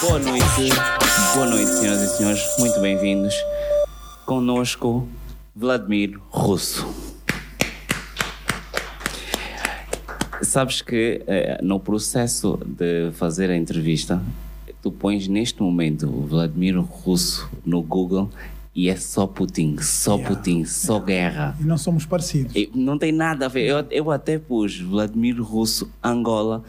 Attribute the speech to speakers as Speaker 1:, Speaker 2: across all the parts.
Speaker 1: Boa noite, boa noite, senhoras e senhores, muito bem-vindos. Conosco, Vladimir Russo. Sabes que eh, no processo de fazer a entrevista, tu pões neste momento o Vladimir Russo no Google e é só Putin, só
Speaker 2: Yeah.
Speaker 1: Putin, só guerra.
Speaker 2: E não somos parecidos.
Speaker 1: E Não tem nada a ver. Eu, eu até pus Vladimir Russo, Angola,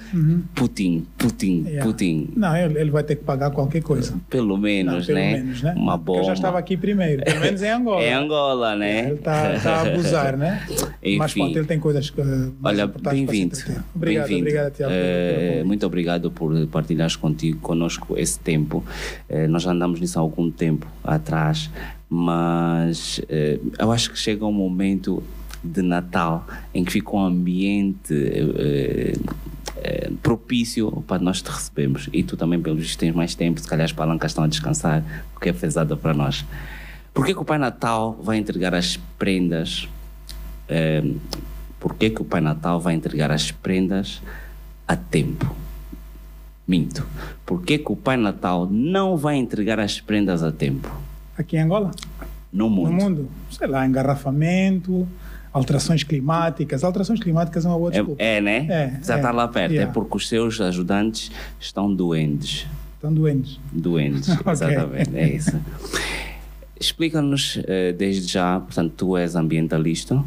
Speaker 1: Putin, Putin,
Speaker 2: Uhum. Yeah.
Speaker 1: Putin.
Speaker 2: É. Não, ele, ele vai ter que pagar qualquer coisa.
Speaker 1: Pelo menos,
Speaker 2: Não, pelo
Speaker 1: né?
Speaker 2: menos, né?
Speaker 1: Uma
Speaker 2: Porque Eu
Speaker 1: bomba.
Speaker 2: já estava aqui primeiro, pelo menos em Angola.
Speaker 1: É Angola, né?
Speaker 2: Ele está a abusar, né? Mas
Speaker 1: Enfim.
Speaker 2: pronto, ele tem coisas que. eh, mais
Speaker 1: Olha,
Speaker 2: importantes para se
Speaker 1: bem-vindo.
Speaker 2: entreter. Obrigado,
Speaker 1: Bem-vindo.
Speaker 2: obrigado, Tiago.
Speaker 1: Eh, muito obrigado por partilhares contigo, conosco esse tempo. Eh, nós já andamos nisso há algum tempo atrás, mas eh, eu acho que chega um momento de Natal em que fica um ambiente eh, eh, propício para nós te recebermos. E tu também, pelo visto, tens mais tempo, se calhar as palancas estão a descansar, o que é pesado para nós. Por que que o Pai Natal vai entregar as prendas eh, porque que o Pai Natal vai entregar as prendas a tempo? Minto. Porque que o Pai Natal não vai entregar as prendas a tempo?
Speaker 2: Aqui em Angola?
Speaker 1: No mundo.
Speaker 2: No mundo? Sei lá, engarrafamento, alterações climáticas. Alterações climáticas é uma boa desculpa.
Speaker 1: É, é, né?
Speaker 2: É,
Speaker 1: Já
Speaker 2: é.
Speaker 1: está lá perto.
Speaker 2: Yeah.
Speaker 1: É porque os seus ajudantes estão doentes.
Speaker 2: Estão doentes.
Speaker 1: Doentes,
Speaker 2: Ok.
Speaker 1: exatamente. É isso. Explica-nos eh, desde já, portanto, tu és ambientalista,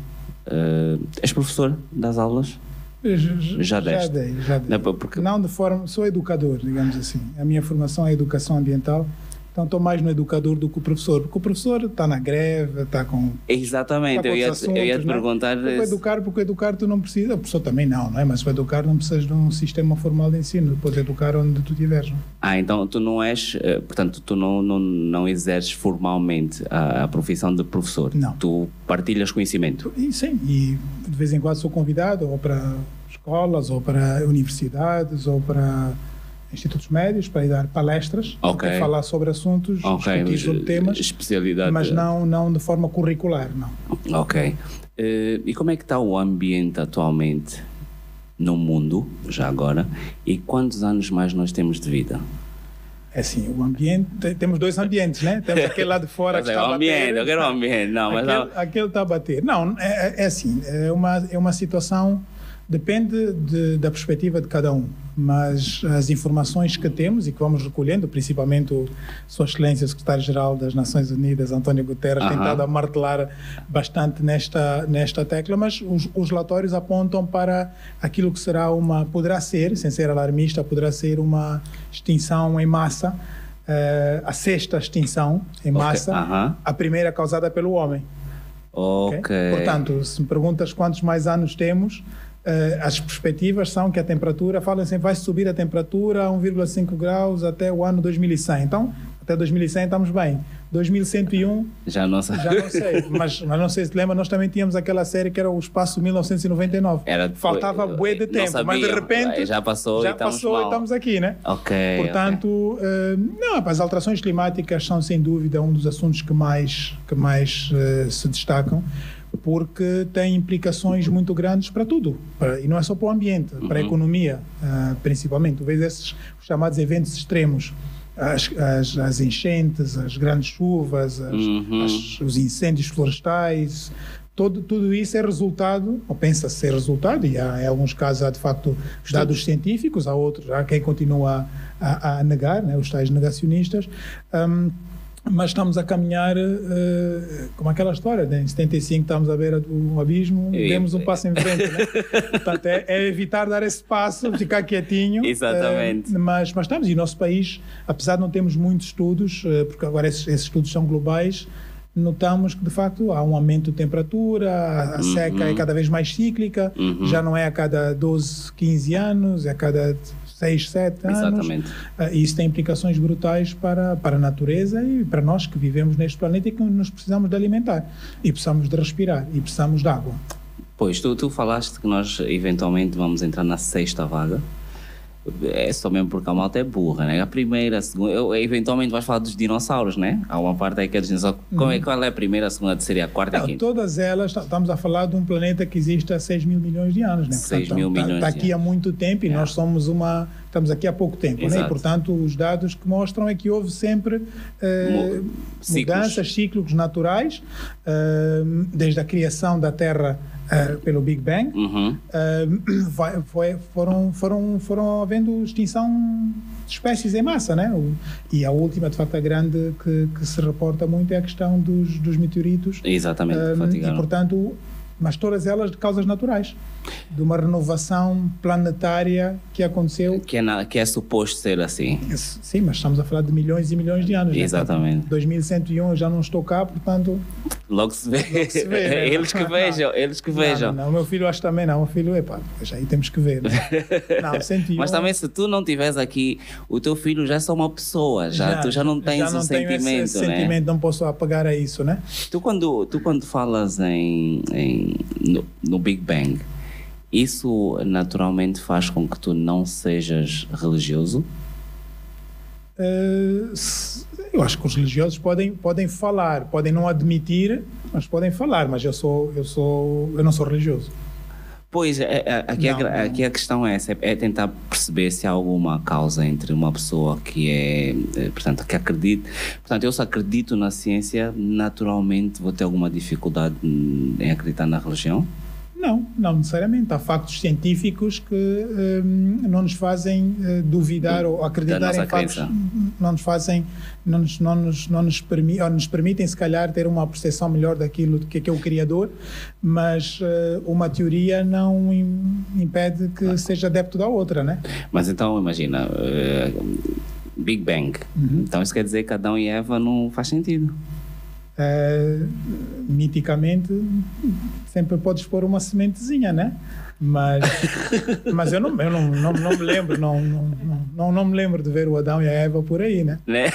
Speaker 1: eh, és professor das aulas? Já
Speaker 2: Já
Speaker 1: deste.
Speaker 2: dei, já dei.
Speaker 1: Não, porque-
Speaker 2: Não de forma, sou educador, digamos assim. A minha formação é educação ambiental, então estou mais no educador do que o professor, porque o professor está na greve, está com, está
Speaker 1: Exatamente,
Speaker 2: com
Speaker 1: eu ia,
Speaker 2: outros
Speaker 1: eu ia te
Speaker 2: assuntos, né?
Speaker 1: perguntar.
Speaker 2: Porque o
Speaker 1: se-
Speaker 2: educar, porque o educar tu não precisa, o professor também não, não é? Mas o educar não precisas de um sistema formal de ensino, depois educar onde tu tiveres. não? é?
Speaker 1: Ah, então tu não és, eh, portanto, tu não, não, não exerces formalmente a, a profissão de professor.
Speaker 2: Não.
Speaker 1: Tu partilhas conhecimento.
Speaker 2: E sim, e de vez em quando sou convidado ou para escolas, ou para universidades, ou para institutos médios, para ir dar palestras,
Speaker 1: Ok.
Speaker 2: para falar sobre assuntos, discutir sobre
Speaker 1: eh,
Speaker 2: temas.
Speaker 1: Especialidade.
Speaker 2: mas não, não de forma curricular, não.
Speaker 1: Ok. Eh, e como é que está o ambiente atualmente no mundo, já agora? E quantos anos mais nós temos de vida?
Speaker 2: É assim, o ambiente, te- temos dois ambientes, né? Temos aquele lá de fora
Speaker 1: Quer
Speaker 2: que tá
Speaker 1: dizer,
Speaker 2: está a
Speaker 1: é, o ambiente,
Speaker 2: bater.
Speaker 1: eu quero o ambiente. Não, mas
Speaker 2: aquele, aquele está a bater. Não, é, é assim, é uma, é uma situação, depende de- da perspectiva de cada um, mas as informações que temos e que vamos recolhendo, principalmente o Sua Excelência, o Secretário-Geral das Nações Unidas, António Guterres, tem
Speaker 1: Aham.
Speaker 2: estado a martelar bastante nesta, nesta tecla, mas os, os relatórios apontam para aquilo que será uma, poderá ser, sem ser alarmista, poderá ser uma extinção em massa, eh, a sexta extinção em
Speaker 1: Ok,
Speaker 2: massa,
Speaker 1: aham.
Speaker 2: a primeira causada pelo homem.
Speaker 1: ok.
Speaker 2: ok? Portanto, se me perguntas quantos mais anos temos, eh, as perspectivas são que a temperatura, falam sempre, vai subir a temperatura a 1,5 graus até o ano 2100. Então, até 2100 estamos bem. 2101,
Speaker 1: já não sei.
Speaker 2: já não sei, mas, mas não sei se te lembra, nós também tínhamos aquela série que era o Espaço 1999.
Speaker 1: Era depois-
Speaker 2: Faltava bué
Speaker 1: não
Speaker 2: de tempo, mas de
Speaker 1: sabíamos.
Speaker 2: repente
Speaker 1: Já passou e
Speaker 2: já
Speaker 1: estamos
Speaker 2: passou
Speaker 1: mal.
Speaker 2: e estamos aqui, né?
Speaker 1: Ok. ok.
Speaker 2: Portanto, eh, não, as alterações climáticas são sem dúvida um dos assuntos que mais, que mais eh, se destacam, porque tem implicações muito grandes para tudo, para- e não é só para o ambiente, para a economia, ah, principalmente. Tu vês esses chamados eventos extremos. As, as- as enchentes, as grandes chuvas, as-
Speaker 1: Uhum.
Speaker 2: as- os incêndios florestais, todo, tudo isso é resultado, ou pensa ser resultado, e há em alguns casos há de facto dados científicos, há outros, há quem continua a, a- a negar, né, os tais negacionistas, hum, mas estamos a caminhar eh, como aquela história, né? em 75 estamos à beira do abismo,
Speaker 1: E-
Speaker 2: demos um passo em frente. Né? Portanto, é, é evitar dar esse passo, ficar quietinho.
Speaker 1: Exatamente.
Speaker 2: eh, mas, mas estamos, e o nosso país, apesar de não termos muitos estudos, eh, porque agora esses, esses estudos são globais, notamos que de facto há um aumento de temperatura, a, a seca é cada vez mais cíclica, já não é a cada 12, 15 anos, é a cada 6, 7 anos.
Speaker 1: Exatamente.
Speaker 2: Ah, E isso tem implicações brutais para, para a natureza e para nós que vivemos neste planeta e que nos precisamos de alimentar, e precisamos de respirar, e precisamos de água.
Speaker 1: Pois, tu, tu falaste que nós eventualmente vamos entrar na sexta vaga. É só mesmo porque a malta é burra, né? A primeira, a segunda. Eu, eventualmente vais falar dos dinossauros, né? Há uma parte aí que é dos dinossauros. Como
Speaker 2: Uhum.
Speaker 1: é, qual é a primeira, a segunda, a terceira, a quarta e a
Speaker 2: Não,
Speaker 1: quinta?
Speaker 2: todas elas, tá- estamos a falar de um planeta que existe há 6 mil milhões de anos, né?
Speaker 1: Seis
Speaker 2: Portanto,
Speaker 1: mil
Speaker 2: tá-
Speaker 1: milhões
Speaker 2: tá
Speaker 1: de É.
Speaker 2: aqui há muito tempo e nós somos uma. Estamos aqui há pouco tempo, né?
Speaker 1: Exato.
Speaker 2: e portanto os dados que mostram é que houve sempre eh,
Speaker 1: Mu- ciclos.
Speaker 2: mudanças, ciclos naturais, eh, desde a criação da Terra eh, pelo Big Bang,
Speaker 1: Uhum.
Speaker 2: eh, vai- foi- foram, foram, foram havendo extinção de espécies em massa, né? O- E a última, de facto, a grande que, que se reporta muito é a questão dos, dos meteoritos.
Speaker 1: Exatamente,
Speaker 2: eh, e,
Speaker 1: fatigaram.
Speaker 2: portanto, mas todas elas de causas naturais, de uma renovação planetária que aconteceu.
Speaker 1: Que é, na- que é suposto ser assim.
Speaker 2: Sim, mas estamos a falar de milhões e milhões de anos. né?
Speaker 1: Exatamente.
Speaker 2: 2101 eu já não estou cá, portanto.
Speaker 1: Logo se vê.
Speaker 2: se vê, né?
Speaker 1: eles que vejam, eles que vejam.
Speaker 2: Não, não, meu filho acho também não. O filho, epá, pois aí temos que ver. Né? Não, 101.
Speaker 1: Mas também se tu não estiveres aqui, o teu filho já é só uma pessoa, já, tu já não tens
Speaker 2: já não
Speaker 1: o
Speaker 2: tenho esse-
Speaker 1: sentimento,
Speaker 2: esse
Speaker 1: né?
Speaker 2: sentimento, não posso apagar a isso, né?
Speaker 1: Tu quando, tu quando falas em, em- no, no Big Bang, isso naturalmente faz com que tu não sejas religioso?
Speaker 2: Eh, se- eu acho que os religiosos podem podem falar, podem não admitir, mas podem falar. Mas eu sou eu sou eu não sou religioso.
Speaker 1: Pois, é- é- aqui, a,
Speaker 2: Não,
Speaker 1: gra-
Speaker 2: não.
Speaker 1: aqui a questão é essa, é- é tentar perceber se há alguma causa entre uma pessoa que é, eh, portanto, que acredita. Portanto, eu se acredito na ciência, naturalmente vou ter alguma dificuldade hum, em acreditar na religião?
Speaker 2: Não, não necessariamente. Há factos científicos que eh, não nos fazem eh, duvidar ou
Speaker 1: Da
Speaker 2: acreditar
Speaker 1: nossa
Speaker 2: em factos.
Speaker 1: crença.
Speaker 2: Não nos fazem, não nos, não nos, não nos, permi ou nos permitem, se calhar, ter uma percepção melhor daquilo que é, que é o Criador, mas eh, uma teoria não im- impede que seja adepto da outra, né?
Speaker 1: Mas então, imagina, eh, Big Bang.
Speaker 2: Uhum.
Speaker 1: Então isso quer dizer que Adão e Eva não faz sentido.
Speaker 2: Eh, miticamente, sempre podes pôr uma sementezinha, né? Mas, mas eu, não, eu não, não, não me lembro, não, não, não- não, não me lembro de ver o Adão e a Eva por aí, né?
Speaker 1: Né?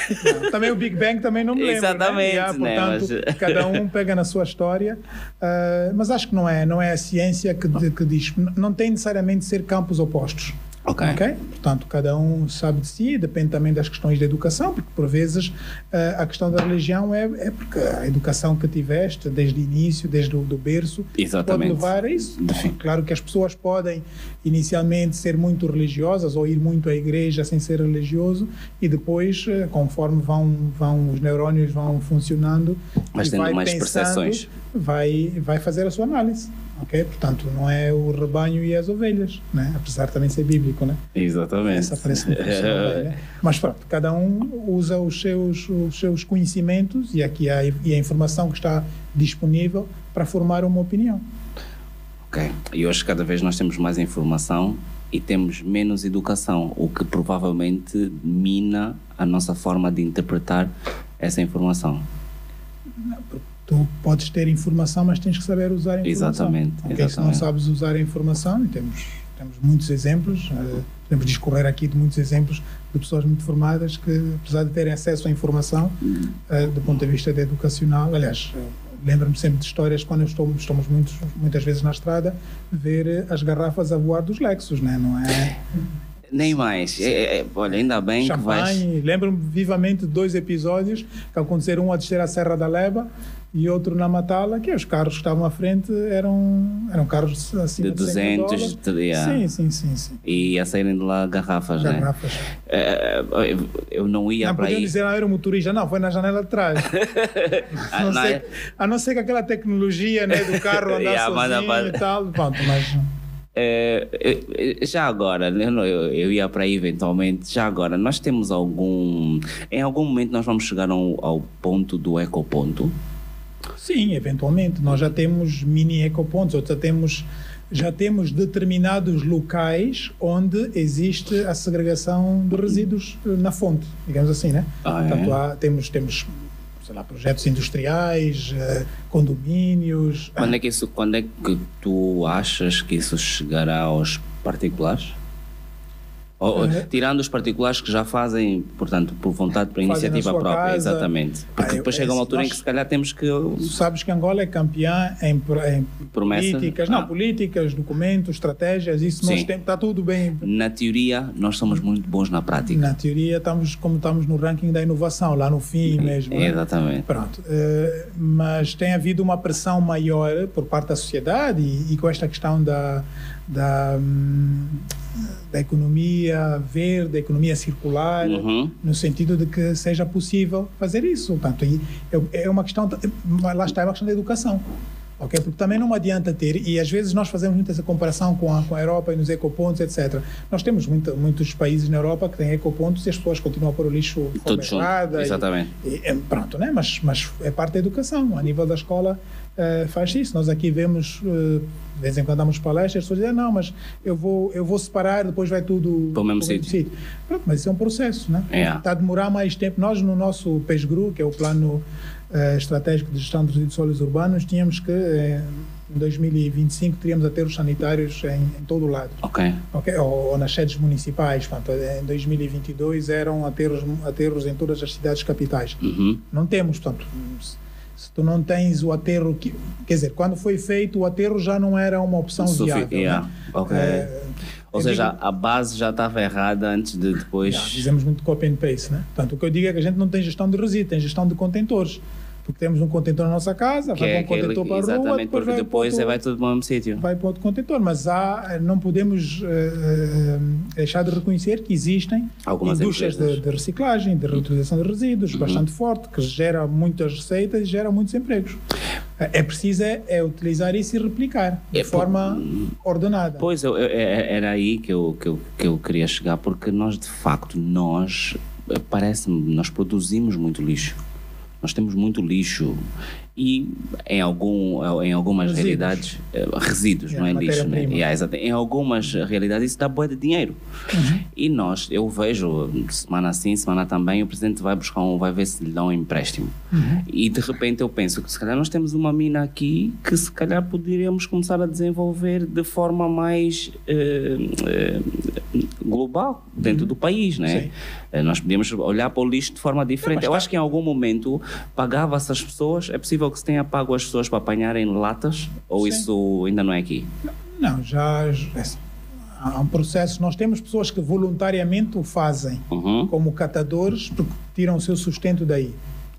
Speaker 2: Também o Big Bang também não me lembro.
Speaker 1: Exatamente,
Speaker 2: né? E há,
Speaker 1: né,
Speaker 2: portanto,
Speaker 1: mas-
Speaker 2: cada um pega na sua história. ah, mas acho que não é, não é a ciência que, de- que diz. N- Não tem necessariamente de ser campos opostos.
Speaker 1: Ok.
Speaker 2: ok? Portanto, cada um sabe de si, depende também das questões da educação, porque por vezes ah, a questão da religião é, é porque a educação que tiveste desde o início, desde o do berço,
Speaker 1: Exatamente.
Speaker 2: pode levar a isso. Claro que as pessoas podem inicialmente ser muito religiosas ou ir muito à igreja sem ser religioso e depois, eh, conforme vão, vão os neurónios vão funcionando,
Speaker 1: Mas
Speaker 2: e
Speaker 1: tendo
Speaker 2: vai
Speaker 1: mais
Speaker 2: pensando,
Speaker 1: percepções.
Speaker 2: vai vai fazer a sua análise, ok? Portanto, não é o rebanho e as ovelhas, né? Apesar de também ser bíblico, né?
Speaker 1: Exatamente.
Speaker 2: Essa parece uma questão, né?
Speaker 1: É.
Speaker 2: Mas pronto, cada um usa os seus, os seus conhecimentos e aqui a, e a informação que está disponível para formar uma opinião.
Speaker 1: Ok. E hoje cada vez nós temos mais informação e temos menos educação, o que provavelmente mina a nossa forma de interpretar essa informação.
Speaker 2: Tu podes ter informação, mas tens que saber usar a informação.
Speaker 1: Exatamente,
Speaker 2: Ok? Se não
Speaker 1: exatamente.
Speaker 2: sabes usar a informação, e temos, temos muitos exemplos, eh, podemos discorrer aqui de muitos exemplos de pessoas muito formadas que, apesar de terem acesso à informação, eh, do ponto de vista de educacional, aliás, eh, lembro-me sempre de histórias quando eu estou, estamos muitos, muitas vezes na estrada, ver eh, as garrafas a voar dos Lexus, né? não é?
Speaker 1: Nem mais. É, é, olha, ainda bem que vais.
Speaker 2: champanhe. Lembro-me vivamente de dois episódios que aconteceram um a descer a Serra da Leba e outro na Matala, que os carros que estavam à frente eram, eram carros assim
Speaker 1: De 200, de-
Speaker 2: Sim, sim, sim, sim.
Speaker 1: E a saírem de lá garrafas, né?
Speaker 2: Garrafas.
Speaker 1: É, eu não ia
Speaker 2: Não
Speaker 1: para
Speaker 2: podiam
Speaker 1: aí.
Speaker 2: dizer, ah, era o motorista, não, foi na janela de trás. a, não
Speaker 1: não,
Speaker 2: ser,
Speaker 1: é-
Speaker 2: a não ser que aquela tecnologia né, do carro andar
Speaker 1: Yeah, mas-
Speaker 2: sozinho
Speaker 1: mas-
Speaker 2: e tal, pronto, mas...
Speaker 1: É, é, é, já agora, eu, não- eu- eu ia para aí eventualmente, já agora, nós temos algum. Em algum momento nós vamos chegar ao, ao ponto do ecoponto.
Speaker 2: Sim, eventualmente. Nós já temos mini ecopontos, ou já temos, já temos determinados locais onde existe a segregação de resíduos eh, na fonte, digamos assim, né?
Speaker 1: Ah, é?
Speaker 2: Portanto, há- temos, temos sei lá, projetos industriais, eh, condomínios.
Speaker 1: Quando é, que isso, quando é que tu achas que isso chegará aos particulares? Ou- ou,
Speaker 2: É.
Speaker 1: Tirando os particulares que já fazem, portanto, por vontade, por
Speaker 2: Fazem na
Speaker 1: iniciativa
Speaker 2: sua
Speaker 1: própria,
Speaker 2: casa.
Speaker 1: exatamente. Porque
Speaker 2: Ah, eu-
Speaker 1: depois chega uma
Speaker 2: esse-
Speaker 1: altura em
Speaker 2: nós-
Speaker 1: que se calhar temos que.
Speaker 2: Tu sabes que Angola é campeã em, pro- em
Speaker 1: Promessas?
Speaker 2: políticas, não,
Speaker 1: Ah.
Speaker 2: políticas, documentos, estratégias, isso nós
Speaker 1: Sim.
Speaker 2: temos, está tudo bem
Speaker 1: Na teoria, nós somos muito bons na prática.
Speaker 2: Na teoria, estamos como estamos no ranking da inovação, lá no
Speaker 1: Uhum.
Speaker 2: fim mesmo. né?
Speaker 1: Exatamente.
Speaker 2: Pronto, eh, mas tem havido uma pressão maior por parte da sociedade e, e com esta questão da, da, hum, da economia verde, da economia circular,
Speaker 1: Uhum.
Speaker 2: no sentido de que seja possível fazer isso. Portanto, e é é uma questão, lá está, é uma questão da educação. ok? Porque também não adianta ter, e às vezes nós fazemos muita essa comparação com a, com a Europa e nos ecopontos, etc. Nós temos muita- muitos países na Europa que têm ecopontos e as pessoas continuam a pôr o lixo de forma
Speaker 1: Todos juntos.
Speaker 2: errada. e-
Speaker 1: Exatamente.
Speaker 2: e, é, pronto, né? mas, mas é parte da educação. A nível da escola eh, faz isso. Nós aqui vemos, eh, de vez em quando damos palestras, as pessoas dizem, "Ah, não, mas eu vou, eu vou separar, depois vai tudo
Speaker 1: Para o mesmo sítio."
Speaker 2: Pronto, mas isso é um processo, né?
Speaker 1: É.
Speaker 2: Está a demorar mais tempo. Nós, no nosso PESGRU, que é o Plano eh, Estratégico de Gestão dos Resíduos Sólidos Urbanos, tínhamos que, eh, em 2025, teríamos aterros sanitários em, em todo o lado.
Speaker 1: Ok.
Speaker 2: Ok, Ou, ou nas sedes municipais. Portanto, em 2022 eram aterros, aterros em todas as cidades capitais.
Speaker 1: Uhum.
Speaker 2: Não temos, portanto, se- se tu não tens o aterro que, quer dizer, quando foi feito o aterro já não era uma opção
Speaker 1: Sufi-
Speaker 2: viável.
Speaker 1: yeah,
Speaker 2: né?
Speaker 1: ok.
Speaker 2: É,
Speaker 1: Ou
Speaker 2: eu
Speaker 1: seja,
Speaker 2: digo-
Speaker 1: a base já estava errada antes de depois.
Speaker 2: yeah, dizemos muito copy and paste, né? Portanto, o que eu digo é que a gente não tem gestão de resíduos, tem gestão de contentores. Porque temos um contentor na nossa casa,
Speaker 1: que
Speaker 2: vai
Speaker 1: é
Speaker 2: para um
Speaker 1: aquele,
Speaker 2: contentor para a rua,
Speaker 1: exatamente,
Speaker 2: depois
Speaker 1: porque
Speaker 2: vai para
Speaker 1: depois é,
Speaker 2: outro-
Speaker 1: vai tudo para o mesmo sítio.
Speaker 2: vai para outro contentor, mas há, não podemos eh, eh, deixar de reconhecer que existem
Speaker 1: Algumas
Speaker 2: indústrias de,
Speaker 1: empresas. Uhum.
Speaker 2: de reciclagem, de reutilização de resíduos, bastante forte, que gera muitas receitas e gera muitos empregos. Eh, É preciso é, é utilizar isso e replicar de
Speaker 1: É, por-
Speaker 2: forma ordenada.
Speaker 1: Pois, eu, eu- é- era aí que eu, que, eu, que eu queria chegar, porque nós, de facto, nós, eh, parece-me, nós produzimos muito lixo. Nós temos muito lixo e em, algum, em algumas
Speaker 2: Resíduos.
Speaker 1: realidades, eh, resíduos,
Speaker 2: É,
Speaker 1: não é lixo, né?
Speaker 2: matéria-prima.
Speaker 1: Yeah, exato. Em algumas realidades isso dá boa de dinheiro.
Speaker 2: Uhum.
Speaker 1: E nós, eu vejo, semana sim, semana também, o presidente vai buscar um, vai ver se lhe dá um empréstimo.
Speaker 2: Uhum.
Speaker 1: E de repente eu penso que se calhar nós temos uma mina aqui que se calhar poderíamos começar a desenvolver de forma mais eh, eh, global dentro do país, né?
Speaker 2: Uhum. Sim. tá.
Speaker 1: Eh, Nós podíamos olhar para o lixo de forma diferente. Eu acho que em algum momento pagava-se as pessoas, é possível que se tenha pago as pessoas para apanharem latas, ou
Speaker 2: Sim.
Speaker 1: isso ainda não é aqui?
Speaker 2: Não, já já- há um processo. Nós temos pessoas que voluntariamente o fazem,
Speaker 1: Uhum.
Speaker 2: como catadores, porque tiram o seu sustento daí.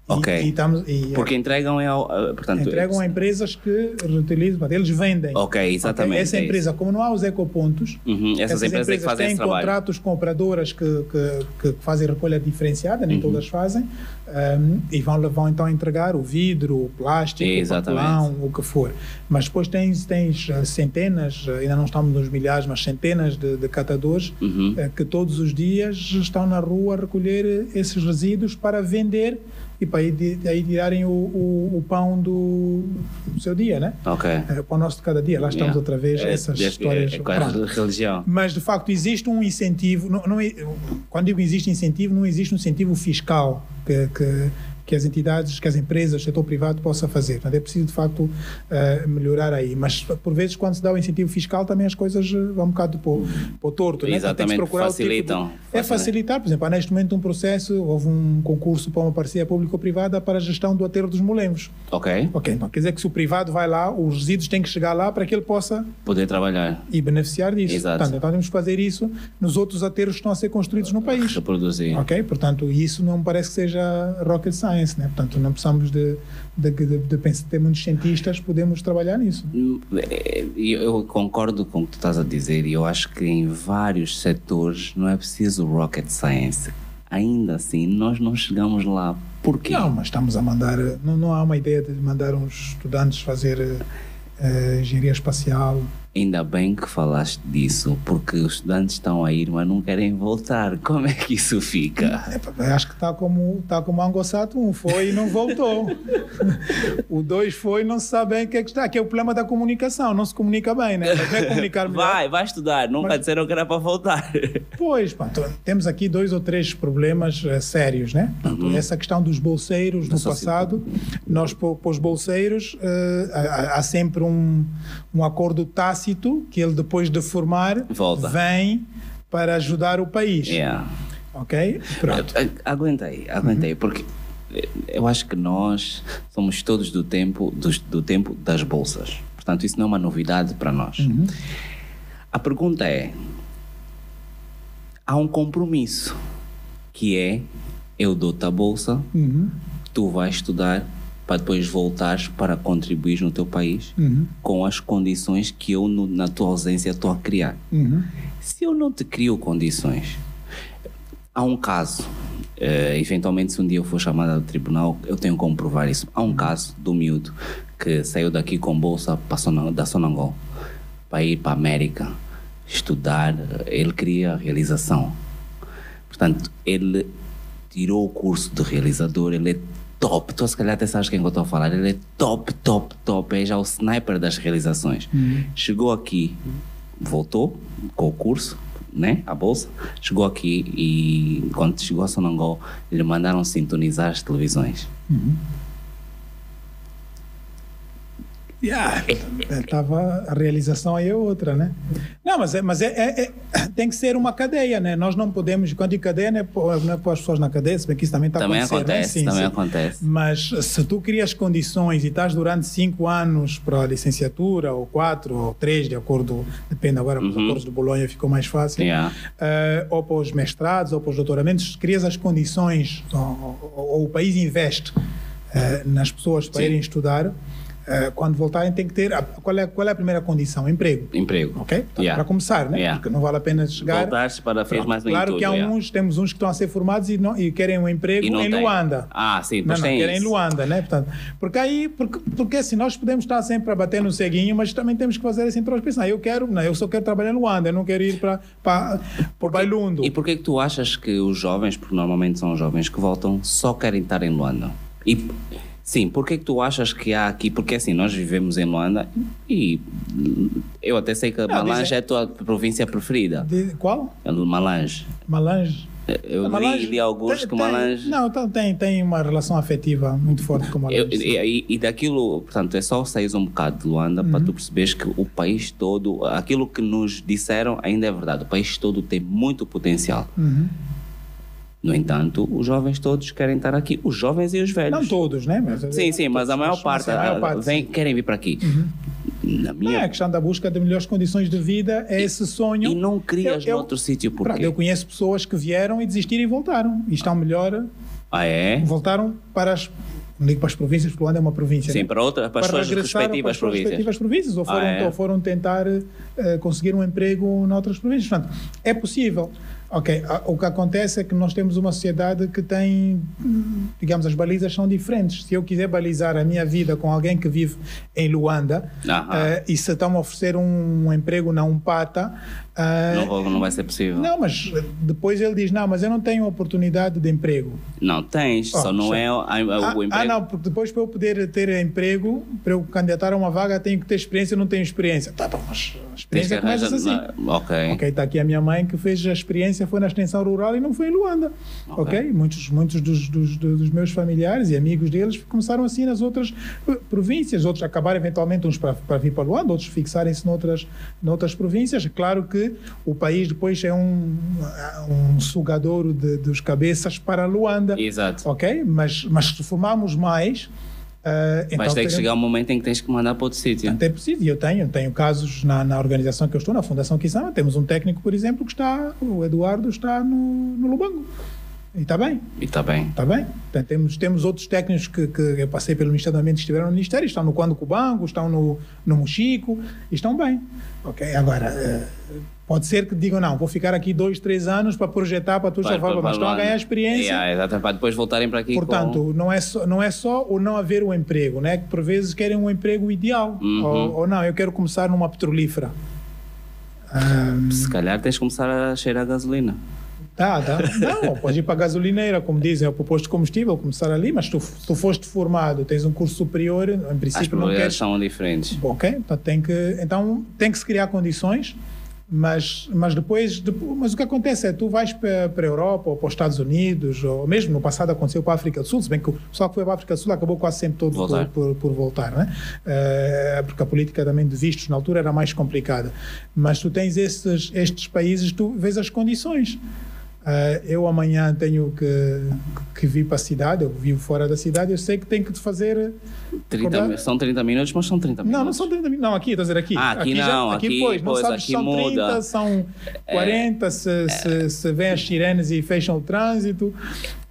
Speaker 2: E-
Speaker 1: Ok.
Speaker 2: E, estamos- e-
Speaker 1: Porque entregam é ao- eh, portanto,
Speaker 2: entregam a empresas que reutilizam, portanto, eles vendem.
Speaker 1: Ok, exatamente.
Speaker 2: Essa
Speaker 1: é isso.
Speaker 2: empresa, como não há os ecopontos,
Speaker 1: Uhum, Essas, empresas, é que fazem
Speaker 2: têm
Speaker 1: esse trabalho.
Speaker 2: contratos com operadoras que, que, que fazem recolha diferenciada,
Speaker 1: Uhum.
Speaker 2: nem todas fazem, ehm, e vão, vão então entregar o vidro, o plástico,
Speaker 1: Exatamente.
Speaker 2: o papelão, o que for. Mas depois tens, tens eh, centenas, eh, ainda não estamos nos milhares, mas centenas de, de catadores
Speaker 1: Uhum.
Speaker 2: eh, que todos os dias estão na rua a recolher eh, esses resíduos para vender e para aí, de- aí tirarem o, o- o pão do, do seu dia, né?
Speaker 1: Ok.
Speaker 2: Eh, O pão nosso de cada dia, lá estamos
Speaker 1: Yeah.
Speaker 2: outra vez,
Speaker 1: É,
Speaker 2: essas
Speaker 1: é,
Speaker 2: histórias.
Speaker 1: É, com a
Speaker 2: Pronto.
Speaker 1: religião.
Speaker 2: Mas, de facto, existe um incentivo. Não, não, é- quando digo existe incentivo, não existe um incentivo fiscal que, que, que as entidades, que as empresas, o setor privado possa fazer. Portanto, é preciso, de facto, eh, melhorar aí. Mas, por vezes, quando se dá o incentivo fiscal, também as coisas eh, vão um bocado para o, para o torto. né? Portanto, tem que
Speaker 1: Exatamente,
Speaker 2: se procurar o tipo de-
Speaker 1: facilitam.
Speaker 2: é facilitar, por exemplo, há neste momento um processo, houve um concurso para uma parceria público-privada para a gestão do aterro dos molemos.
Speaker 1: Ok,
Speaker 2: Ok, então quer dizer que se o privado vai lá, os resíduos têm que chegar lá para que ele possa
Speaker 1: poder trabalhar,
Speaker 2: e beneficiar disso.
Speaker 1: Exato.
Speaker 2: Portanto, então temos que fazer isso nos outros aterros que estão a ser construídos no país.
Speaker 1: reproduzir.
Speaker 2: Ok? Portanto, isso não parece que seja rocket science, né? Portanto, não precisamos de, de, de, de pensar, ter muitos cientistas, podemos trabalhar nisso.
Speaker 1: Hum, é, Eu eu concordo com o que tu estás a dizer e eu acho que em vários setores não é preciso rocket science. Ainda assim, nós não chegamos lá. Porquê?
Speaker 2: Não, mas estamos a mandar, eh, não, não há uma ideia de mandar uns estudantes fazer eh, eh, engenharia espacial.
Speaker 1: Ainda bem que falaste disso, porque os estudantes estão a ir, mas não querem voltar. Como é que isso fica?
Speaker 2: É, pá, Acho que está como, tá como Angossato, um foi e não voltou. o dois foi e não se sabe bem o que é que está. Que é o problema da comunicação, não se comunica bem, né? Mas não é comunicar melhor.
Speaker 1: Vai, vai estudar. Nunca
Speaker 2: Mas-
Speaker 1: disseram que era para voltar.
Speaker 2: Pois, pá, então, temos aqui dois ou três problemas eh, sérios, né?
Speaker 1: Uhum.
Speaker 2: Essa questão dos bolseiros no
Speaker 1: sociedade.
Speaker 2: passado, nós para os bolseiros eh, há, há sempre um, um acordo tácito que ele depois de formar
Speaker 1: Volta. É.
Speaker 2: vem para ajudar o país,
Speaker 1: Yeah.
Speaker 2: ok? Pronto.
Speaker 1: A- Aguenta aí, aguenta
Speaker 2: Uhum.
Speaker 1: aí, porque eh, eu acho que nós somos todos do tempo, dos- do tempo das bolsas. Portanto, isso não é uma novidade para nós.
Speaker 2: Uhum.
Speaker 1: A pergunta é: há um compromisso que é eu dou-te a bolsa,
Speaker 2: Uhum.
Speaker 1: tu vais estudar para depois voltares para contribuir no teu país
Speaker 2: Uhum.
Speaker 1: com as condições que eu, no- na tua ausência, estou a criar.
Speaker 2: Uhum.
Speaker 1: Se eu não te crio condições, há um caso, eh, eventualmente se um dia eu for chamado ao tribunal, eu tenho como provar isso. Há um caso do miúdo que saiu daqui com bolsa pra Sonan- da Sonangol para ir para a América estudar, ele queria a realização. Portanto, ele tirou o curso de realizador, ele é top. Tu se calhar até sabes quem que eu estou a falar. Ele é top, top, top. É já o sniper das realizações.
Speaker 2: Uhum.
Speaker 1: Chegou aqui, voltou com o curso, né? A bolsa. Chegou aqui e quando chegou a Sonangol, lhe mandaram sintonizar as televisões.
Speaker 2: Yeah, eh, tava, a realização aí é outra, né? Não, mas, é, mas é, é- é- tem que ser uma cadeia, né? Nós não podemos, quando digo cadeia, não é pô- não é pôr as pessoas na cadeia, se bem que isso também está
Speaker 1: também
Speaker 2: acontecendo.
Speaker 1: acontece,
Speaker 2: né? Sim,
Speaker 1: também
Speaker 2: sim.
Speaker 1: acontece.
Speaker 2: Mas se tu crias condições e estás durante cinco anos para a licenciatura, ou quatro, ou três, de acordo, depende agora, os
Speaker 1: Uhum.
Speaker 2: acordos de Bolonha ficou mais fácil,
Speaker 1: Yeah.
Speaker 2: eh, ou para os mestrados, ou para os doutoramentos, crias as condições, ou, ou- ou o país investe eh, nas pessoas para
Speaker 1: Sim.
Speaker 2: irem estudar, eh, quando voltarem tem que ter, a- qual, é, qual é a primeira condição? Emprego,
Speaker 1: Emprego.
Speaker 2: ok? Portanto,
Speaker 1: Yeah.
Speaker 2: Para começar, né?
Speaker 1: Yeah.
Speaker 2: Porque não vale a pena chegar...
Speaker 1: Voltaste para fez mais um
Speaker 2: claro que há
Speaker 1: intuito, yeah.
Speaker 2: uns, temos uns que estão a ser formados e, não, e querem um emprego
Speaker 1: E não
Speaker 2: em
Speaker 1: tem.
Speaker 2: Luanda.
Speaker 1: Ah, sim,
Speaker 2: Não,
Speaker 1: mas
Speaker 2: não,
Speaker 1: tem
Speaker 2: querem em
Speaker 1: isso.
Speaker 2: Luanda, né? Portanto, porque aí, porque, porque assim, nós podemos estar sempre a bater no ceguinho, mas também temos que fazer essa introspecção. Eu quero, não, eu só quero trabalhar em Luanda, eu não quero ir para o Bailundo.
Speaker 1: E porquê que tu achas que os jovens, porque normalmente são os jovens que voltam, só querem estar em Luanda? E sim, porquê que tu achas que há aqui? Porque assim, nós vivemos em Luanda e eu até sei que Malange
Speaker 2: dizem-
Speaker 1: é a tua província preferida.
Speaker 2: De- qual?
Speaker 1: É do Malange.
Speaker 2: Malange?
Speaker 1: Eu
Speaker 2: Ah,
Speaker 1: li, li alguns
Speaker 2: tem-
Speaker 1: que
Speaker 2: tem-
Speaker 1: Malange.
Speaker 2: Não, então tem, tem uma relação afetiva muito forte com Malange.
Speaker 1: Eu- e, e- e daquilo, portanto, é só sair um bocado de Luanda para
Speaker 2: Uhum.
Speaker 1: tu perceberes que o país todo, aquilo que nos disseram ainda é verdade, o país todo tem muito potencial.
Speaker 2: Uhum.
Speaker 1: No entanto, os jovens todos querem estar aqui, os jovens e os velhos.
Speaker 2: Não todos, né? Mas,
Speaker 1: Sim, sim, mas a
Speaker 2: todos,
Speaker 1: maior parte,
Speaker 2: sim, a maior
Speaker 1: ah,
Speaker 2: parte,
Speaker 1: vem, querem vir para aqui. Na
Speaker 2: Não é
Speaker 1: minha.
Speaker 2: a questão da busca de melhores condições de vida, é esse sonho.
Speaker 1: E não crias
Speaker 2: Eu- eu-
Speaker 1: noutro sítio, por
Speaker 2: Pronto, eu
Speaker 1: quê?
Speaker 2: conheço pessoas que vieram e desistiram e voltaram. E estão melhor
Speaker 1: Ah, é?
Speaker 2: voltaram para as, não digo para as províncias, porque Luanda é uma província.
Speaker 1: Sim,
Speaker 2: né?
Speaker 1: para, outra, para, as suas
Speaker 2: regressaram
Speaker 1: respectivas
Speaker 2: para as suas
Speaker 1: províncias.
Speaker 2: respectivas províncias, ou foram,
Speaker 1: Ah, é?
Speaker 2: ou foram tentar eh, conseguir um emprego noutras províncias. Portanto, é possível. Ok, a- o que acontece é que nós temos uma sociedade que tem, hum, digamos, as balizas são diferentes. Se eu quiser balizar a minha vida com alguém que vive em Luanda
Speaker 1: Aham.
Speaker 2: eh, e se estão a oferecer um emprego na Umpata, eh,
Speaker 1: Não, vou- não vai ser possível. Não,
Speaker 2: não, mas eh, depois ele diz: Não, mas eu não tenho oportunidade de emprego.
Speaker 1: tens,
Speaker 2: Oh,
Speaker 1: só não
Speaker 2: sim.
Speaker 1: é o, a-
Speaker 2: Ah,
Speaker 1: o
Speaker 2: ah,
Speaker 1: emprego.
Speaker 2: não, porque depois para eu poder ter emprego, para eu candidatar a uma vaga, tenho que ter experiência, eu não tenho experiência. Tá bom, mas a
Speaker 1: Tens que
Speaker 2: experiência começa
Speaker 1: arranjar.
Speaker 2: assim.
Speaker 1: Ok.
Speaker 2: Ok, está aqui a minha mãe que fez a experiência, foi na extensão rural e não foi em Luanda. Ok?
Speaker 1: Ok.
Speaker 2: Muitos, muitos dos, dos- do- dos meus familiares e amigos deles começaram assim nas outras eh, províncias, outros acabaram eventualmente uns para, para vir para Luanda, outros fixarem-se noutras, noutras províncias. Claro que o país depois é um, um sugadouro de- dos cabeças para Luanda.
Speaker 1: Exato.
Speaker 2: Ok? Mas, mas se formarmos mais. ah, então
Speaker 1: Mas tem que
Speaker 2: teremos-
Speaker 1: chegar um momento em que tens que mandar para outro sítio.
Speaker 2: Até é possível. E Eu tenho, tenho casos na, na organização que eu estou, na Fundação Kisama, temos um técnico, por exemplo, que está, o Eduardo está no, no Lubango. E está bem,
Speaker 1: E está bem.
Speaker 2: está bem. Portanto, temos, temos outros técnicos que, que eu passei pelo Ministério do Ambiente que estiveram no Ministério, estão no Quando Cubango, estão no, no Mochico, e estão bem. Ok, agora, eh, pode ser que digam, não, vou ficar aqui dois, três anos para projetar, para tu salvar, mas estão a
Speaker 1: né?
Speaker 2: ganhar experiência.
Speaker 1: Yeah, exato, para depois voltarem para aqui.
Speaker 2: Portanto, não, é só, não é só o não haver um emprego, né? Que por vezes querem um emprego ideal. Ou, ou não, eu quero começar numa petrolífera. Ah,
Speaker 1: com... se calhar tens que começar a cheirar a gasolina.
Speaker 2: tá, tá. Não, pode ir para a gasolineira, como dizem, ou para o posto de combustível, começar ali, mas tu, tu foste formado, tens um curso superior, em
Speaker 1: As
Speaker 2: princípio não
Speaker 1: probabilidades
Speaker 2: queres.
Speaker 1: são diferentes.
Speaker 2: Ok, então tem que, então tem que se criar condições, mas, mas depois, depo- mas o que acontece é tu vais para para a Europa ou para os Estados Unidos, ou mesmo no passado aconteceu para a África do Sul, se bem que o pessoal que foi para a África do Sul acabou quase sempre todo por,
Speaker 1: Voltar.
Speaker 2: por, por voltar, né? Eh, porque a política também de vistos na altura era mais complicada. Mas tu tens esses, estes países, tu vês as condições. Eh, eu amanhã tenho que, que vir para a cidade, eu vivo fora da cidade, eu sei que tenho que te fazer
Speaker 1: 30
Speaker 2: Como é?
Speaker 1: mi- são 30 minutos, mas são 30 minutos.
Speaker 2: não, não são 30 mil. Não, aqui, estou a dizer aqui.
Speaker 1: Ah, aqui não, aqui,
Speaker 2: pois, não
Speaker 1: pois,
Speaker 2: sabes se
Speaker 1: aqui
Speaker 2: são
Speaker 1: muda. É.
Speaker 2: 30, são 40, se, É, se, se vêm as sirenes e fecham o trânsito.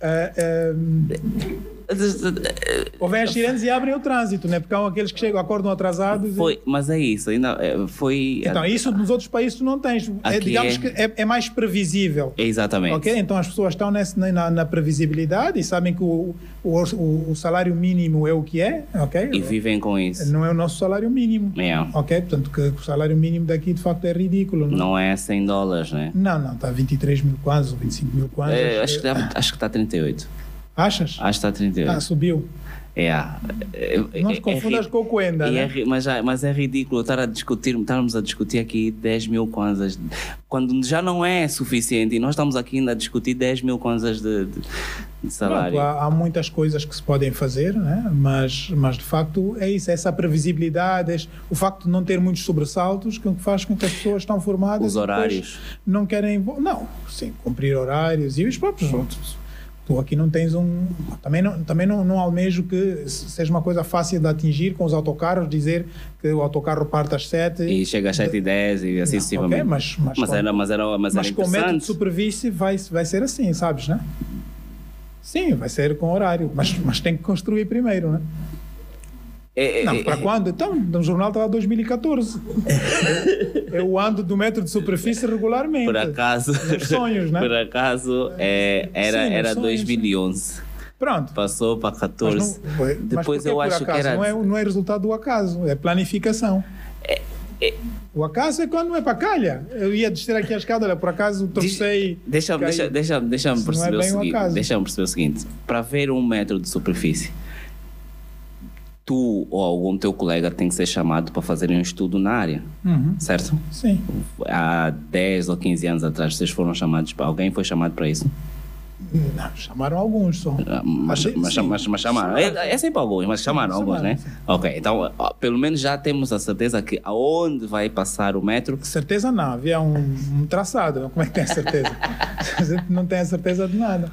Speaker 2: Ah, ah, Houver as sirenes e abrem o trânsito, né? Porque há aqueles que chegam, acordam atrasados. e-
Speaker 1: Foi, mas é isso, ainda é, foi.
Speaker 2: Então, isso nos outros países tu não tens. É,
Speaker 1: Aqui
Speaker 2: digamos
Speaker 1: é-
Speaker 2: que é, é mais previsível.
Speaker 1: é Exatamente.
Speaker 2: Ok? Então as pessoas estão nesse- na, na- na previsibilidade e sabem que o, o, o- o salário mínimo é o que é, ok?
Speaker 1: E vivem com isso.
Speaker 2: Não é o nosso salário mínimo.
Speaker 1: É.
Speaker 2: Ok? Portanto, que o salário mínimo daqui de facto é ridículo. Não,
Speaker 1: Não é 100 dólares, né?
Speaker 2: não, tá não está 23 mil quase, ou 25 mil quase.
Speaker 1: É, acho, que dá, acho que está 38.
Speaker 2: Achas?
Speaker 1: Acho que tá está
Speaker 2: Ah,
Speaker 1: 38.
Speaker 2: subiu.
Speaker 1: É. é,
Speaker 2: Não
Speaker 1: é,
Speaker 2: te confundas
Speaker 1: é,
Speaker 2: com o Coenda,
Speaker 1: e é
Speaker 2: né?
Speaker 1: ri- mas, já- mas é ridículo estar a discutir, estarmos a discutir aqui 10 mil kwanzas, quando já não é suficiente e nós estamos aqui ainda a discutir 10 mil kwanzas de, de- de salário.
Speaker 2: Pronto, há, há muitas coisas que se podem fazer, né? mas, mas de facto é isso, essa previsibilidade, es- o facto de não ter muitos sobressaltos que faz com que as pessoas estão formadas
Speaker 1: Os
Speaker 2: e depois
Speaker 1: horários.
Speaker 2: não querem. vo- Não, sim, cumprir horários e os próprios outros. Tu aqui não tens um. Também não, também não, não almejo que se- seja uma coisa fácil de atingir com os autocarros, dizer que o autocarro parte às sete.
Speaker 1: E chega às 7 e 10 e assim
Speaker 2: Não,
Speaker 1: sucessivamente.
Speaker 2: ok, mas- mas com-
Speaker 1: era, mas era, mas era
Speaker 2: Mas com método de
Speaker 1: interessante.
Speaker 2: superfície vai, vai ser assim, sabes, né? Sim, vai ser com horário, mas, mas tem que construir primeiro, né?
Speaker 1: É, é,
Speaker 2: Não,
Speaker 1: é,
Speaker 2: para quando? Então, no jornal estava 2014. Eu ando do metro de superfície regularmente.
Speaker 1: por acaso.
Speaker 2: Nos sonhos, né?
Speaker 1: Por acaso é, era,
Speaker 2: Sim, nos
Speaker 1: era
Speaker 2: sonhos,
Speaker 1: 2011.
Speaker 2: Pronto.
Speaker 1: Passou para
Speaker 2: Mas
Speaker 1: 14.
Speaker 2: não, mas
Speaker 1: Depois
Speaker 2: porquê
Speaker 1: eu
Speaker 2: por
Speaker 1: acho que
Speaker 2: acaso?
Speaker 1: era.
Speaker 2: Não é, não é resultado do acaso, é planificação.
Speaker 1: É,
Speaker 2: O acaso é quando não é para calha. Eu ia descer aqui a escada, olha, por acaso torcei.
Speaker 1: Deixa,
Speaker 2: caí.
Speaker 1: deixa, deixa, deixa me
Speaker 2: Isso não é
Speaker 1: perceber o
Speaker 2: bem um
Speaker 1: seguinte.
Speaker 2: acaso.
Speaker 1: Deixa me perceber o seguinte. Para ver um metro de superfície, tu ou algum teu colega tem que ser chamado para fazer um estudo na área,
Speaker 2: Uhum,
Speaker 1: certo?
Speaker 2: Sim.
Speaker 1: Há 10 ou 15 anos atrás, vocês foram chamados para. Alguém foi chamado para isso?
Speaker 2: Não, chamaram alguns só.
Speaker 1: Ah, Mas,
Speaker 2: Achei-
Speaker 1: mas,
Speaker 2: sim.
Speaker 1: mas, mas chamaram. É, é sempre alguns, mas chamaram
Speaker 2: Sim,
Speaker 1: alguns, né?
Speaker 2: chamaram,
Speaker 1: Ok, então ó, pelo menos já temos a certeza que aonde vai passar o metro.
Speaker 2: Certeza não, havia um, um traçado. Como é que tem a certeza? a gente não tem a certeza de nada.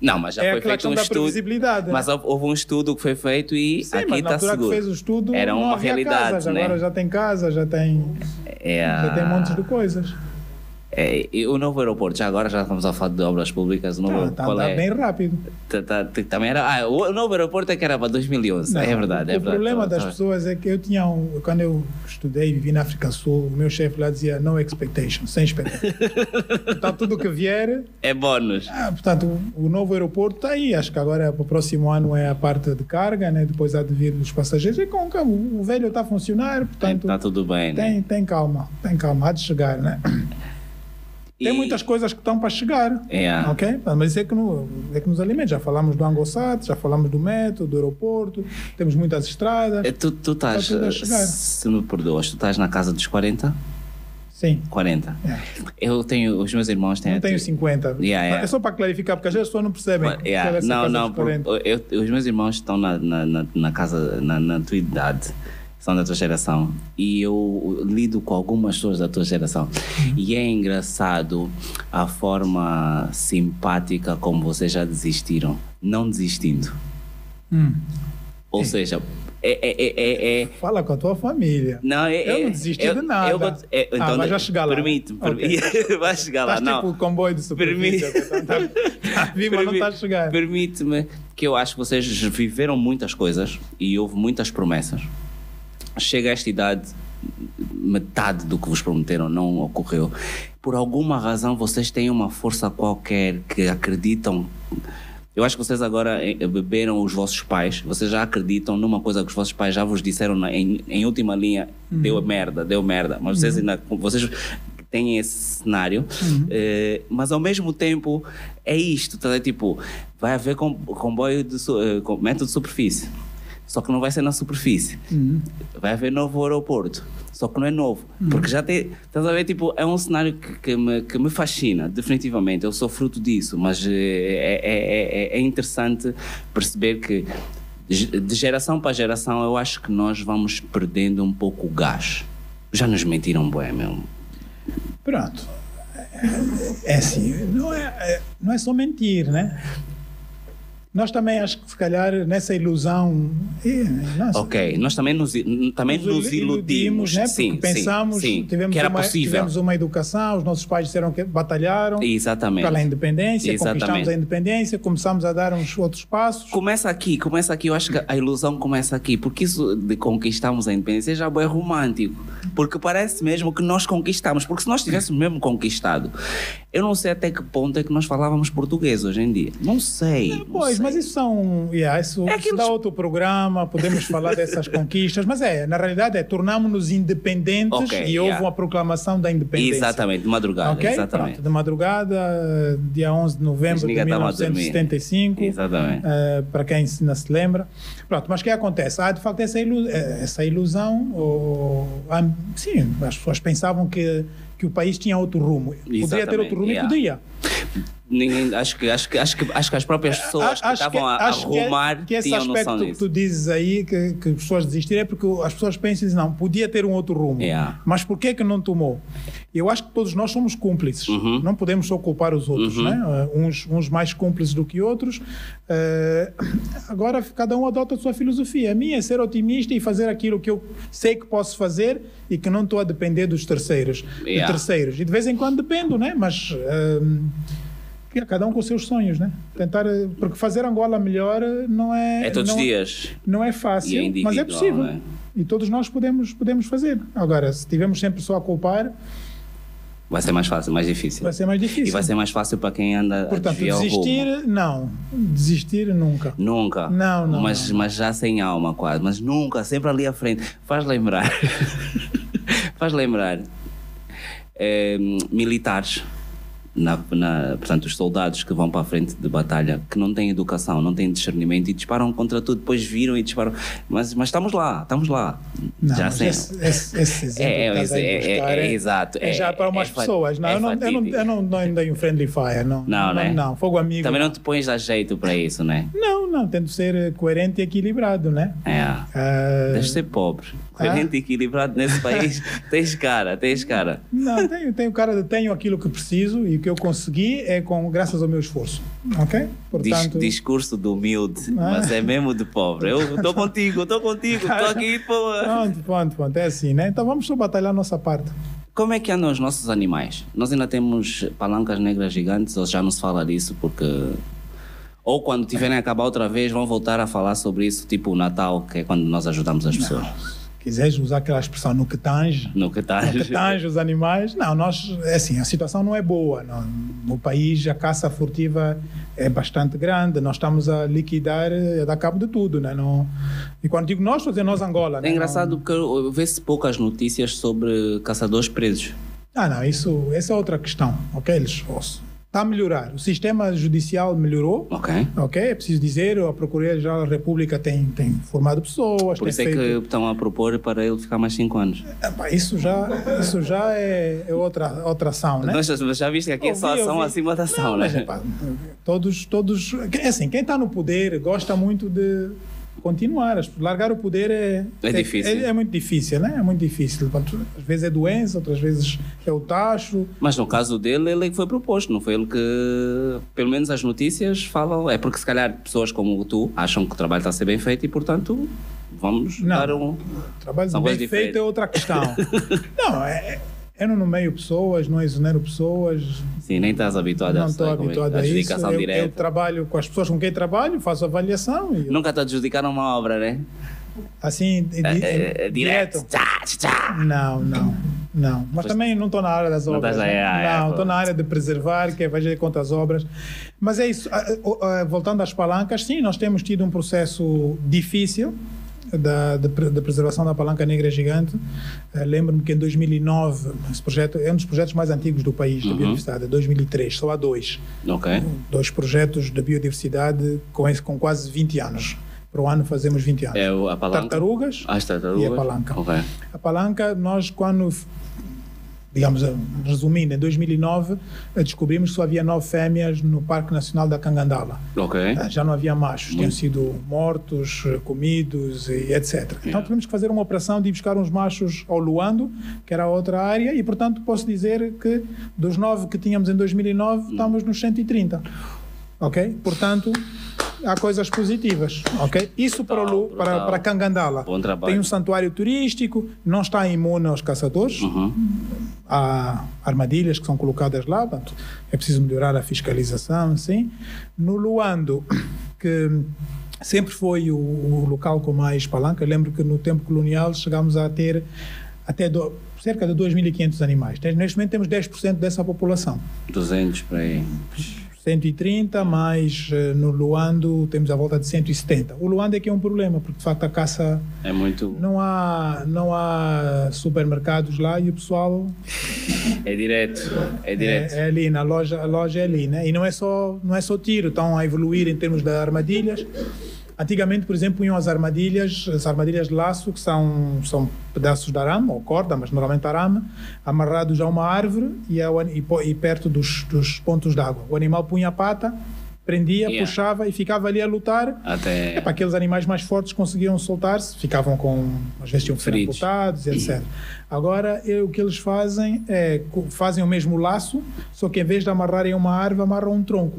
Speaker 1: Não, mas já
Speaker 2: é
Speaker 1: foi feito
Speaker 2: aquela questão
Speaker 1: um
Speaker 2: da
Speaker 1: estudo.
Speaker 2: previsibilidade.
Speaker 1: Mas hou- houve um estudo que foi feito e
Speaker 2: Sim,
Speaker 1: aqui
Speaker 2: mas
Speaker 1: está
Speaker 2: na altura
Speaker 1: seguro.
Speaker 2: que fez o estudo,
Speaker 1: Era
Speaker 2: não
Speaker 1: uma
Speaker 2: havia
Speaker 1: realidade,
Speaker 2: casas,
Speaker 1: né?
Speaker 2: agora já tem casa, já tem,
Speaker 1: É,
Speaker 2: já tem montes de coisas.
Speaker 1: é, e o novo aeroporto, já agora já estamos a falar de obras públicas. O novo,
Speaker 2: Está
Speaker 1: qual é?
Speaker 2: Tá, bem rápido.
Speaker 1: Tá- tá- tá- também era, ah, o novo aeroporto é que era para 2011.
Speaker 2: Não,
Speaker 1: é verdade,
Speaker 2: o,
Speaker 1: é
Speaker 2: o
Speaker 1: verdade.
Speaker 2: problema
Speaker 1: Tá-
Speaker 2: das
Speaker 1: tá-
Speaker 2: pessoas é que eu tinha um, quando eu estudei e vivi na África do Sul, o meu chefe lá dizia no expectation, sem expectativa. então tudo que vier,
Speaker 1: É bónus.
Speaker 2: ah, portanto, o, o novo aeroporto está aí, acho que agora para o próximo ano é a parte de carga, né? depois há de vir dos passageiros, e com calma, o, o velho está a funcionar, portanto,
Speaker 1: Está tudo bem, né?
Speaker 2: tem, tem calma, tem calma, há de chegar, né? Tem
Speaker 1: E-
Speaker 2: muitas coisas que estão para chegar.
Speaker 1: É.
Speaker 2: Ok? Mas isso é que, no, é que nos alimenta. Já falamos do Angossat, já falamos do metro, do aeroporto, temos muitas estradas.
Speaker 1: É, Tu, tu estás,
Speaker 2: Tá tudo a chegar.
Speaker 1: se me perdoas, tu estás na casa dos 40?
Speaker 2: Sim.
Speaker 1: 40.
Speaker 2: É.
Speaker 1: Eu tenho, os meus irmãos têm.
Speaker 2: Não tenho 50.
Speaker 1: Yeah, yeah.
Speaker 2: É só para clarificar, porque às vezes as pessoas não percebem.
Speaker 1: Mas, yeah,
Speaker 2: que ela se
Speaker 1: Não,
Speaker 2: casa
Speaker 1: não,
Speaker 2: aos
Speaker 1: por-
Speaker 2: 40.
Speaker 1: eu- eu- os meus irmãos estão na, na, na- na casa, na, na tua idade, são da tua geração. E eu lido com algumas pessoas da tua geração.
Speaker 2: Uhum.
Speaker 1: E é engraçado a forma simpática como vocês já desistiram, não desistindo.
Speaker 2: Hum.
Speaker 1: Ou seja, é- é- é- é, é
Speaker 2: Fala com a tua família.
Speaker 1: Não, é,
Speaker 2: Eu
Speaker 1: é-
Speaker 2: não desisti
Speaker 1: eu-
Speaker 2: de nada.
Speaker 1: eu vou- é,
Speaker 2: Ah,
Speaker 1: então,
Speaker 2: mas vai chegar lá.
Speaker 1: Permite, per- vai chegar lá.
Speaker 2: Estás
Speaker 1: Não,
Speaker 2: tipo o comboio de superfície. Tá, tá, tá, vi, mas não
Speaker 1: Permi-
Speaker 2: está a chegar.
Speaker 1: Permite-me que eu acho que vocês viveram muitas coisas e houve muitas promessas. Chega a esta idade, metade do que vos prometeram não ocorreu. Por alguma razão, vocês têm uma força qualquer que acreditam. Eu acho que vocês agora eh, beberam os vossos pais, vocês já acreditam numa coisa que os vossos pais já vos disseram na- em, em última linha: deu merda, deu merda. Mas vocês ainda. Vocês têm esse cenário, eh, mas ao mesmo tempo é isto: tá, é tipo, vai haver com, comboio de su- eh, com- método de superfície, só que não vai ser na superfície
Speaker 2: Hum.
Speaker 1: vai haver novo aeroporto. Só que não é novo.
Speaker 2: Uhum.
Speaker 1: Porque já tem. Estás a ver? Tipo, é um cenário que, que me, que me fascina, definitivamente. Eu sou fruto disso, mas eh, é, é- é- é interessante perceber que ge- de geração para geração eu acho que nós vamos perdendo um pouco o gás. Já nos mentiram, bué, meu.
Speaker 2: Pronto. É assim, não é, é- não é só mentir, né? Nós também acho que se calhar nessa ilusão. eh, nossa,
Speaker 1: Ok, nós também nos, i- também nos,
Speaker 2: il-
Speaker 1: iludimos,
Speaker 2: né? Porque
Speaker 1: sim, sim,
Speaker 2: pensamos,
Speaker 1: sim,
Speaker 2: tivemos,
Speaker 1: que era
Speaker 2: uma,
Speaker 1: possível.
Speaker 2: tivemos um uma educação, os nossos pais disseram que batalharam
Speaker 1: Exatamente.
Speaker 2: pela independência,
Speaker 1: Exatamente.
Speaker 2: conquistamos a independência, começamos a dar uns outros passos.
Speaker 1: Começa aqui, começa aqui. Eu acho que a ilusão começa aqui, porque isso de conquistarmos a independência já é bem romântico. Porque parece mesmo que nós conquistamos. Porque se nós tivéssemos mesmo conquistado, eu não sei até que ponto é que nós falávamos português hoje em dia. Não sei. não
Speaker 2: É, Pois,
Speaker 1: sei.
Speaker 2: mas isso são. Yeah, isso,
Speaker 1: É
Speaker 2: isso
Speaker 1: aqueles-
Speaker 2: dá outro programa, podemos falar dessas conquistas, mas é, na realidade é, tornámos-nos independentes
Speaker 1: Ok,
Speaker 2: e houve
Speaker 1: yeah.
Speaker 2: uma proclamação da é independência.
Speaker 1: Exatamente, de madrugada.
Speaker 2: Ok?
Speaker 1: Exatamente.
Speaker 2: Pronto, de madrugada, dia 11 de novembro de
Speaker 1: Mas ninguém tava a dormir.
Speaker 2: 1975.
Speaker 1: Exatamente.
Speaker 2: eh, para quem se- não se lembra. Pronto, mas o que acontece? Há de facto essa, ilu- eh, essa ilusão, ou, am- sim, as pessoas pensavam que, que o país tinha outro rumo. Poderia ter
Speaker 1: Exatamente,
Speaker 2: outro rumo
Speaker 1: yeah.
Speaker 2: e podia.
Speaker 1: Ninguém, acho, que, acho, que, acho, que, acho que as próprias pessoas que estavam a a
Speaker 2: acho que- é-
Speaker 1: arrumar
Speaker 2: que esse
Speaker 1: tinham noção
Speaker 2: aspecto que
Speaker 1: disso.
Speaker 2: tu dizes aí, que, que as pessoas desistiram, é porque as pessoas pensam e dizem, não, podia ter um outro rumo.
Speaker 1: Yeah.
Speaker 2: Mas por que que não tomou? Eu acho que todos nós somos cúmplices.
Speaker 1: Uhum.
Speaker 2: Não podemos só culpar os outros, né? Eh, uns, uns mais cúmplices do que outros. Eh, agora, cada um adota a sua filosofia. A minha é ser otimista e fazer aquilo que eu sei que posso fazer e que não estou a depender dos terceiros. de
Speaker 1: Yeah.
Speaker 2: terceiros. E de vez em quando dependo, né? Mas... eh, que é cada um com os seus sonhos, né? Tentar, eh, porque fazer Angola melhor eh, não é
Speaker 1: É todos os
Speaker 2: não,
Speaker 1: dias.
Speaker 2: não é
Speaker 1: E é
Speaker 2: fácil,
Speaker 1: individual,
Speaker 2: mas é possível.
Speaker 1: né?
Speaker 2: E todos nós podemos podemos fazer. Agora, se tivermos sempre só a culpar,
Speaker 1: Vai ser mais fácil, mais difícil.
Speaker 2: vai ser mais difícil.
Speaker 1: E vai ser mais fácil para quem anda a
Speaker 2: Portanto,
Speaker 1: desviar o rumo.
Speaker 2: desistir não, desistir nunca.
Speaker 1: Nunca.
Speaker 2: Não, não,
Speaker 1: Mas,
Speaker 2: não.
Speaker 1: mas já sem alma, quase. Mas nunca, sempre ali à frente. Faz lembrar. Faz lembrar. eh, militares. Na, na- portanto, os soldados que vão para a frente de batalha, que não têm educação, não têm discernimento e disparam contra tudo, depois viram e disparam. Mas, mas estamos lá, estamos lá.
Speaker 2: Não,
Speaker 1: já
Speaker 2: mas
Speaker 1: sem.
Speaker 2: esse, esse, esse exemplo
Speaker 1: É, é,
Speaker 2: que estás aí a
Speaker 1: é, é,
Speaker 2: buscar
Speaker 1: é, é, exato,
Speaker 2: É,
Speaker 1: é-
Speaker 2: já para
Speaker 1: é
Speaker 2: umas
Speaker 1: fa-
Speaker 2: pessoas. Não,
Speaker 1: é
Speaker 2: eu, não, eu, não, eu não, não dei um friendly fire, não.
Speaker 1: Não, né?
Speaker 2: não, fogo amigo.
Speaker 1: Também não te pões a jeito para isso, né?
Speaker 2: Não, não, tento ser eh, coerente e equilibrado, né?
Speaker 1: É.
Speaker 2: Ah,
Speaker 1: Tens de ser pobre.
Speaker 2: É.
Speaker 1: Coerente e equilibrado nesse país. tens cara, tens cara.
Speaker 2: Não, tenho, tenho cara de tenho aquilo que preciso e o que eu consegui é com graças ao meu esforço. Ok?
Speaker 1: Dis-
Speaker 2: Portanto,
Speaker 1: discurso do humilde, mas é mesmo de pobre. Eu estou contigo, estou contigo, estou aqui. Pô.
Speaker 2: pronto, pronto, pronto. É assim, né? Então vamos só batalhar a nossa parte.
Speaker 1: Como é que andam os nossos animais? Nós ainda temos palancas negras gigantes, ou já não se fala disso porque. Ou quando tiverem a acabar outra vez, vão voltar a falar sobre isso, tipo o Natal, que é quando nós ajudamos as pessoas.
Speaker 2: Quiseres usar aquela expressão no que tange,
Speaker 1: No que tá.
Speaker 2: no que tange os animais. Não, nós, é assim, a situação não é boa. Não. No país a caça furtiva é bastante grande. Nós estamos a liquidar, eh, a dar cabo de tudo, né? Não, e quando digo nós, estou a dizer nós, Angola.
Speaker 1: É
Speaker 2: né?
Speaker 1: engraçado porque eu- vê-se poucas notícias sobre caçadores presos.
Speaker 2: Ah, não, isso, essa é outra questão, ok? Eles, está a melhorar. O sistema judicial melhorou,
Speaker 1: Ok?
Speaker 2: ok? É preciso dizer, a Procuradoria-Geral da República tem, tem formado pessoas,
Speaker 1: Por
Speaker 2: tem
Speaker 1: isso é que
Speaker 2: feito...
Speaker 1: estão a propor para ele ficar mais 5 anos.
Speaker 2: Ah, pá, isso já, isso já é, é outra, outra ação, né?
Speaker 1: Nós já, já viste que aqui é só
Speaker 2: Ouvi,
Speaker 1: ação
Speaker 2: ouvi.
Speaker 1: acima da ação,
Speaker 2: Não,
Speaker 1: né?
Speaker 2: mas, epá, todos, todos... É assim, quem está no poder gosta muito de continuar. As- Largar o poder é...
Speaker 1: É difícil.
Speaker 2: É, é muito difícil, né? É muito difícil. Portanto, Às vezes é doença, outras vezes é o tacho.
Speaker 1: Mas no caso dele, ele é que foi proposto, não foi ele que. Pelo menos as notícias falam. É porque se calhar pessoas como tu acham que o trabalho está a ser bem feito e, portanto, vamos
Speaker 2: Não.
Speaker 1: dar um.
Speaker 2: Trabalho
Speaker 1: São
Speaker 2: bem
Speaker 1: coisas
Speaker 2: feito é outra questão. não, é, eu não nomeio pessoas, não exonero pessoas,
Speaker 1: Sim, nem estás habituado a
Speaker 2: não
Speaker 1: essa
Speaker 2: estou
Speaker 1: como é,
Speaker 2: habituado a isso.
Speaker 1: adjudicação
Speaker 2: Eu, eu
Speaker 1: direta.
Speaker 2: trabalho com as pessoas com quem trabalho, faço avaliação e
Speaker 1: Nunca te adjudicaram uma obra, né?
Speaker 2: assim di-
Speaker 1: É, é, direto. Tchá, tchá.
Speaker 2: Não, não, não. Mas também não estou na área das
Speaker 1: Não
Speaker 2: obras.
Speaker 1: estás aí,
Speaker 2: né?
Speaker 1: ah, é,
Speaker 2: não, estou
Speaker 1: pô.
Speaker 2: na área de preservar, que é fazer contra as obras. Mas é isso. Ah, ah, ah, Voltando às palancas, sim, nós temos tido um processo difícil da, de, pre- de preservação da palanca negra gigante. Ah, Lembro-me que em 2009, esse projeto é um dos projetos mais antigos do país,
Speaker 1: Uhum.
Speaker 2: da biodiversidade, é 2003, só há dois
Speaker 1: Ok.
Speaker 2: dois projetos de biodiversidade com, esse- com quase 20 anos. Para o ano fazemos 20 anos.
Speaker 1: É o- a palanca. Ah,
Speaker 2: Tartarugas.
Speaker 1: As tartarugas.
Speaker 2: E a palanca.
Speaker 1: Ok.
Speaker 2: A palanca, nós quando, digamos, resumindo, em 2009, eh, descobrimos que só havia nove fêmeas no Parque Nacional da Cangandala.
Speaker 1: Ok.
Speaker 2: Ah, já não havia machos, tinham sido mortos, eh, comidos e etc. Então tivemos que fazer uma operação de ir buscar uns machos ao Luando, que era outra área, e portanto posso dizer que
Speaker 1: Hum.
Speaker 2: dos nove que tínhamos em 2009, estamos nos 130. Ok? Portanto, há coisas positivas, ok? Isso para, o Lu,
Speaker 1: Brutal,
Speaker 2: para,
Speaker 1: brutal.
Speaker 2: para Cangandala.
Speaker 1: Bom trabalho.
Speaker 2: Tem um santuário turístico, não está imune aos caçadores.
Speaker 1: Uhum.
Speaker 2: Há armadilhas que são colocadas lá, portanto, é preciso melhorar a fiscalização, sim. No Luando, que sempre foi o, o local com mais palanca, eu lembro que no tempo colonial chegámos a ter até do- cerca de 2.500 animais. Tem- Neste momento temos 10% dessa população.
Speaker 1: 200 para aí.
Speaker 2: 130, mas eh, no Luando temos a volta de 170. O Luando é que é um problema, porque de facto a caça
Speaker 1: É muito.
Speaker 2: não há, não há supermercados lá e o pessoal
Speaker 1: É direto. É direto.
Speaker 2: é, é ali na loja, a loja é ali, né? E não é só não é só tiro, estão a evoluir em termos de armadilhas. Antigamente, por exemplo, punham as armadilhas, as armadilhas de laço, que são são pedaços de arame ou corda, mas normalmente arame, amarrados a uma árvore e, ao an- e po- e perto dos, dos pontos d'água. O animal punha a pata, prendia,
Speaker 1: Yeah.
Speaker 2: puxava e ficava ali a lutar.
Speaker 1: Até.
Speaker 2: Epá, É aqueles animais mais fortes conseguiam soltar-se, ficavam com, às vezes tinham
Speaker 1: Feridos. Uhum.
Speaker 2: feridos amputados, e etc. Agora, eh, o que eles fazem é, co- fazem o mesmo laço, só que em vez de amarrarem uma árvore, amarram um tronco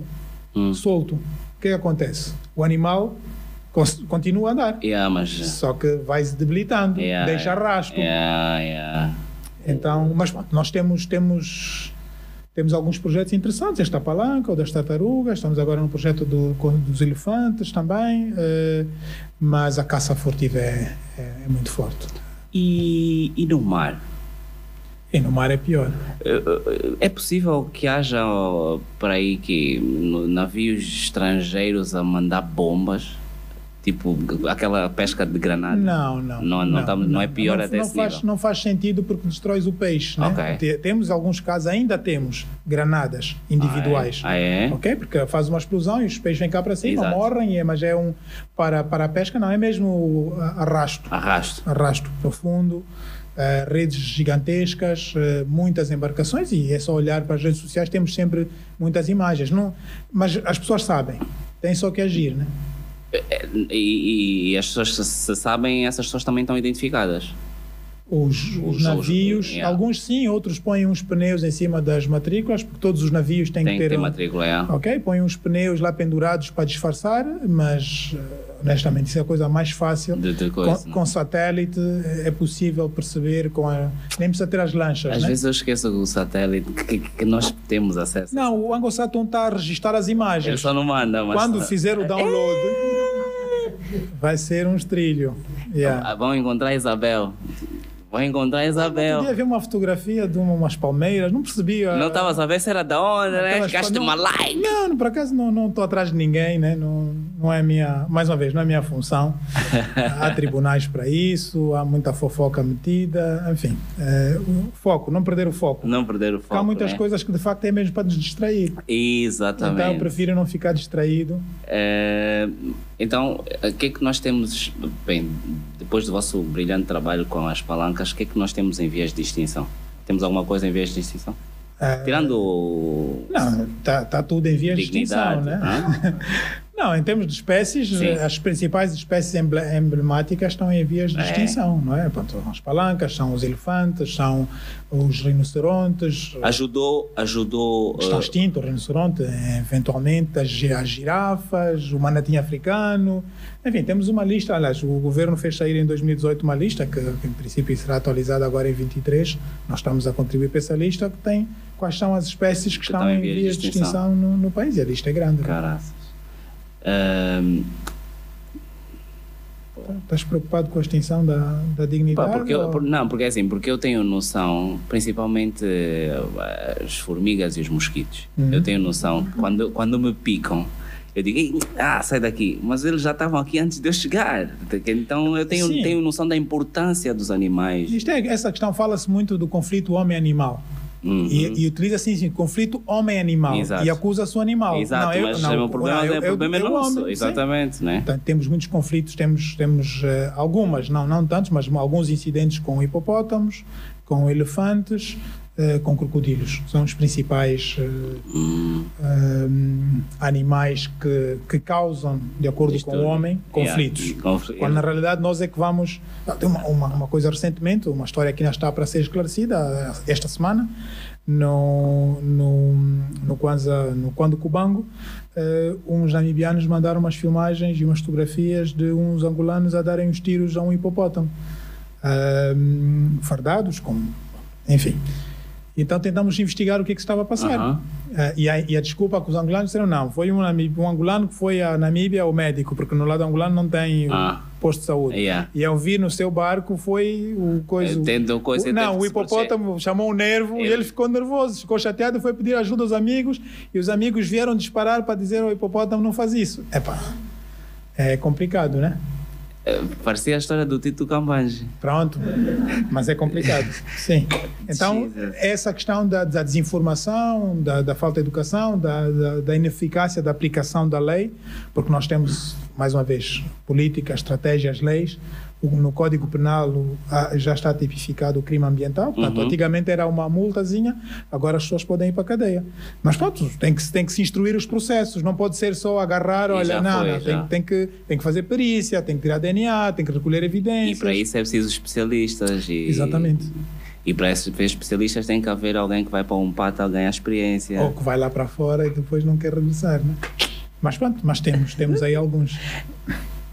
Speaker 1: Hum.
Speaker 2: solto. O que é que acontece? O animal cons- continua a andar,
Speaker 1: Yeah, mas.
Speaker 2: só que vai se debilitando,
Speaker 1: Yeah,
Speaker 2: deixa rastro.
Speaker 1: Yeah, yeah.
Speaker 2: Então, mas pronto, nós temos, temos, temos alguns projetos interessantes, esta palanca, o das tartarugas, estamos agora no projeto do- com- dos elefantes também, eh, mas a caça furtiva é, é- é muito forte.
Speaker 1: E, e no mar?
Speaker 2: E no mar é pior.
Speaker 1: É possível que haja ó, por aí que no- navios estrangeiros a mandar bombas? Tipo aquela pesca de granada?
Speaker 2: Não, não.
Speaker 1: Não, não estamos- não é pior
Speaker 2: não,
Speaker 1: até
Speaker 2: não
Speaker 1: esse
Speaker 2: faz,
Speaker 1: nível.
Speaker 2: não faz sentido porque destróis o peixe. Né?
Speaker 1: Ok.
Speaker 2: Te- Temos alguns casos, ainda temos granadas individuais.
Speaker 1: Ah, é? Ah, é?
Speaker 2: Ok? Porque faz uma explosão e os peixes vêm cá para cima,
Speaker 1: Exato.
Speaker 2: morrem, e é- mas é um. Para, para a pesca, não, é mesmo ah, arrasto.
Speaker 1: Arrasto.
Speaker 2: Arrasto profundo, ah, redes gigantescas, ah, muitas embarcações, e é só olhar para as redes sociais, temos sempre muitas imagens. Não, mas as pessoas sabem, tem só que agir, né?
Speaker 1: Eh, E, e- e as pessoas se, se sabem, essas pessoas também estão identificadas.
Speaker 2: os, os
Speaker 1: Os-
Speaker 2: navios,
Speaker 1: os- yeah.
Speaker 2: alguns sim, outros põem uns pneus em cima das matrículas, porque todos os navios têm
Speaker 1: Tem
Speaker 2: que ter, um-
Speaker 1: matrícula, é?
Speaker 2: Ok, põem uns pneus lá pendurados para disfarçar, mas eh, honestamente isso é a coisa mais fácil.
Speaker 1: De, de
Speaker 2: Com-
Speaker 1: coisa,
Speaker 2: com,
Speaker 1: né?
Speaker 2: satélite eh, é possível perceber, com a- nem precisa ter as lanchas,
Speaker 1: Às
Speaker 2: né?
Speaker 1: vezes eu esqueço o satélite que, que- que nós temos acesso.
Speaker 2: Não, o Anglo-Saxon está a registrar as
Speaker 1: Ele
Speaker 2: imagens.
Speaker 1: só não manda, mas. tá.
Speaker 2: Quando fizer o download, vai ser um estrilho. Yeah.
Speaker 1: Ah, Vão encontrar a Isabel. Vão encontrar a
Speaker 2: Eu
Speaker 1: Isabel.
Speaker 2: podia ver uma fotografia de uma- umas palmeiras, não percebia.
Speaker 1: Ah, Não tá. estava a saber se era da onde, né?
Speaker 2: Aquelas
Speaker 1: Gaste
Speaker 2: quando-
Speaker 1: uma like.
Speaker 2: Não, por acaso não não estou atrás de ninguém, né? não, não é minha, mais uma vez, não é minha função. há tribunais para isso, há muita fofoca metida, enfim. eh, o foco, não perder o foco.
Speaker 1: Não perder o
Speaker 2: Porque
Speaker 1: foco.
Speaker 2: há muitas
Speaker 1: né?
Speaker 2: coisas que de facto é mesmo para nos distrair. Então eu
Speaker 1: Exatamente.
Speaker 2: prefiro não ficar distraído.
Speaker 1: Eh, Então, o que é que nós temos, bem, depois do vosso brilhante trabalho com as palancas, o que é que nós temos em vias de extinção? Temos alguma coisa em vias de extinção?
Speaker 2: Ah,
Speaker 1: Tirando o...
Speaker 2: Não, está tudo em vias de extinção,
Speaker 1: Dignidade,
Speaker 2: né? Não, em termos de espécies,
Speaker 1: Sim.
Speaker 2: as principais espécies emble- emblemáticas estão em vias de
Speaker 1: É.
Speaker 2: extinção, não é? Portanto, são as palancas, são os elefantes, são os rinocerontes,
Speaker 1: ajudou, ajudou...
Speaker 2: está
Speaker 1: eh,
Speaker 2: extinto o rinoceronte, eh, eventualmente as, gi- as girafas, o manatim africano, enfim, temos uma lista, aliás, o governo fez sair em 2018 uma lista, que, que em princípio será atualizada agora em 23, nós estamos a contribuir para essa lista, que tem quais são as espécies que, estão em vias de extinção no, no país, e a lista é grande.
Speaker 1: Caraças. Ehm, Ahm,
Speaker 2: Estás preocupado com a extinção da, da
Speaker 1: pá,
Speaker 2: dignidade?
Speaker 1: porque eu-
Speaker 2: ou-
Speaker 1: por- não, porque é assim, porque eu tenho noção, principalmente eh, as formigas e os mosquitos,
Speaker 2: Uhum.
Speaker 1: eu tenho noção, quando, quando me picam, eu digo, "Ei, ah, sai daqui, mas eles já estavam aqui antes de eu chegar, então eu tenho,
Speaker 2: Sim.
Speaker 1: tenho noção da importância dos animais.
Speaker 2: Isto é- essa questão fala-se muito do conflito homem-animal.
Speaker 1: Uhum.
Speaker 2: E, e utiliza assim, assim, conflito homem-animal.
Speaker 1: Exato.
Speaker 2: E acusa-se o animal.
Speaker 1: Exato,
Speaker 2: eu-
Speaker 1: mas o problema,
Speaker 2: eu-
Speaker 1: é, o problema é
Speaker 2: eu- eu
Speaker 1: nosso,
Speaker 2: homem, sim.
Speaker 1: exatamente, né?
Speaker 2: Portanto, temos muitos conflitos, temos, temos eh, algumas, não, não tantos, mas alguns incidentes com hipopótamos, com elefantes, eh, com crocodilos. São os principais eh, eh, animais que, que causam, de acordo com
Speaker 1: Distúrbio.
Speaker 2: o homem,
Speaker 1: Yeah.
Speaker 2: conflitos.
Speaker 1: Confl-
Speaker 2: Quando na realidade nós é que vamos. Ah, Tem uma, uma, uma coisa recentemente, uma história que ainda está para ser esclarecida ah, esta semana, no, no, no Kwanza, no Quando Cubango, uh, uns namibianos mandaram umas filmagens e umas fotografias de uns angolanos a darem os tiros a um hipopótamo, uh, fardados, com, enfim. Então tentamos investigar o que, é que estava a passar.
Speaker 1: Aham.
Speaker 2: Eh, e, a, e a desculpa que os angolanos disseram não, foi um, nami- um angolano que foi à Namíbia ao médico, porque no lado angolano não tem o
Speaker 1: Ah.
Speaker 2: posto de saúde.
Speaker 1: Yeah.
Speaker 2: E eu vi no seu barco foi o coisa.
Speaker 1: Eh, tendo coisa,
Speaker 2: o, não,
Speaker 1: teve que
Speaker 2: o
Speaker 1: se
Speaker 2: hipopótamo chamou o nervo e
Speaker 1: Ele-
Speaker 2: ele ficou nervoso, ficou chateado, foi pedir ajuda aos amigos e os amigos vieram disparar para dizer ao hipopótamo não faz isso. Epá, é complicado, né?
Speaker 1: Eh, Parecia a história do Tito Cambange.
Speaker 2: Pronto, mas é complicado, sim. Então,
Speaker 1: Jesus.
Speaker 2: essa questão da, da desinformação, da, da falta de educação, da, da, da ineficácia da aplicação da lei, porque nós temos, mais uma vez, políticas, estratégias, leis. O- No Código Penal o- a- já está tipificado o crime ambiental. Portanto,
Speaker 1: Uhum.
Speaker 2: antigamente era uma multazinha, agora as pessoas podem ir para a cadeia. Mas pronto, tem que, se- tem que se instruir os processos, não pode ser só agarrar,
Speaker 1: E
Speaker 2: olha,
Speaker 1: já
Speaker 2: não,
Speaker 1: foi,
Speaker 2: não,
Speaker 1: já.
Speaker 2: tem, tem que, tem que fazer perícia, tem que tirar DNA, tem que recolher
Speaker 1: E
Speaker 2: evidências.
Speaker 1: para isso é preciso especialistas. E,
Speaker 2: Exatamente.
Speaker 1: E para esses especialistas tem que haver alguém que vai para um pato a ganhar experiência.
Speaker 2: Ou que vai lá para fora e depois não quer regressar, né? Mas pronto, mas temos, temos aí alguns.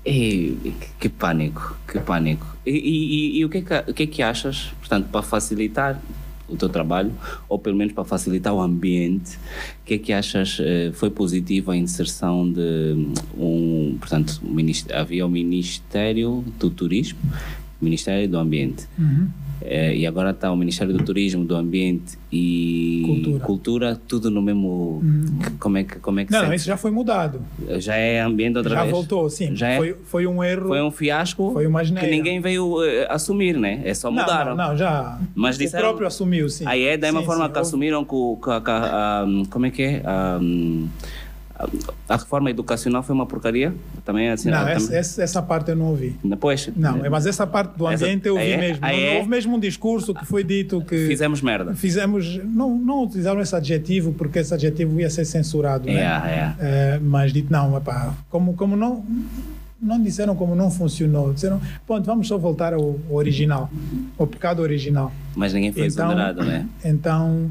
Speaker 1: Ei, que pânico, que pânico. E, e- e- e o, que é que, o que é que achas, portanto, para facilitar o teu trabalho, ou pelo menos para facilitar o ambiente, o que é que achas eh, foi positivo a inserção de hum, um, portanto, o minis- havia o Ministério do Turismo, Ministério do Ambiente,
Speaker 2: Uhum.
Speaker 1: Eh, e agora está o Ministério do Turismo, do Ambiente e
Speaker 2: Cultura. Uhum.
Speaker 1: tudo no mesmo, como é que, como é que
Speaker 2: Não,
Speaker 1: sentes?
Speaker 2: isso já foi mudado.
Speaker 1: já é ambiente outra
Speaker 2: já
Speaker 1: vez?
Speaker 2: voltou, sim.
Speaker 1: Já é?
Speaker 2: Foi, foi um erro.
Speaker 1: Foi um fiasco
Speaker 2: Foi uma
Speaker 1: que
Speaker 2: asneira.
Speaker 1: ninguém veio eh, assumir, né? É só
Speaker 2: Não,
Speaker 1: mudaram.
Speaker 2: Não, não, já.
Speaker 1: Mas disseram-
Speaker 2: O próprio assumiu, sim.
Speaker 1: Aí é da mesma
Speaker 2: Sim,
Speaker 1: forma
Speaker 2: sim,
Speaker 1: que assumiram com, com, a- com a- a- como é que é? A, a- a reforma educacional foi uma porcaria? Também é assim.
Speaker 2: Não,
Speaker 1: ah,
Speaker 2: essa,
Speaker 1: também-
Speaker 2: essa, essa parte eu não ouvi.
Speaker 1: Depois
Speaker 2: Não, é mas essa parte do
Speaker 1: Essa-
Speaker 2: ambiente eu ouvi
Speaker 1: aí é?
Speaker 2: mesmo.
Speaker 1: Aí
Speaker 2: Não-
Speaker 1: é?
Speaker 2: Houve mesmo um discurso que foi dito que
Speaker 1: fizemos merda.
Speaker 2: fizemos. Não, não utilizaram esse adjetivo porque esse adjetivo ia ser censurado.
Speaker 1: É,
Speaker 2: né?
Speaker 1: é.
Speaker 2: Eh, mas dito não, epá, como, como não não disseram como não funcionou, disseram, pronto, vamos só voltar ao, ao original, ao pecado original.
Speaker 1: Mas ninguém foi exonerado, né?
Speaker 2: Então,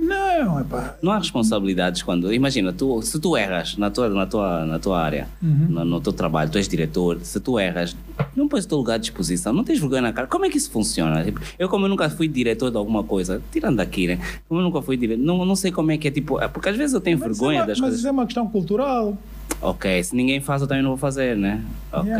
Speaker 2: não, epá,
Speaker 1: Não há responsabilidades quando. Imagina, tu, se tu erras na tua, na tua, na tua área,
Speaker 2: Uhum.
Speaker 1: no, no teu trabalho, tu és diretor, se tu erras, não pões o teu lugar à disposição, não tens vergonha na cara. Como é que isso funciona? Tipo, Eu, como eu nunca fui diretor de alguma coisa, tirando daqui, né? Como eu nunca fui diretor, não, não sei como é que é, tipo. é Porque às vezes eu tenho
Speaker 2: mas isso é
Speaker 1: vergonha
Speaker 2: uma-
Speaker 1: das
Speaker 2: mas
Speaker 1: coisas.
Speaker 2: isso é uma questão cultural,
Speaker 1: Ok, se ninguém faz, eu também não vou fazer, né? Ok,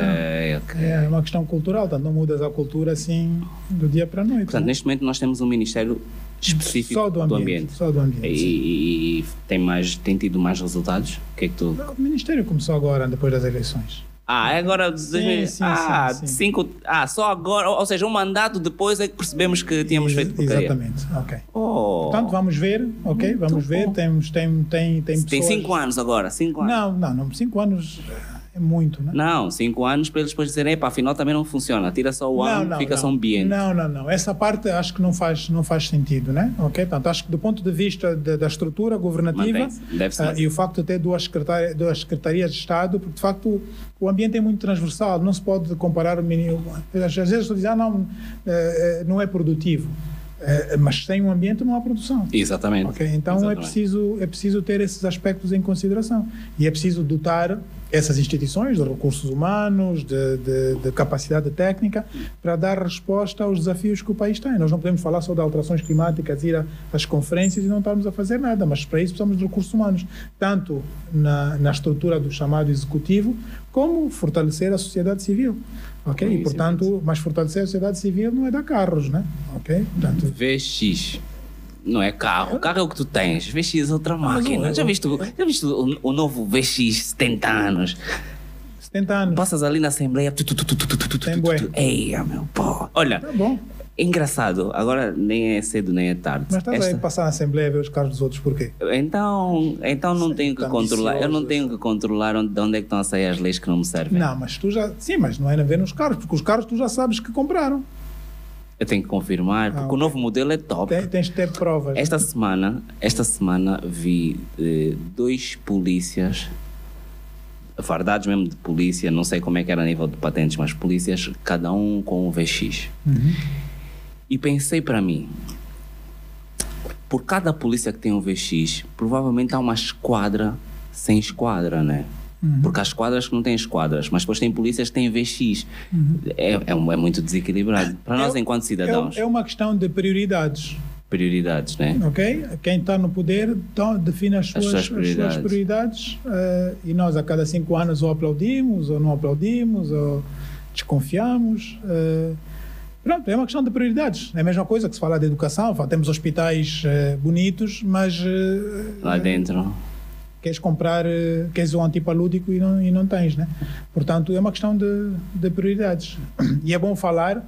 Speaker 1: ok.
Speaker 2: é uma questão cultural, portanto, não mudas a cultura assim do dia para a noite.
Speaker 1: Portanto,
Speaker 2: né?
Speaker 1: neste momento nós temos um ministério específico
Speaker 2: só do ambiente, Só do ambiente.
Speaker 1: E, e- e tem, mais, tem tido mais resultados? O que é que tu.
Speaker 2: O ministério começou agora, depois das eleições.
Speaker 1: Ah, é agora dos
Speaker 2: Sim,
Speaker 1: 2000.
Speaker 2: sim,
Speaker 1: ah,
Speaker 2: sim, sim.
Speaker 1: cinco. Ah, só agora. Ou ou seja, um mandato depois é que percebemos que tínhamos
Speaker 2: Ex-
Speaker 1: feito porcaria.
Speaker 2: Exatamente, ok.
Speaker 1: Oh.
Speaker 2: Portanto, vamos ver, ok, vamos ver,
Speaker 1: bom.
Speaker 2: temos, tem, tem, tem
Speaker 1: tem
Speaker 2: pessoas-
Speaker 1: cinco anos agora. Cinco anos.
Speaker 2: Não, não, não. Cinco anos é muito, né?
Speaker 1: Não, cinco anos para eles depois dizerem, epá, afinal também não funciona. Tira só o ano, fica só um ambiente.
Speaker 2: Não, não, não. Essa parte acho que não faz, não faz sentido, né? Ok? Portanto, acho que do ponto de vista da- da estrutura governativa
Speaker 1: Mantém-se. Deve-se
Speaker 2: ah,
Speaker 1: manter.
Speaker 2: e o facto de ter duas, secretária, duas secretarias de Estado, porque de facto o ambiente é muito transversal, não se pode comparar o mini- Às vezes estou dizendo, ah, não, eh, eh, não é produtivo. Eh, Mas sem um ambiente não há produção.
Speaker 1: Exatamente.
Speaker 2: Ok, então é
Speaker 1: Exatamente.
Speaker 2: preciso é preciso ter esses aspectos em consideração e é preciso dotar essas instituições de recursos humanos, de, de, de capacidade técnica para dar resposta aos desafios que o país tem. Nós não podemos falar só de alterações climáticas, ir a- às conferências e não estarmos a fazer nada, mas para isso precisamos de recursos humanos, tanto na, na estrutura do chamado executivo como fortalecer a sociedade civil. Ok,
Speaker 1: Sim,
Speaker 2: e
Speaker 1: sim,
Speaker 2: portanto, mas fortalecer a sociedade civil não é dar carros, né? Ok, portanto
Speaker 1: VX. Não é carro. Carro é o que tu tens. VX é outra máquina.
Speaker 2: eu-
Speaker 1: Já viste, o- já viste o, o novo VX 70 anos?
Speaker 2: 70 anos.
Speaker 1: Passas ali na Assembleia. Tu, tu, tu, tu, tu, tu, tu, tu, tu,
Speaker 2: Tem bué.
Speaker 1: tu. Eia, meu pô. Olha,
Speaker 2: Tá bom.
Speaker 1: é engraçado. Agora nem é cedo nem é tarde.
Speaker 2: Mas tá estás aí
Speaker 1: Esta-
Speaker 2: a passar na Assembleia e ver os carros dos outros, porquê?
Speaker 1: Então, então não tenho que
Speaker 2: tá
Speaker 1: controlar. Eu não
Speaker 2: ambicioso,
Speaker 1: tenho que controlar onde, de onde é que estão a sair as leis que não me servem.
Speaker 2: Não, mas tu já. Sim, mas não é a ver nos carros, porque os carros tu já sabes que compraram.
Speaker 1: Eu tenho que confirmar, porque o novo modelo é top.
Speaker 2: Tem- tens de ter provas.
Speaker 1: Esta semana, esta semana vi eh, dois polícias, fardados mesmo de polícia, não sei como é que era a nível de patentes, mas polícias, cada um com um VX. E pensei para mim, por cada polícia que tem um VX, provavelmente há uma esquadra sem esquadra, né? Uhum. Porque há esquadras que não têm esquadras, mas depois tem polícias que têm VX. Uhum. É, é, é, muito desequilibrado. Para nós,
Speaker 2: é,
Speaker 1: enquanto cidadãos.
Speaker 2: É, uma questão de prioridades.
Speaker 1: Prioridades, né?
Speaker 2: Ok? Quem está no poder então, define as suas, as suas prioridades. As suas prioridades uh, e nós, a cada cinco anos, ou aplaudimos, ou não aplaudimos, ou desconfiamos. Uh, Pronto, é uma questão de prioridades. É a mesma coisa que se fala de educação. Temos hospitais uh, bonitos, mas. Uh,
Speaker 1: Lá dentro.
Speaker 2: Queres comprar, uh, queres um antipalúdico e não, e não tens, né? Portanto, é uma questão de, de prioridades. E é bom falar,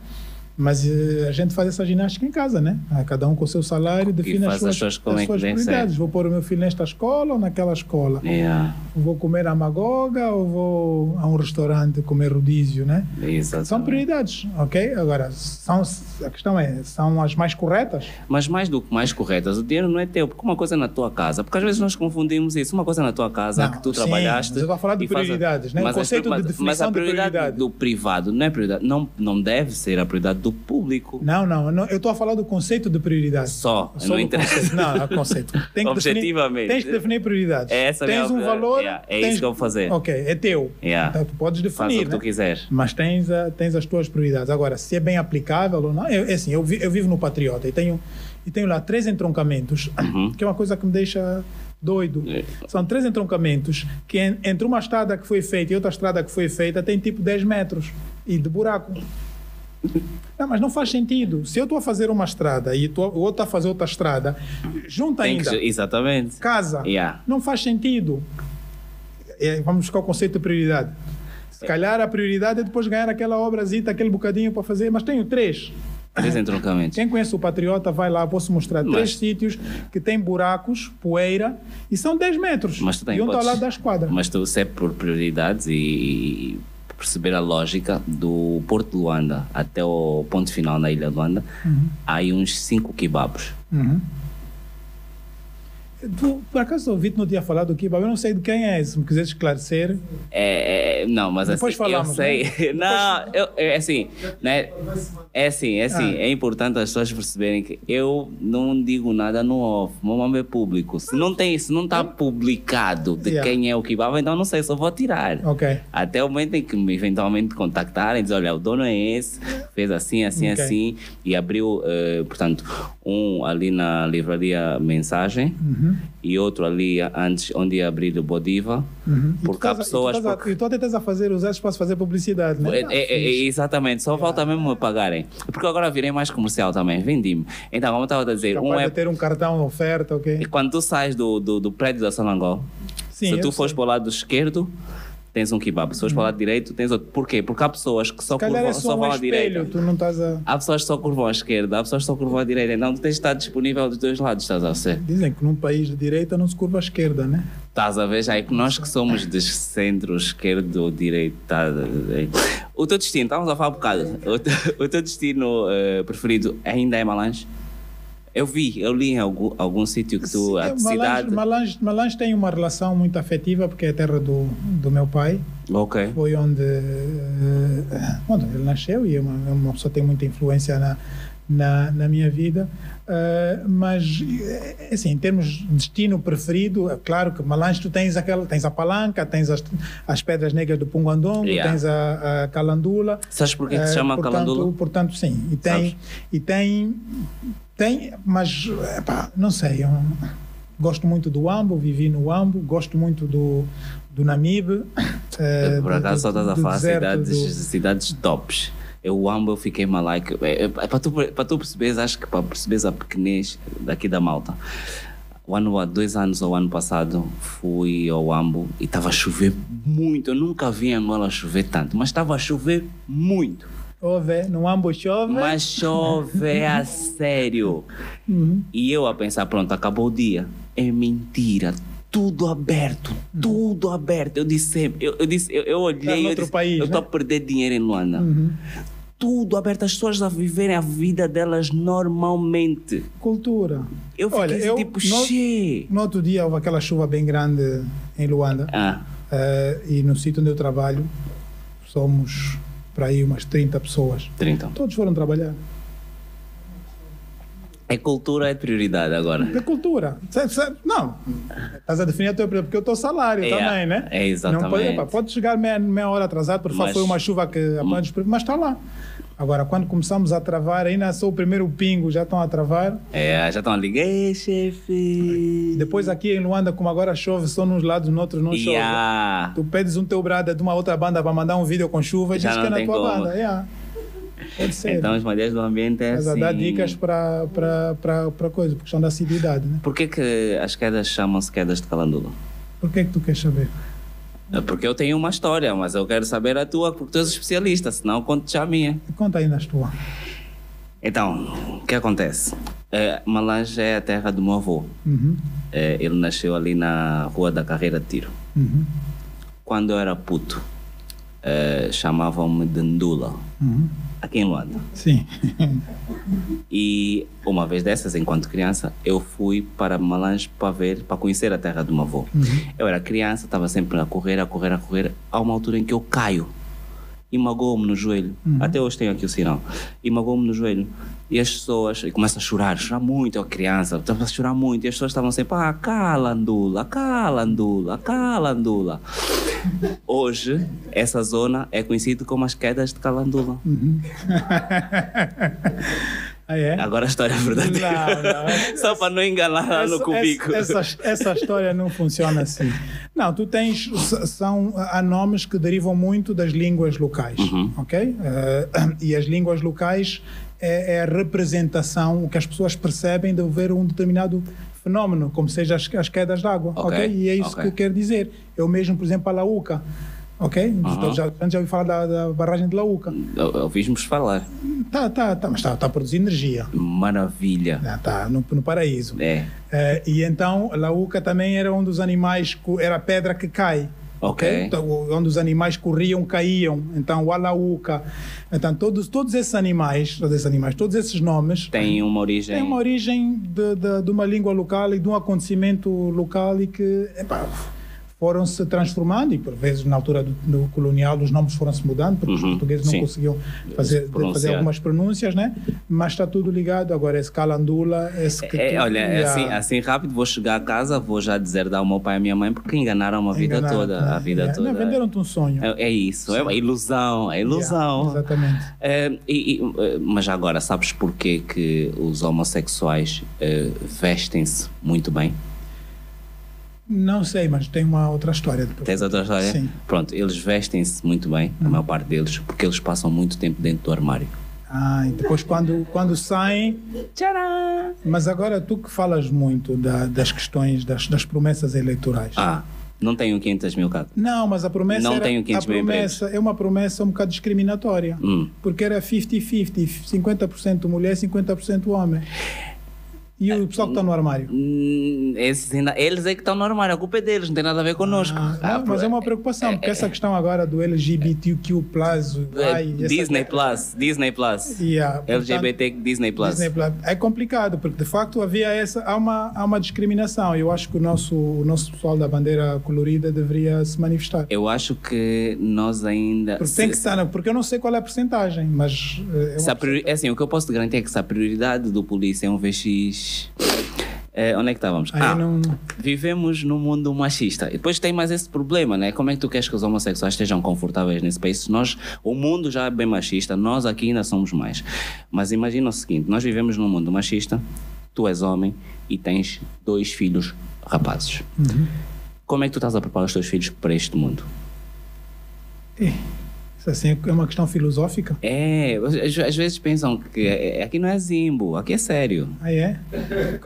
Speaker 2: mas eh, a gente faz essa ginástica em casa, né? Cada um com o seu salário define as suas, as suas, prioridades. É. Vou pôr o meu filho nesta escola ou naquela escola.
Speaker 1: Yeah.
Speaker 2: Vou comer a magoga ou vou a um restaurante comer rodízio, né?
Speaker 1: Exatamente.
Speaker 2: São prioridades, ok? Agora, são, a questão é, são as mais corretas?
Speaker 1: Mas mais do que mais corretas, o dinheiro não é teu, porque uma coisa é na tua casa. Porque às vezes nós confundimos isso. Uma coisa é na tua casa, não, que tu sim, trabalhaste...
Speaker 2: Mas eu estou a falar de prioridades, a, né? O conceito de definição
Speaker 1: mas a prioridade,
Speaker 2: de prioridade
Speaker 1: do privado não é prioridade. Não, não deve ser a prioridade do público.
Speaker 2: Não, não, não eu estou a falar do conceito de prioridade.
Speaker 1: Só, Só não interessa.
Speaker 2: Conceito. Não, é conceito. Tem que
Speaker 1: Objetivamente.
Speaker 2: Definir, tens que definir prioridades.
Speaker 1: É essa
Speaker 2: tens
Speaker 1: minha,
Speaker 2: um valor.
Speaker 1: Yeah, é
Speaker 2: tens,
Speaker 1: isso que eu vou fazer.
Speaker 2: Ok, é teu.
Speaker 1: Yeah.
Speaker 2: Então tu podes definir.
Speaker 1: Faz o que
Speaker 2: né?
Speaker 1: tu quiseres.
Speaker 2: Mas tens, a, tens as tuas prioridades. Agora, se é bem aplicável ou não, é, é assim, eu, vi, eu vivo no Patriota e tenho, e tenho lá três entroncamentos, uhum. que é uma coisa que me deixa doido.
Speaker 1: É.
Speaker 2: São três entroncamentos que entre uma estrada que foi feita e outra estrada que foi feita tem tipo 10 metros e de buraco. Não, mas não faz sentido. Se eu estou a fazer uma estrada e tu, o outro está a fazer outra estrada, junta
Speaker 1: Tem
Speaker 2: ainda.
Speaker 1: Que, exatamente.
Speaker 2: Casa.
Speaker 1: Yeah.
Speaker 2: Não faz sentido. É, vamos buscar o conceito de prioridade. Se calhar a prioridade é depois ganhar aquela obrazita, aquele bocadinho para fazer, mas tenho três.
Speaker 1: Três entroncamentos.
Speaker 2: Quem conhece o Patriota, vai lá, posso mostrar mas... três sítios que têm buracos, poeira e são 10 metros.
Speaker 1: Mas tu tem
Speaker 2: e um está ao lado da esquadra.
Speaker 1: Mas tu, se é por prioridades e perceber a lógica do Porto de Luanda até o ponto final na Ilha de Luanda, uhum. há aí uns cinco kebabs.
Speaker 2: Uhum. Tu, por acaso ouvi-te no dia falar do kebab, eu não sei de quem é, se me quiseres esclarecer.
Speaker 1: É, é, não, mas
Speaker 2: Depois
Speaker 1: assim,
Speaker 2: falamos,
Speaker 1: eu sei.
Speaker 2: Né?
Speaker 1: não, eu, é assim, né? É assim, é assim, ah. é importante as pessoas perceberem que eu não digo nada no off, meu nome é público. Se não tem, se não está publicado de
Speaker 2: Yeah.
Speaker 1: quem é o kebab, então não sei, só vou tirar.
Speaker 2: Ok.
Speaker 1: Até o momento em que me eventualmente contactarem, dizer, olha, o dono é esse, fez assim, assim,
Speaker 2: Ok.
Speaker 1: assim, e abriu, eh, portanto, um ali na livraria Mensagem
Speaker 2: Uhum.
Speaker 1: e outro ali antes onde ia abrir o Bodiva,
Speaker 2: Uhum. E tu
Speaker 1: porque há
Speaker 2: estás a-
Speaker 1: pessoas.
Speaker 2: E tu, estás a-
Speaker 1: porque-
Speaker 2: e tu até estás a fazer os ads para fazer publicidade, né?
Speaker 1: É, é, é, exatamente, só falta mesmo me pagarem. Porque agora virei mais comercial também, vendi-me. Então, como eu estava a dizer,
Speaker 2: Capaz
Speaker 1: um é.
Speaker 2: de ter um cartão de oferta, ok?
Speaker 1: E Quando tu sais do, do, do prédio da Sonangol,
Speaker 2: Sim,
Speaker 1: se
Speaker 2: eu Uhum.
Speaker 1: tu fores para o lado esquerdo, tens um kebab. Se fores para o lado direito, tens outro. Porquê? Porque há pessoas que só,
Speaker 2: Se calhar
Speaker 1: curvam,
Speaker 2: é
Speaker 1: só
Speaker 2: só
Speaker 1: vão
Speaker 2: um
Speaker 1: à direita.
Speaker 2: espelho, tu não estás a...
Speaker 1: Há pessoas que só curvam à esquerda, há pessoas que só curvam à direita. Então, tu tens de estar disponível dos dois lados, estás a ser.
Speaker 2: Dizem que num país de direita não se curva à esquerda, né?
Speaker 1: Estás a ver? Já é que nós que somos de centro, esquerdo ou direito. tá? O teu destino, estávamos a falar um bocado. O teu, o teu destino eh, preferido ainda é Malange? Eu vi, eu li em algum, algum sítio que tu, a
Speaker 2: Sim, é Malange,
Speaker 1: cidade.
Speaker 2: Malange, Malange tem uma relação muito afetiva, porque é a terra do, do meu pai.
Speaker 1: Ok.
Speaker 2: Foi onde, eh, onde ele nasceu e é uma, é uma pessoa que tem muita influência na, na, na minha vida. Eh, mas, eh, assim, em termos de destino preferido, é claro que Malange tu tens, aquela, tens a Palanca, tens as, as Pedras Negras do Punguandongo,
Speaker 1: Yeah.
Speaker 2: tens a, a Calandula.
Speaker 1: Sabes porquê que
Speaker 2: Eh,
Speaker 1: se chama
Speaker 2: portanto,
Speaker 1: Calandula?
Speaker 2: Portanto, sim. E tem,
Speaker 1: Sabes?
Speaker 2: e tem, tem mas epá, não sei. eu gosto muito do Ambo, vivi no Ambo, gosto muito do, do Namibe. eh,
Speaker 1: Por
Speaker 2: do-
Speaker 1: acaso só
Speaker 2: do-
Speaker 1: estás a
Speaker 2: do
Speaker 1: falar assim,
Speaker 2: deserto
Speaker 1: cidades,
Speaker 2: do-
Speaker 1: cidades tops. Eu amo, eu fiquei malaico. É, é, para tu, para tu perceberes, acho que para perceberes a pequenez daqui da malta. O ano, há dois anos ou ano passado fui ao Ambo e estava a chover muito. Eu nunca vi em Angola chover tanto, mas estava a chover muito.
Speaker 2: Chove, no Ambo chove.
Speaker 1: Mas chove a sério.
Speaker 2: Uhum.
Speaker 1: E eu a pensar, pronto, acabou o dia. É mentira. Tudo aberto,
Speaker 2: Uhum.
Speaker 1: tudo aberto. Eu disse sempre, eu, eu disse, eu, eu olhei, eu
Speaker 2: noutro
Speaker 1: disse,
Speaker 2: país,
Speaker 1: eu estou
Speaker 2: né? Uhum.
Speaker 1: a perder dinheiro em Luanda. Tudo aberto, as pessoas a viverem a vida delas normalmente.
Speaker 2: Cultura.
Speaker 1: Eu fiquei
Speaker 2: Olha, eu,
Speaker 1: tipo,
Speaker 2: no,
Speaker 1: che.
Speaker 2: no outro dia houve aquela chuva bem grande em Luanda.
Speaker 1: Ah,
Speaker 2: eh, e no sítio onde eu trabalho, somos
Speaker 1: um.
Speaker 2: para aí umas 30 pessoas.
Speaker 1: 30.
Speaker 2: Todos foram trabalhar.
Speaker 1: É cultura é prioridade agora.
Speaker 2: É cultura. Cê- cê- Não, estás a definir a tua prioridade, porque o teu salário
Speaker 1: É,
Speaker 2: também, né?
Speaker 1: é exatamente.
Speaker 2: Não pode, epá, pode chegar meia, meia hora atrasado, porque
Speaker 1: Mas- hum.
Speaker 2: foi uma chuva que apanhou, mas está lá. Agora, quando começamos a travar, ainda sou o primeiro pingo, já estão a travar.
Speaker 1: É, já estão a ligar, ei, chefe.
Speaker 2: Depois aqui em Luanda, como agora chove só nos lados, no outro não chove.
Speaker 1: Yeah.
Speaker 2: Tu pedes um teu brada de uma outra banda para mandar um vídeo com chuva,
Speaker 1: Já
Speaker 2: diz que
Speaker 1: não
Speaker 2: é na
Speaker 1: tem
Speaker 2: tua
Speaker 1: como.
Speaker 2: banda. Yeah. Pode ser.
Speaker 1: Então, os mulheres do ambiente é
Speaker 2: Mas a
Speaker 1: assim.
Speaker 2: dar dicas para a coisa, por questão da acididade, né?
Speaker 1: Por que, que as quedas chamam-se quedas de calândula?
Speaker 2: Por que, é que tu queres saber?
Speaker 1: É Porque eu tenho uma história, mas eu quero saber a tua, porque tu és especialista, senão eu conto-te já a minha.
Speaker 2: Conta aí nas tuas.
Speaker 1: Então, o que acontece? É, Malange é a terra do meu avô.
Speaker 2: Uhum,
Speaker 1: É, ele nasceu ali na Rua da Carreira de Tiro.
Speaker 2: uhum,
Speaker 1: Quando eu era puto, é, chamavam-me de Ndula,
Speaker 2: uhum.
Speaker 1: aqui em Luanda.
Speaker 2: Sim.
Speaker 1: E uma vez dessas, enquanto criança, eu fui para Malange para ver, para conhecer a terra do meu avô. Eu era criança, estava sempre a correr, a correr, a correr. Há uma altura em que eu caio e magoou-me no joelho. Até hoje tenho aqui o sinal. E magoou-me no joelho. E as pessoas, e começa a chorar, chorar muito, eu criança, estava a chorar muito. E as pessoas estavam sempre, ah, cala, Andula, cala, Andula, cala, Andula. Hoje, essa zona é conhecida como as quedas de Calandula.
Speaker 2: Ah, é?
Speaker 1: Agora a história é verdadeira.
Speaker 2: Não, é não.
Speaker 1: Só para não enganar lá
Speaker 2: é
Speaker 1: no cubico.
Speaker 2: Essa, essa, essa história não funciona assim. Não, tu tens. s- São, há nomes que derivam muito das línguas locais,
Speaker 1: Uhum.
Speaker 2: ok? Eh, e as línguas locais é, é a representação, o que as pessoas percebem de ver um determinado fenómeno, como seja as, as quedas d'água, ok?
Speaker 1: Ok,
Speaker 2: E é isso
Speaker 1: ok.
Speaker 2: que eu quero dizer. Eu mesmo, por exemplo, a Laúca, ok?
Speaker 1: Uhum.
Speaker 2: Já, já ouvi falar da, da barragem de Laúca.
Speaker 1: Eu- eu Ouvimos é falar.
Speaker 2: Tá, tá, tá, mas está tá a produzir energia.
Speaker 1: Maravilha.
Speaker 2: Ah, Tá, no, no paraíso.
Speaker 1: É.
Speaker 2: Eh, e então, a Lauca também era um dos animais, co- era a pedra que cai.
Speaker 1: Ok.
Speaker 2: Então, o- onde os animais corriam, caíam. Então, o Alaúca. Então, todos, todos esses animais, todos esses animais, todos esses nomes
Speaker 1: Tem uma origem.
Speaker 2: têm uma origem de, de, de uma língua local e de um acontecimento local e que epá, foram se transformando e, por vezes, na altura do, do colonial, os nomes foram se mudando porque os
Speaker 1: Uhum,
Speaker 2: portugueses não
Speaker 1: sim.
Speaker 2: conseguiam fazer, de- fazer
Speaker 1: Pronunciar.
Speaker 2: algumas pronúncias, né? Mas está tudo ligado. Agora, esse calandula, esse... que
Speaker 1: É,
Speaker 2: tu-
Speaker 1: olha, é
Speaker 2: Yeah.
Speaker 1: assim, assim rápido vou chegar a casa, vou já dizer dar ao meu pai e à minha mãe, porque enganaram a vida
Speaker 2: Enganaram,
Speaker 1: toda. A
Speaker 2: né?
Speaker 1: vida
Speaker 2: É,
Speaker 1: toda.
Speaker 2: Não, venderam-te um sonho.
Speaker 1: É, é isso, é uma ilusão, é ilusão.
Speaker 2: Yeah, exatamente.
Speaker 1: É, e- e, eh, mas agora, sabes porquê que os homossexuais eh, vestem-se muito bem?
Speaker 2: Não sei, mas tem uma outra história depois.
Speaker 1: Tens outra história?
Speaker 2: Sim.
Speaker 1: Pronto, eles vestem-se muito bem, a maior parte deles, porque eles passam muito tempo dentro do armário.
Speaker 2: Ah, e depois quando, quando saem.
Speaker 1: Tcharam!
Speaker 2: Mas agora tu que falas muito da- das questões, das, das promessas eleitorais.
Speaker 1: Ah, não tenho 500 mil casas.
Speaker 2: Não, mas a promessa,
Speaker 1: Não
Speaker 2: era,
Speaker 1: tenho 500
Speaker 2: a
Speaker 1: mil
Speaker 2: promessa é uma promessa um bocado discriminatória.
Speaker 1: Hum.
Speaker 2: Porque era 50-50, 50% mulher, 50% homem. E o pessoal que está no armário.
Speaker 1: Hum, esses ainda- eles é que estão no armário, a culpa é deles, não tem nada a ver connosco.
Speaker 2: Ah,
Speaker 1: Ah,
Speaker 2: não, mas é uma preocupação, porque essa questão agora do LGBTQ+,
Speaker 1: é,
Speaker 2: vai, essa-
Speaker 1: Disney Plus, Disney Plus.
Speaker 2: Yeah, portanto,
Speaker 1: LGBT Disney Plus.
Speaker 2: Disney Plus. É complicado, porque de facto havia essa, há uma, há uma discriminação. Eu acho que o nosso, o nosso pessoal da bandeira colorida deveria se manifestar.
Speaker 1: Eu acho que nós ainda.
Speaker 2: Porque,
Speaker 1: se-
Speaker 2: tem que estar, na- porque eu não sei qual é a porcentagem, mas. eh, É
Speaker 1: se
Speaker 2: uma,
Speaker 1: a priori- é assim, o que eu posso te garantir é que se a prioridade do polícia é um VX. É, onde é que estávamos?
Speaker 2: aí
Speaker 1: Ah,
Speaker 2: não.
Speaker 1: Vivemos num mundo machista. E depois tem mais esse problema, né? Como é que tu queres que os homossexuais estejam confortáveis nesse país? Se Nós, o mundo já é bem machista, nós aqui ainda somos mais. Mas imagina o seguinte: nós vivemos num mundo machista, tu és homem e tens dois filhos rapazes. Como é que tu estás a preparar os teus filhos para este mundo?
Speaker 2: Ih, Isso assim é uma questão filosófica.
Speaker 1: É, às- às vezes pensam que é- aqui não é zimbo, aqui é sério.
Speaker 2: Aí é?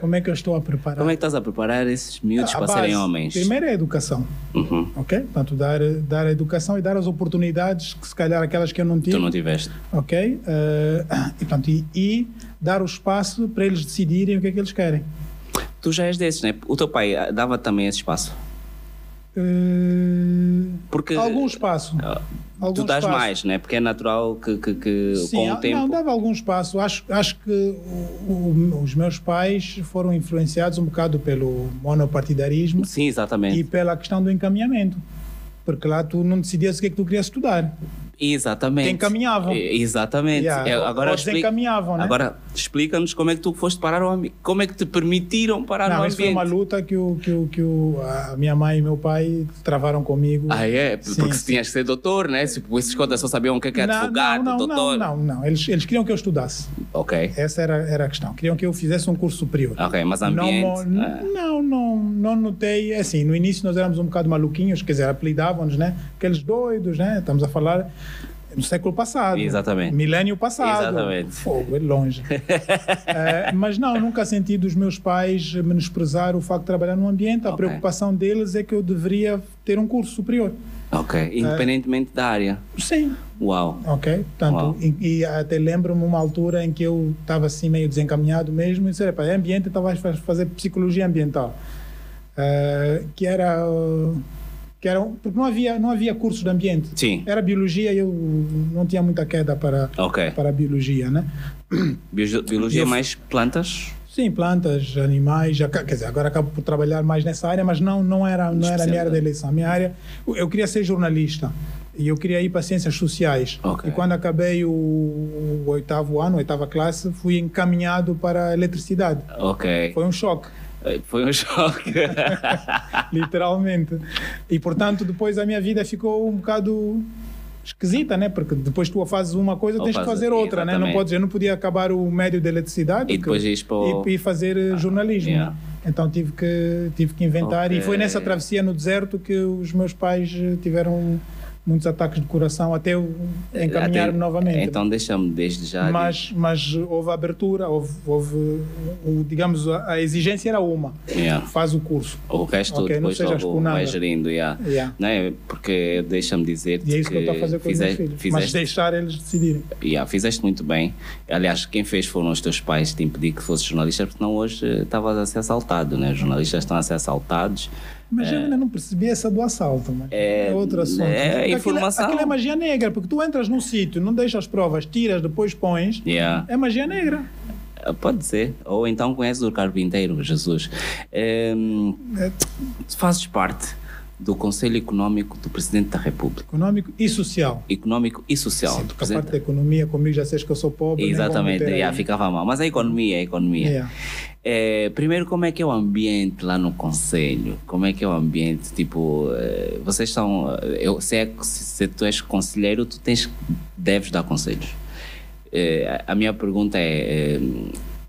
Speaker 2: Como é que eu estou a preparar?
Speaker 1: Como é que estás a preparar esses miúdos
Speaker 2: A
Speaker 1: para serem
Speaker 2: base,
Speaker 1: homens?
Speaker 2: Primeiro é a educação,
Speaker 1: Uhum.
Speaker 2: ok? Portanto, dar, dar a educação e dar as oportunidades que, se calhar, aquelas que eu não tive.
Speaker 1: Tu não tiveste.
Speaker 2: ok? Eh, e, portanto, e, e dar o espaço para eles decidirem o que é que eles querem.
Speaker 1: Tu já és desses, né? O teu pai ah, dava também esse espaço.
Speaker 2: Eh,
Speaker 1: Porque
Speaker 2: algum espaço. algum
Speaker 1: Ah, tu dás
Speaker 2: espaço.
Speaker 1: mais, né? Porque é natural que, que- que
Speaker 2: Sim,
Speaker 1: com
Speaker 2: ah,
Speaker 1: o tempo.
Speaker 2: não, dava algum espaço. Acho, acho que o- o- os meus pais foram influenciados um bocado pelo monopartidarismo
Speaker 1: Sim, exatamente.
Speaker 2: e pela questão do encaminhamento. Porque lá tu não decidias o que é que tu querias estudar.
Speaker 1: Exatamente.
Speaker 2: Que encaminhavam.
Speaker 1: E- Exatamente.
Speaker 2: Yeah.
Speaker 1: É, agora
Speaker 2: Ou
Speaker 1: explica-
Speaker 2: desencaminhavam, né?
Speaker 1: Agora explica-nos como é que tu foste parar o ambiente. Como é que te permitiram parar
Speaker 2: não,
Speaker 1: o
Speaker 2: isso foi
Speaker 1: ambiente?
Speaker 2: uma luta que, o, que, o, que o, a minha mãe e meu pai travaram comigo.
Speaker 1: Ah, é? P-
Speaker 2: Sim,
Speaker 1: Porque
Speaker 2: sim.
Speaker 1: tinhas que ser doutor, né? Se esses contas só sabiam o que é, que é
Speaker 2: Não,
Speaker 1: advogado,
Speaker 2: não, não,
Speaker 1: doutor.
Speaker 2: Não, não, não. Eles, eles queriam que eu estudasse.
Speaker 1: Ok.
Speaker 2: Essa era, era a questão. Queriam que eu fizesse um curso superior.
Speaker 1: Ok, mas
Speaker 2: Não, mo-
Speaker 1: ambiente. ah,
Speaker 2: não, não, não notei. Assim, no início nós éramos um bocado maluquinhos, quer dizer, apelidavam-nos, né? Aqueles doidos, né? Estamos a falar no século passado.
Speaker 1: Exatamente.
Speaker 2: Milênio passado.
Speaker 1: Exatamente.
Speaker 2: Fogo, é longe. Eh, mas não, nunca senti dos meus pais menosprezar o facto de trabalhar num ambiente. A
Speaker 1: Ok.
Speaker 2: preocupação deles é que eu deveria ter um curso superior.
Speaker 1: ah, Ok.
Speaker 2: É.
Speaker 1: Independentemente da área.
Speaker 2: Sim,
Speaker 1: Uau.
Speaker 2: Ok,
Speaker 1: Uau.
Speaker 2: portanto, e, e até lembro-me uma altura em que eu estava assim meio desencaminhado mesmo e disse, "Epa, é ambiente, então vais faz- fazer psicologia ambiental. Ah, que era... ah, Que era um- porque não havia, não havia curso de ambiente.
Speaker 1: Sim.
Speaker 2: Era biologia e eu não tinha muita queda para,
Speaker 1: Ok.
Speaker 2: para a biologia, né?
Speaker 1: Bio- Biologia
Speaker 2: Eu-
Speaker 1: mais plantas?
Speaker 2: Sim, plantas, animais, já, ca- quer dizer, agora acabo por trabalhar mais nessa área, mas não, não era, não era a minha área de eleição. A minha área, eu- eu queria ser jornalista e eu queria ir para ciências sociais.
Speaker 1: Ok.
Speaker 2: E quando acabei o, o oitavo ano, oitava classe, fui encaminhado para a eletricidade.
Speaker 1: Ok.
Speaker 2: Foi um choque,
Speaker 1: Eh, Foi um choque.
Speaker 2: literalmente. E portanto, depois a minha vida ficou um bocado esquisita, né? Porque depois tu fazes uma coisa,
Speaker 1: Ou
Speaker 2: tens que
Speaker 1: fazes-
Speaker 2: fazer outra, né? Não
Speaker 1: exatamente.
Speaker 2: podes, eu não podia acabar o médio de eletricidade
Speaker 1: E depois
Speaker 2: porque-
Speaker 1: ires para o- Ah,
Speaker 2: e, e fazer eh, jornalismo.
Speaker 1: yeah.
Speaker 2: né? Então tive que tive que inventar e foi
Speaker 1: Ok.
Speaker 2: nessa travessia no deserto que os meus pais eh, tiveram muitos ataques de coração até eu encaminhar-me
Speaker 1: Até-
Speaker 2: novamente.
Speaker 1: Então deixa-me desde já.
Speaker 2: mas mas houve abertura, houve, houve o, digamos a, a exigência era uma,
Speaker 1: Yeah.
Speaker 2: faz o curso.
Speaker 1: O resto
Speaker 2: Ok, não
Speaker 1: depois
Speaker 2: sejas
Speaker 1: logo
Speaker 2: com nada.
Speaker 1: vai gerindo. Yeah.
Speaker 2: Yeah.
Speaker 1: Não é? Porque deixa-me dizer
Speaker 2: E é isso que, eu estou a fazer com os meus filhos. Mas
Speaker 1: Eh, fizeste,
Speaker 2: deixar eles decidirem.
Speaker 1: yeah, fizeste muito bem. Aliás, quem fez foram os teus pais te impedir que fosses jornalista, porque não hoje eh, estavas a ser assaltado, né? Os jornalistas estão a ser assaltados.
Speaker 2: Mas eu ainda não percebi essa do assalto, mas
Speaker 1: É,
Speaker 2: é, outro assunto.
Speaker 1: é
Speaker 2: Porque aquilo-
Speaker 1: informação.
Speaker 2: Aquilo é magia negra, porque tu entras num sítio, não deixas provas, tiras, depois pões.
Speaker 1: Yeah. Eh,
Speaker 2: É magia negra.
Speaker 1: Pode ser. Ou então conheces o carpinteiro, Jesus. Ehm,
Speaker 2: É
Speaker 1: tu fazes parte do Conselho Económico do Presidente da República.
Speaker 2: econômico e social.
Speaker 1: Económico e Social. do
Speaker 2: Porque a parte
Speaker 1: Presidente.
Speaker 2: da economia, comigo já sabes que eu sou pobre. nem vou
Speaker 1: Então, é. Exatamente,
Speaker 2: meter
Speaker 1: yeah,
Speaker 2: aí.
Speaker 1: ficava mal. Mas a economia, a economia.
Speaker 2: Yeah.
Speaker 1: Eh, primeiro, como é que é o ambiente lá no conselho? Como é que é o ambiente? Tipo, eh, vocês são. eh, Eu, se, é, se, se tu és conselheiro, tu tens, deves dar conselhos. Eh, a- a minha pergunta é. eh,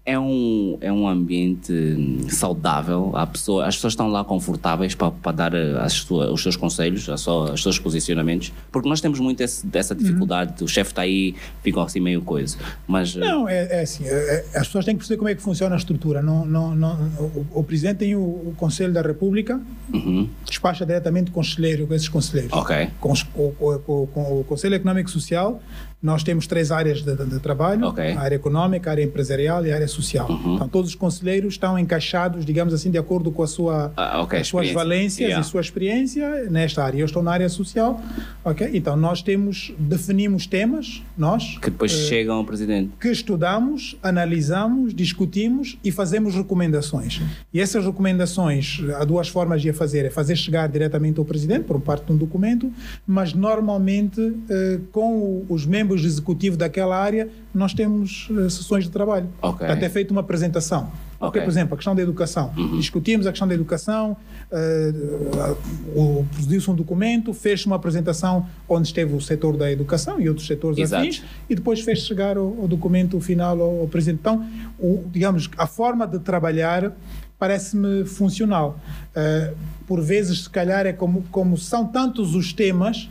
Speaker 1: é um, é um ambiente hum, saudável, a pessoa, as pessoas estão lá confortáveis para, para dar eh, as sua- os seus conselhos, a sua- os seus posicionamentos, porque nós temos muito esse, dessa dificuldade, o chefe está aí, fica assim meio coisa, mas... eh,
Speaker 2: Não, é, é assim, é- é- as pessoas têm que perceber como é que funciona a estrutura. Não, não, não, o, o presidente tem o, o Conselho da República,
Speaker 1: uhum,
Speaker 2: despacha diretamente o conselheiro, com esses conselheiros.
Speaker 1: ok,
Speaker 2: Com, os- com- com- com- com o Conselho Econômico e Social, nós temos três áreas de, de- de trabalho:
Speaker 1: Ok. Uhum.
Speaker 2: a área econômica, a área empresarial e a área social. Então, todos os conselheiros estão encaixados, digamos assim, de acordo com a sua,
Speaker 1: Ah, ok,
Speaker 2: as suas
Speaker 1: experiência.
Speaker 2: valências
Speaker 1: Yeah.
Speaker 2: e sua experiência nesta área. Eu estou na área social, ok? Então, nós temos, definimos temas, nós, eh,
Speaker 1: que depois chegam ao presidente.
Speaker 2: que estudamos, analisamos, discutimos e fazemos recomendações. E essas recomendações, há duas formas de a fazer: é fazer chegar diretamente ao presidente, por parte de um documento, mas normalmente eh, com o- os membros executivos daquela área, nós temos eh, sessões de trabalho.
Speaker 1: Ok.
Speaker 2: Até feito uma apresentação. Porque,
Speaker 1: Ok. Uhum.
Speaker 2: por exemplo, a questão da educação. Discutimos a questão da educação, eh, o- produziu-se um documento, fez-se uma apresentação onde esteve o setor da educação e outros setores
Speaker 1: Exato.
Speaker 2: afins, e depois fez chegar o, o documento final ao, ao presidente. Então, o, digamos, a forma de trabalhar parece-me funcional. Eh, por vezes, se calhar, é como, como são tantos os temas,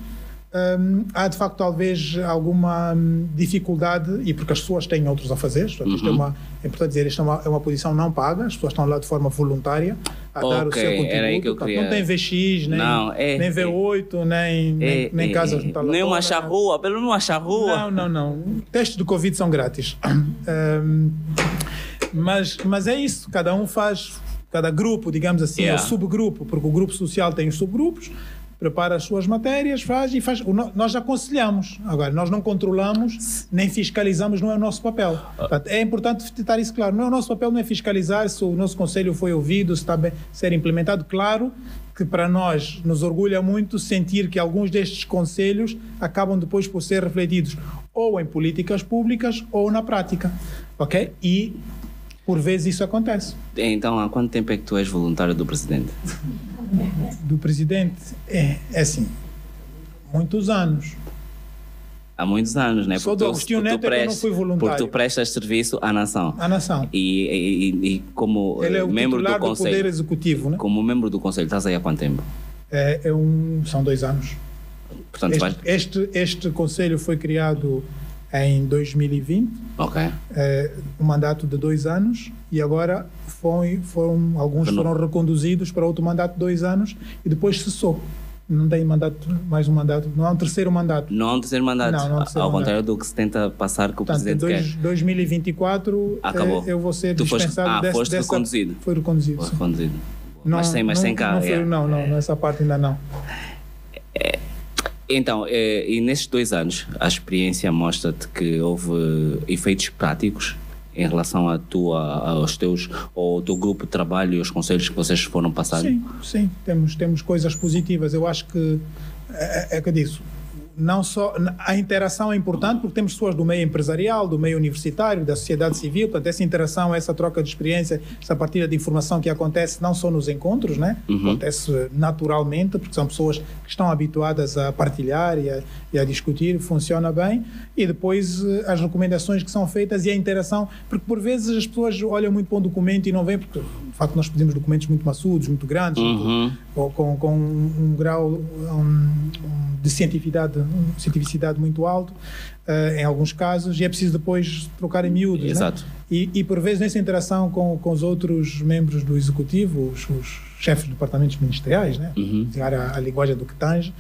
Speaker 2: hum, há de facto talvez alguma hum, dificuldade, e porque as pessoas têm outros a fazer, portanto, isto é,
Speaker 1: Uhum.
Speaker 2: uma, é importante dizer, isto é uma, é uma posição não paga, as pessoas estão lá de forma voluntária a dar o
Speaker 1: Ok,
Speaker 2: seu contributo.
Speaker 1: era aí que eu
Speaker 2: portanto,
Speaker 1: queria-
Speaker 2: Não tem VX, nem,
Speaker 1: Não, é-
Speaker 2: nem
Speaker 1: é-
Speaker 2: V8, nem, nem,
Speaker 1: É,
Speaker 2: nem
Speaker 1: é,
Speaker 2: casas
Speaker 1: é.
Speaker 2: de
Speaker 1: Nem uma
Speaker 2: talatora,
Speaker 1: charrua, pelo menos uma charrua.
Speaker 2: não, não, não. Testes do Covid são grátis. Ahm, mas, mas é isso, cada um faz, cada grupo, digamos assim,
Speaker 1: Yeah.
Speaker 2: ou subgrupo, porque o grupo social tem os subgrupos, prepara as suas matérias, faz e faz. o no- Nós aconselhamos, agora, nós não controlamos nem fiscalizamos, não é o nosso papel. Portanto, é importante estar isso claro. Não é o nosso papel não é fiscalizar se o nosso conselho foi ouvido, se está bem ser implementado, claro. que para nós nos orgulha muito sentir que alguns destes conselhos acabam depois por ser refletidos ou em políticas públicas ou na prática, ok? E por vezes isso acontece.
Speaker 1: Então, há quanto tempo é que tu és voluntário do presidente?
Speaker 2: Do presidente é, é assim, muitos anos.
Speaker 1: Há muitos anos, né?
Speaker 2: Só do Agostinho Neto é que eu não fui voluntário.
Speaker 1: Porque tu prestas serviço à nação.
Speaker 2: A nação.
Speaker 1: E, e- e- e como
Speaker 2: Ele
Speaker 1: eh,
Speaker 2: é o
Speaker 1: membro do
Speaker 2: titular do,
Speaker 1: conselho,
Speaker 2: Poder Executivo, né?
Speaker 1: como membro do conselho, estás aí há quanto tempo?
Speaker 2: É, é um, são dois anos.
Speaker 1: Portanto, vais...
Speaker 2: Este, este, este conselho foi criado em 2020,
Speaker 1: Ok.
Speaker 2: eh, um mandato de dois anos, e agora foi, foram, alguns
Speaker 1: Reno-
Speaker 2: foram reconduzidos para outro mandato de dois anos e depois cessou. Não tem mandato, mais um mandato, não há um terceiro mandato.
Speaker 1: Não há um terceiro mandato.
Speaker 2: Não, não há um terceiro
Speaker 1: Ao
Speaker 2: mandato.
Speaker 1: contrário do que se tenta passar que o
Speaker 2: Portanto, em
Speaker 1: presidente
Speaker 2: dois,
Speaker 1: quer. Ah,
Speaker 2: 2024 eh,
Speaker 1: Acabou.
Speaker 2: eu vou ser
Speaker 1: Tu foste-
Speaker 2: dispensado
Speaker 1: ah,
Speaker 2: desse-
Speaker 1: foste
Speaker 2: dessa...
Speaker 1: reconduzido.
Speaker 2: Foi reconduzido.
Speaker 1: Foi
Speaker 2: sim.
Speaker 1: reconduzido.
Speaker 2: Não-
Speaker 1: mas sem, mas
Speaker 2: não,
Speaker 1: sem cá.
Speaker 2: Não, foi-
Speaker 1: é.
Speaker 2: não, não, nessa parte ainda não.
Speaker 1: Então, eh, e nesses dois anos, a experiência mostra-te que houve eh, efeitos práticos em relação à tua, aos teus, ao teu grupo de trabalho e aos conselhos que vocês foram passando?
Speaker 2: Sim, sim, temos, temos coisas positivas. Eu acho que é, é que eu disse. Não só a interação é importante porque temos pessoas do meio empresarial, do meio universitário, da sociedade civil, portanto essa interação, essa troca de experiência, essa partilha de informação que acontece não só nos encontros, né?
Speaker 1: Uhum.
Speaker 2: Acontece naturalmente porque são pessoas que estão habituadas a partilhar e a, e a discutir, funciona bem e depois eh, as recomendações que são feitas e a interação, porque por vezes as pessoas olham muito para um documento e não veem porque de facto nós pedimos documentos muito maçudos, muito grandes,
Speaker 1: Uhum.
Speaker 2: com, com, com um grau um, de cientificidade, um, cientificidade muito alto, eh, em alguns casos, e é preciso depois trocar em miúdos. né?
Speaker 1: Exato.
Speaker 2: E, e por vezes nessa interação com, com os outros membros do executivo, os, os chefes de departamentos ministeriais, né?
Speaker 1: Uhum.
Speaker 2: Usar a, a linguagem do que tange,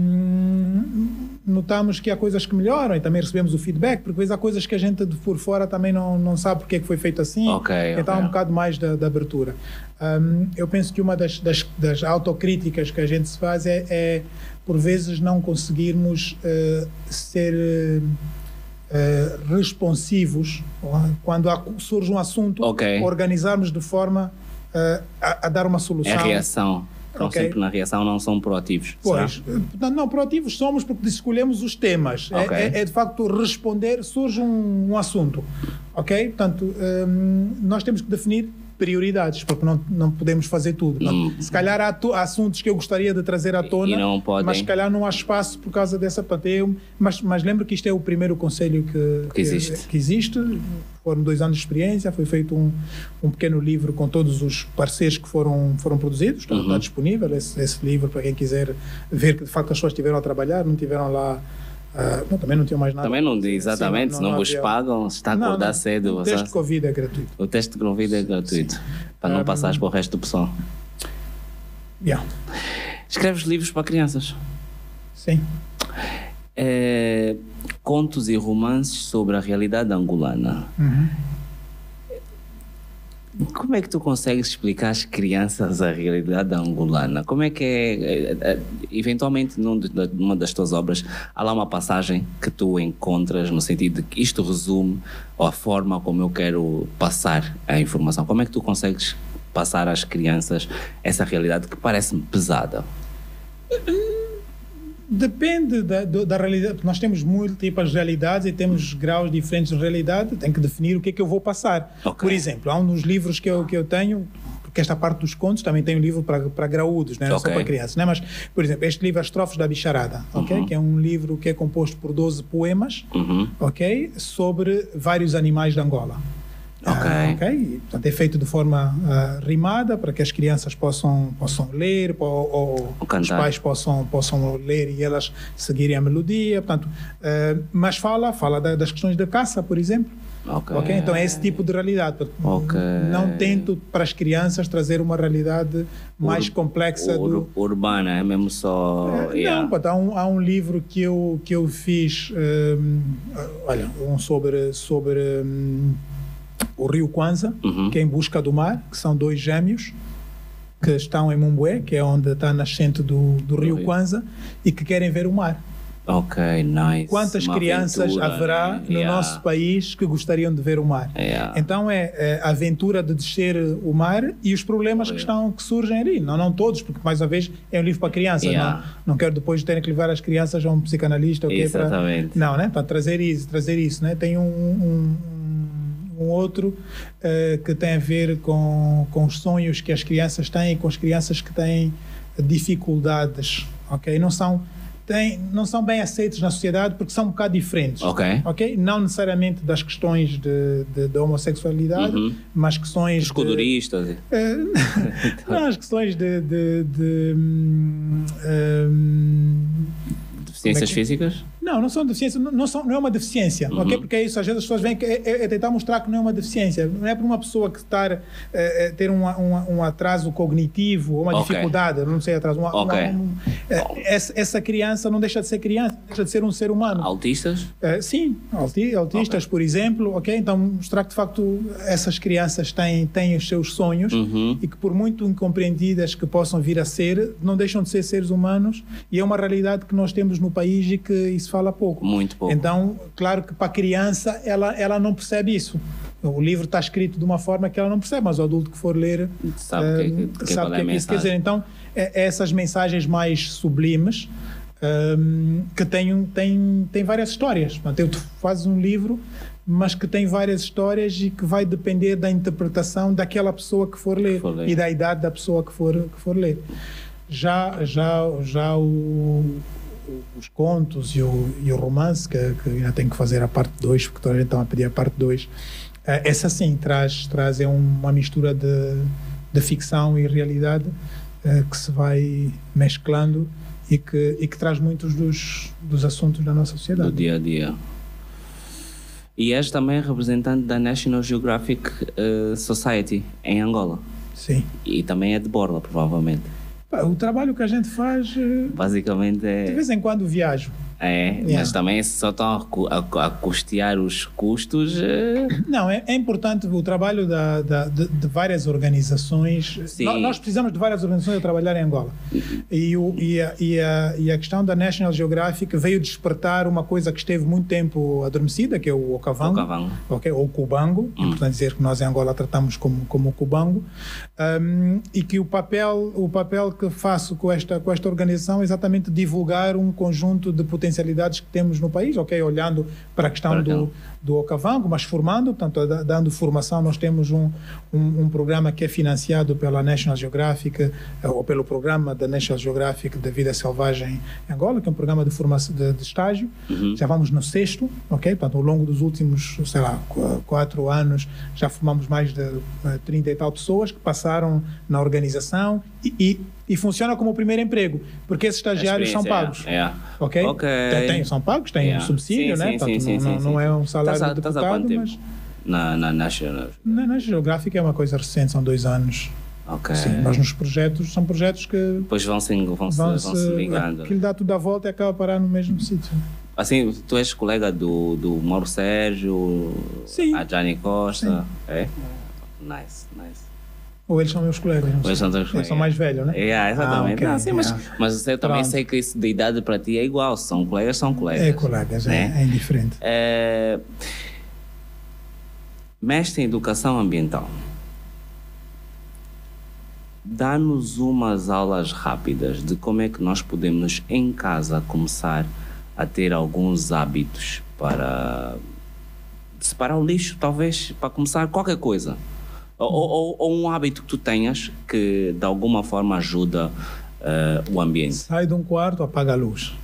Speaker 2: hum, notamos que há coisas que melhoram e também recebemos o feedback, porque às vezes há coisas que a gente de por fora também não, não sabe porque é que foi feito assim,
Speaker 1: Ok,
Speaker 2: então há
Speaker 1: ok.
Speaker 2: um bocado mais da, da abertura. Hum, eu penso que uma das, das, das autocríticas que a gente se faz é, é, por vezes, não conseguirmos eh, ser. eh, responsivos quando há- surge um assunto,
Speaker 1: Ok.
Speaker 2: organizarmos de forma eh, a, a dar uma
Speaker 1: É
Speaker 2: solução.
Speaker 1: a reação. Estão
Speaker 2: Ok.
Speaker 1: sempre na reação, não são proativos.
Speaker 2: Pois, eh,
Speaker 1: será?
Speaker 2: portanto, não, proativos somos porque escolhemos os temas. É-
Speaker 1: Ok.
Speaker 2: É, é de facto responder, surge um, um assunto. Ok? Portanto, hum, nós temos que definir prioridades, porque não, não podemos fazer tudo.
Speaker 1: Hum.
Speaker 2: Se calhar há, to- há assuntos que eu gostaria de trazer à tona,
Speaker 1: E não podem.
Speaker 2: mas se calhar não há espaço por causa dessa plateia. Mas, mas lembro que isto é o primeiro conselho que,
Speaker 1: Que existe.
Speaker 2: que existe. Foram dois anos de experiência, foi feito um, um pequeno livro com todos os parceiros que foram, foram produzidos, está,
Speaker 1: Uhum.
Speaker 2: está disponível esse, esse livro para quem quiser ver que de facto as pessoas estiveram a trabalhar, não tiveram lá. ah, não, também não tinham mais nada.
Speaker 1: Também não diz exatamente,
Speaker 2: Sim,
Speaker 1: não, vos
Speaker 2: havia-
Speaker 1: pagam, se está a
Speaker 2: Não,
Speaker 1: acordar
Speaker 2: não,
Speaker 1: cedo.
Speaker 2: O
Speaker 1: você-
Speaker 2: teste de Covid é gratuito.
Speaker 1: O teste de Covid é gratuito, para
Speaker 2: Ah,
Speaker 1: não passares para o resto do pessoal.
Speaker 2: Yeah.
Speaker 1: Escreves livros para crianças.
Speaker 2: Sim.
Speaker 1: É, contos e romances sobre a realidade angolana.
Speaker 2: Uhum.
Speaker 1: Como é que tu consegues explicar às crianças a realidade angolana? Como é que é, é, é, eventualmente num de- da- numa das tuas obras há lá uma passagem que tu encontras no sentido de que isto resume a forma como eu quero passar a informação. Como é que tu consegues passar às crianças essa realidade que parece-me pesada?
Speaker 2: Depende da, do- da realidade. porque Nós temos múltiplas realidades e temos graus diferentes de realidade. Tem que definir o que é que eu vou passar.
Speaker 1: Ok.
Speaker 2: Por exemplo, há um dos livros que eu, que eu tenho, porque esta parte dos contos também tem um livro para, para graúdos, não é só
Speaker 1: Ok.
Speaker 2: para crianças. Né? Mas, por exemplo, este livro, As Trofes da Bicharada, ok? que é um livro que é composto por 12 poemas
Speaker 1: Uhum.
Speaker 2: ok? Sobre vários animais de Angola.
Speaker 1: Ok.
Speaker 2: Ah, ok? E, portanto, é feito de forma ah, rimada para que as crianças possam, possam ler, po- ou,
Speaker 1: Ou
Speaker 2: os
Speaker 1: cantar.
Speaker 2: pais possam, possam ler e elas seguirem a melodia. Portanto, ah, mas fala, fala da- das questões da caça, por exemplo.
Speaker 1: Ok.
Speaker 2: Ok? Então é esse tipo de realidade.
Speaker 1: Ok.
Speaker 2: Não tento para as crianças trazer uma realidade mais complexa
Speaker 1: Ur-
Speaker 2: do,
Speaker 1: urbana, é mesmo só. yeah.
Speaker 2: não, pá, há, um, há um livro que eu, que eu fiz, hum, olha, um sobre, sobre hum, o rio Kwanza,
Speaker 1: Uhum.
Speaker 2: que é Em Busca do Mar, que são dois gêmeos que estão em Mumbué, que é onde está nascente do, do rio
Speaker 1: rio.
Speaker 2: Kwanza, e que querem ver o mar.
Speaker 1: Ok, nice.
Speaker 2: Quantas
Speaker 1: Uma
Speaker 2: crianças
Speaker 1: aventura,
Speaker 2: haverá
Speaker 1: né?
Speaker 2: no
Speaker 1: Yeah.
Speaker 2: nosso país que gostariam de ver o mar?
Speaker 1: Yeah.
Speaker 2: Então é, é, a aventura de descer o mar e os problemas que estão que surgem ali. Não, não todos, porque mais uma vez é um livro para crianças.
Speaker 1: Yeah.
Speaker 2: Não, não quero depois terem que levar as crianças a um psicanalista ou quê para-
Speaker 1: Exatamente.
Speaker 2: não, né? Para trazer isso, trazer isso, né? Tem um, um, um outro eh, que tem a ver com, com os sonhos que as crianças têm e com as crianças que têm dificuldades, ok? Não são têm, não são bem aceitos na sociedade porque são um bocado diferentes.
Speaker 1: Ok.
Speaker 2: Ok? Não necessariamente das questões de, de, da homossexualidade,
Speaker 1: Uhum.
Speaker 2: mas questões.
Speaker 1: Os
Speaker 2: de-
Speaker 1: coduristas.
Speaker 2: eh, não, as questões de. de, de, hum, hum,
Speaker 1: Deficiências
Speaker 2: que- é?
Speaker 1: físicas?
Speaker 2: não, não são deficiência, não, não são, não é uma deficiência, ok?
Speaker 1: Uhum.
Speaker 2: Porque é isso, às vezes as pessoas vêm que- é, é- é tentar mostrar que não é uma deficiência. Não é para uma pessoa que estar, eh, eh, ter um, um, um atraso cognitivo ou uma
Speaker 1: Ok.
Speaker 2: dificuldade, não sei, atraso. Uma,
Speaker 1: Ok.
Speaker 2: uma- um- eh, essa, essa criança não deixa de ser criança, deixa de ser um ser humano.
Speaker 1: Autistas?
Speaker 2: Eh, sim, auti- autistas, por exemplo, ok? Então mostrar que de facto essas crianças têm, têm os seus sonhos
Speaker 1: Uhum.
Speaker 2: e que por muito incompreendidas que possam vir a ser, não deixam de ser seres humanos e é uma realidade que nós temos no país e que isso fala pouco.
Speaker 1: Muito pouco.
Speaker 2: Então, claro que para a criança ela, ela não percebe isso. O livro está escrito de uma forma que ela não percebe, mas o adulto que for ler
Speaker 1: Sabe
Speaker 2: eh,
Speaker 1: que- que- que-
Speaker 2: sabe
Speaker 1: qual
Speaker 2: o
Speaker 1: é
Speaker 2: que
Speaker 1: a
Speaker 2: é que isso quer
Speaker 1: mensagem.
Speaker 2: dizer. Então, é- é essas mensagens mais sublimes ehm, que têm, um- têm, têm várias histórias. Portanto, tu fazes um livro, mas que tem várias histórias e que vai depender da interpretação daquela pessoa que for ler,
Speaker 1: for ler.
Speaker 2: e da idade da pessoa que for, que for ler. Já, já, já o- os contos e o, e o romance, que, que ainda tenho que fazer a parte 2, porque toda a gente está a pedir a parte 2. essa sim, traz, traz é uma mistura de, de ficção e realidade eh, que se vai mesclando e que, e que traz muitos dos, dos assuntos da nossa
Speaker 1: do
Speaker 2: sociedade.
Speaker 1: dia a dia. E és também representante da National Geographic eh, Society em Angola.
Speaker 2: Sim.
Speaker 1: E também é de Borla, provavelmente.
Speaker 2: Pá, O trabalho que a gente faz, eh,
Speaker 1: Basicamente
Speaker 2: de
Speaker 1: é.
Speaker 2: vez em quando viajo.
Speaker 1: é Mas
Speaker 2: Yeah.
Speaker 1: também só estão a, cu- a cu- a custear os custos. eh,
Speaker 2: Não, é, é importante o trabalho da- da- de, de várias organizações.
Speaker 1: Sim.
Speaker 2: Nó- Nós, precisamos de várias organizações a trabalhar em Angola. E, o- e a, e a- e a questão da National Geographic veio despertar uma coisa que esteve muito tempo adormecida, que é o
Speaker 1: o
Speaker 2: Okavango.
Speaker 1: cavalo.
Speaker 2: ok? ou cubango,
Speaker 1: Hum.
Speaker 2: é importante dizer que nós em Angola tratamos como, como cubango, ahm, e que o papel, o papel que faço com esta, com esta organização é exatamente divulgar um conjunto de potencialidades que temos no país, ok? olhando para a questão
Speaker 1: Para aquela.
Speaker 2: do, do Okavango, mas formando, portanto, da- dando formação, nós temos um, um, um programa que é financiado pela National Geographic, eh, ou pelo programa da National Geographic da Vida Selvagem em Angola, que é um programa de, formação, de, de estágio,
Speaker 1: Uhum.
Speaker 2: já vamos no sexto, ok? Portanto, ao longo dos últimos, sei lá, qu- quatro anos, já formamos mais de eh, 30 e tal pessoas que passaram na organização e, e, e funciona como o primeiro emprego, porque esses estagiários são
Speaker 1: Experiência,
Speaker 2: pagos.
Speaker 1: é, é.
Speaker 2: Ok? Então
Speaker 1: Ok.
Speaker 2: Tem, tem- são pagos, tem
Speaker 1: Yeah.
Speaker 2: subsídio,
Speaker 1: Sim,
Speaker 2: né?
Speaker 1: sim, sim,
Speaker 2: Portanto,
Speaker 1: sim,
Speaker 2: não,
Speaker 1: sim,
Speaker 2: não
Speaker 1: sim.
Speaker 2: é um salário
Speaker 1: Estás há-
Speaker 2: de
Speaker 1: estás há
Speaker 2: deputado,
Speaker 1: quanto tempo?
Speaker 2: mas
Speaker 1: Na, na National.
Speaker 2: na, na geográfica é uma coisa recente, são dois anos.
Speaker 1: Ok.
Speaker 2: Sim, mas nos projetos, são projetos que
Speaker 1: Depois vão se, vão se, vão
Speaker 2: vão-se,
Speaker 1: se ligando. né?
Speaker 2: que lhe dá tudo a volta e acaba parar no mesmo sítio.
Speaker 1: Assim, tu és colega do, do Mauro Sérgio,
Speaker 2: Sim.
Speaker 1: a Jani Costa. É? Nice, nice.
Speaker 2: Ou eles são meus colegas, não
Speaker 1: Eles
Speaker 2: sei.
Speaker 1: são teus
Speaker 2: Eles
Speaker 1: colegas.
Speaker 2: são mais velhos, né?
Speaker 1: Yeah, É, exatamente.
Speaker 2: Ah, ok,
Speaker 1: Não, sim, mas,
Speaker 2: yeah.
Speaker 1: mas eu também
Speaker 2: Pronto.
Speaker 1: sei que isso de idade para ti é igual. São colegas, são colegas.
Speaker 2: É colegas, é,
Speaker 1: Né?
Speaker 2: é indiferente.
Speaker 1: É, Mestre em Educação Ambiental, dá-nos umas aulas rápidas de como é que nós podemos, em casa, começar a ter alguns hábitos para separar o lixo, talvez, para começar qualquer coisa. Ou, ou- ou um hábito que tu tenhas que, de alguma forma, ajuda eh, o ambiente.
Speaker 2: Sai de um quarto, apaga a luz.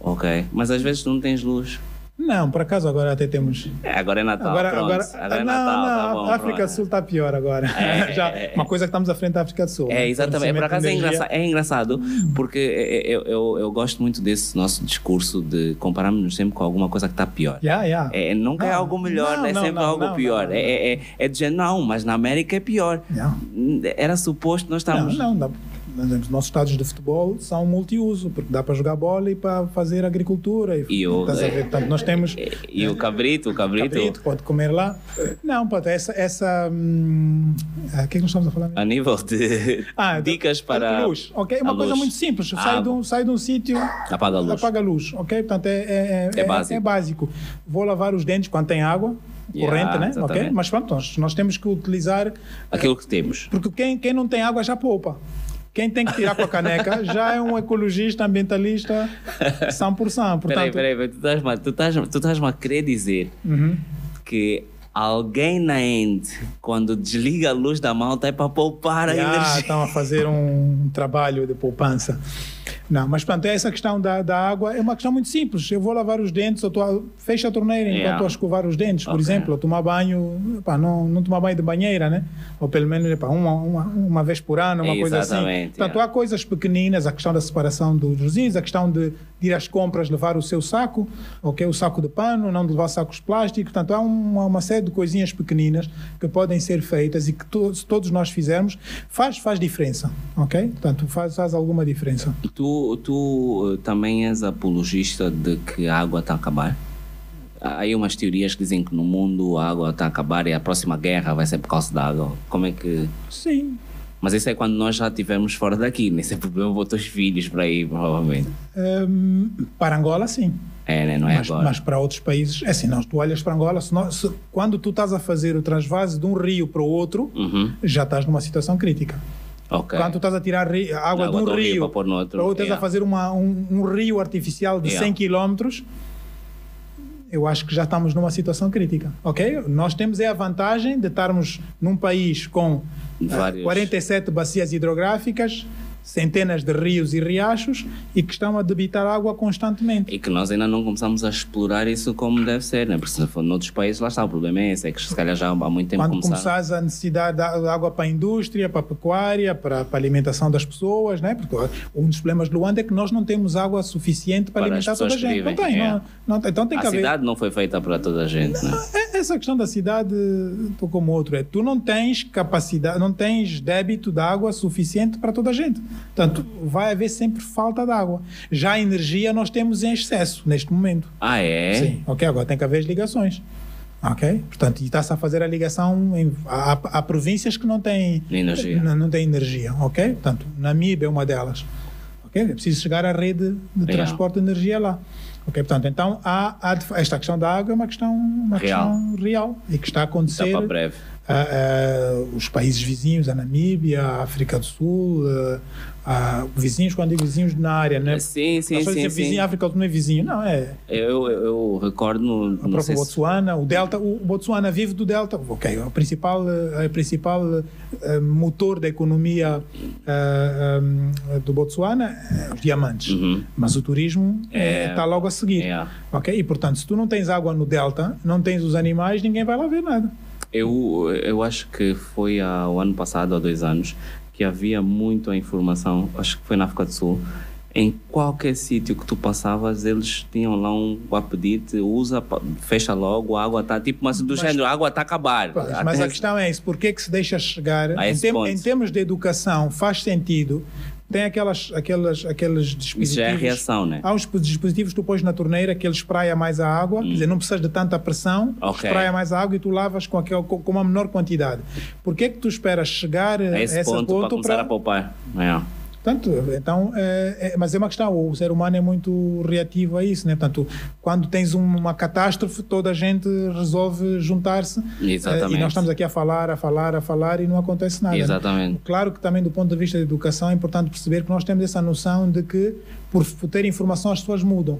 Speaker 1: Ok? Mas às vezes tu não tens luz.
Speaker 2: Não, por acaso agora até temos.
Speaker 1: É, agora é Natal.
Speaker 2: Agora,
Speaker 1: pronto.
Speaker 2: agora,
Speaker 1: é
Speaker 2: não,
Speaker 1: Natal.
Speaker 2: não,
Speaker 1: tá bom,
Speaker 2: a África do
Speaker 1: pronto.
Speaker 2: Sul está pior agora.
Speaker 1: É,
Speaker 2: Já,
Speaker 1: é, é.
Speaker 2: uma coisa que estamos à frente da África do Sul. né?
Speaker 1: É, exatamente. Por
Speaker 2: Fornecimento
Speaker 1: acaso
Speaker 2: de
Speaker 1: é
Speaker 2: energia.
Speaker 1: engraçado, é engraçado porque é- é- eu, eu, eu gosto muito desse nosso discurso de compararmos-nos sempre com alguma coisa que está pior.
Speaker 2: Yeah, yeah.
Speaker 1: É, nunca é
Speaker 2: Não,
Speaker 1: algo melhor,
Speaker 2: não,
Speaker 1: é
Speaker 2: não,
Speaker 1: sempre
Speaker 2: não,
Speaker 1: algo
Speaker 2: não,
Speaker 1: pior.
Speaker 2: não, não.
Speaker 1: É, é, é de dizer, não, mas na América é pior.
Speaker 2: Não.
Speaker 1: Era suposto nós
Speaker 2: Não,
Speaker 1: estarmos.
Speaker 2: não, não. Os nossos estádios de futebol são multiuso, porque dá para jogar bola e para fazer agricultura. E,
Speaker 1: E é, o-
Speaker 2: estás a ver? Portanto, nós temos
Speaker 1: E o cabrito, o cabrito,
Speaker 2: cabrito, pode comer lá. Não, pode, essa. essa hum, ah, o que é que nós estamos a falar? mesmo?
Speaker 1: a nível de
Speaker 2: Ah,
Speaker 1: dicas para.
Speaker 2: a luz, ok? É
Speaker 1: a
Speaker 2: uma coisa
Speaker 1: luz.
Speaker 2: muito simples.
Speaker 1: Ah,
Speaker 2: Sai de um, sai de um sítio,
Speaker 1: Apaga a luz.
Speaker 2: apaga a luz, ok? Portanto, é, é,
Speaker 1: É básico.
Speaker 2: básico. Vou lavar os dentes quando tem água
Speaker 1: Yeah,
Speaker 2: corrente, né? Ok?
Speaker 1: exatamente.
Speaker 2: Mas pronto, nós, nós temos que utilizar
Speaker 1: Aquilo que temos.
Speaker 2: porque quem, quem não tem água já poupa. Quem tem que tirar com a caneca já é um ecologista, ambientalista, 100%. Portanto,
Speaker 1: Peraí, peraí, peraí, tu estás-me a- tu estás- tu estás-me a querer dizer
Speaker 2: Uhum.
Speaker 1: que alguém na end, quando desliga a luz da malta, é para poupar a
Speaker 2: já tá.
Speaker 1: energia.
Speaker 2: estão a fazer um trabalho de poupança. Não, mas pronto, essa questão da, da água é uma questão muito simples. Eu vou lavar os dentes, eu tô a- fecha a torneira enquanto
Speaker 1: Yeah.
Speaker 2: estou a escovar os dentes, por
Speaker 1: Ok.
Speaker 2: exemplo, ou tomar banho, pá, não, não tomar banho de banheira, né? Ou pelo menos epá, uma, uma, uma vez por ano, uma coisa assim.
Speaker 1: Exatamente, é.
Speaker 2: Portanto,
Speaker 1: yeah.
Speaker 2: há coisas pequeninas, a questão da separação dos resíduos, a questão de, de ir às compras, levar o seu saco, ok? O saco de pano, não levar sacos plásticos. Portanto, há uma, uma série de coisinhas pequeninas que podem ser feitas e que to- se todos nós fizermos, faz, faz diferença, ok? Portanto, faz, faz alguma diferença.
Speaker 1: Tu, tu eh, também és apologista de que a água está a acabar? Há aí umas teorias que dizem que no mundo a água está a acabar e a próxima guerra vai ser por causa da água. Como é que.
Speaker 2: Sim.
Speaker 1: Mas isso é quando nós já estivermos fora daqui, nesse é problema vou teus filhos para aí, provavelmente.
Speaker 2: Hum, para Angola, sim.
Speaker 1: É, né? Não é
Speaker 2: mas,
Speaker 1: agora.
Speaker 2: mas para outros países, é assim, não, tu olhas para Angola, se nós- se- quando tu estás a fazer o transvase de um rio para o outro,
Speaker 1: Uhum.
Speaker 2: já estás numa situação crítica.
Speaker 1: Ok.
Speaker 2: Quando tu estás a tirar ri- a água,
Speaker 1: Água
Speaker 2: de um
Speaker 1: do rio
Speaker 2: rio,
Speaker 1: pra pôr no outro,
Speaker 2: para outro, estás
Speaker 1: yeah.
Speaker 2: a fazer uma- um, um rio artificial de
Speaker 1: Yeah.
Speaker 2: 100 quilômetros, eu acho que já estamos numa situação crítica, ok? Nós temos é a vantagem de estarmos num país com ah,
Speaker 1: Vários.
Speaker 2: 47 bacias hidrográficas, centenas de rios e riachos e que estão a debitar água constantemente.
Speaker 1: E que nós ainda não começamos a explorar isso como deve ser, né? Porque se for noutros países, lá está, o problema é esse, é que se calhar já há muito tempo
Speaker 2: Quando
Speaker 1: começaram.
Speaker 2: começares a necessidade da- da água para a indústria, para a pecuária, para, para a alimentação das pessoas, né? porque um dos problemas de Luanda é que nós não temos água suficiente para,
Speaker 1: Para as
Speaker 2: alimentar toda a
Speaker 1: pessoas que
Speaker 2: gente. não
Speaker 1: vivem,
Speaker 2: tem,
Speaker 1: é.
Speaker 2: não, não tem. Então tem que
Speaker 1: a
Speaker 2: haver.
Speaker 1: cidade não foi feita para toda a gente, né?
Speaker 2: É- Essa questão da cidade, estou como outro, é tu não tens capacidade, não tens débito de água suficiente para toda a gente. Portanto, vai haver sempre falta de água. Já a energia nós temos em excesso neste momento.
Speaker 1: Ah, é?
Speaker 2: Sim, ok, agora tem que haver as ligações. Ok? Portanto, e está-se a fazer a ligação. Em, há, há províncias que não têm
Speaker 1: Energia.
Speaker 2: Não, não têm energia, ok? Portanto, Namíbia é uma delas. Ok? É preciso chegar à rede de
Speaker 1: Legal.
Speaker 2: transporte de energia lá. Ok? Portanto, então, há, há de- esta questão da água é uma questão, uma
Speaker 1: Real.
Speaker 2: questão real e que está
Speaker 1: Está
Speaker 2: a acontecer.
Speaker 1: para breve.
Speaker 2: Ah, ah, os países vizinhos, a Namíbia, a África do Sul, ah, ah, vizinhos, quando digo vizinhos na área, né?
Speaker 1: Sim, sim,
Speaker 2: As pessoas
Speaker 1: sim.
Speaker 2: dizem
Speaker 1: sim.
Speaker 2: vizinho, África do Sul não é vizinho, não, é
Speaker 1: Eu, eu, eu recordo, no-
Speaker 2: o
Speaker 1: não
Speaker 2: próprio
Speaker 1: sei se...
Speaker 2: Botsuana, o Delta, o Botsuana vive do Delta, ok, é o principal, eh, é o principal eh, motor da economia eh, eh, do Botsuana, eh, os diamantes,
Speaker 1: Uhum.
Speaker 2: mas o turismo
Speaker 1: É.
Speaker 2: está logo a seguir,
Speaker 1: Yeah.
Speaker 2: ok? E portanto, se tu não tens água no Delta, não tens os animais, ninguém vai lá ver nada.
Speaker 1: Eu, eu acho que foi há o ano passado, há dois anos, que havia muito a informação, acho que foi na África do Sul, em qualquer sítio que tu passavas, eles tinham lá um a pedir-te, usa, pa- fecha logo, a água está tipo, mas do género, a água está a acabar.
Speaker 2: Pois,
Speaker 1: Até-
Speaker 2: mas a questão é isso, por que que se deixa chegar,
Speaker 1: A
Speaker 2: em,
Speaker 1: esse
Speaker 2: tem-
Speaker 1: ponto.
Speaker 2: em termos de educação, faz sentido, tem aquelas, aquelas, aqueles dispositivos...
Speaker 1: Isso já é a reação, né?
Speaker 2: Há uns dispositivos que tu pões na torneira que ele espraia mais a água, quer dizer, não precisas de tanta pressão,
Speaker 1: Hum. Ok.
Speaker 2: espraia mais a água e tu lavas com, aquel, com com uma menor quantidade. Por que é que tu esperas chegar eh,
Speaker 1: A
Speaker 2: a
Speaker 1: É esse
Speaker 2: esse
Speaker 1: ponto, para começar
Speaker 2: pra- Ah,
Speaker 1: a poupar. É.
Speaker 2: Portanto, então, é, é- mas é uma questão, o ser humano é muito reativo a isso, né? Portanto, quando tens um- uma catástrofe, toda a gente resolve juntar-se. eh,
Speaker 1: Exatamente.
Speaker 2: E nós estamos aqui a falar, a falar, a falar e não acontece nada. né?
Speaker 1: Exatamente.
Speaker 2: Claro que também do ponto de vista da educação é importante perceber que nós temos essa noção de que por f- ter informação as pessoas mudam.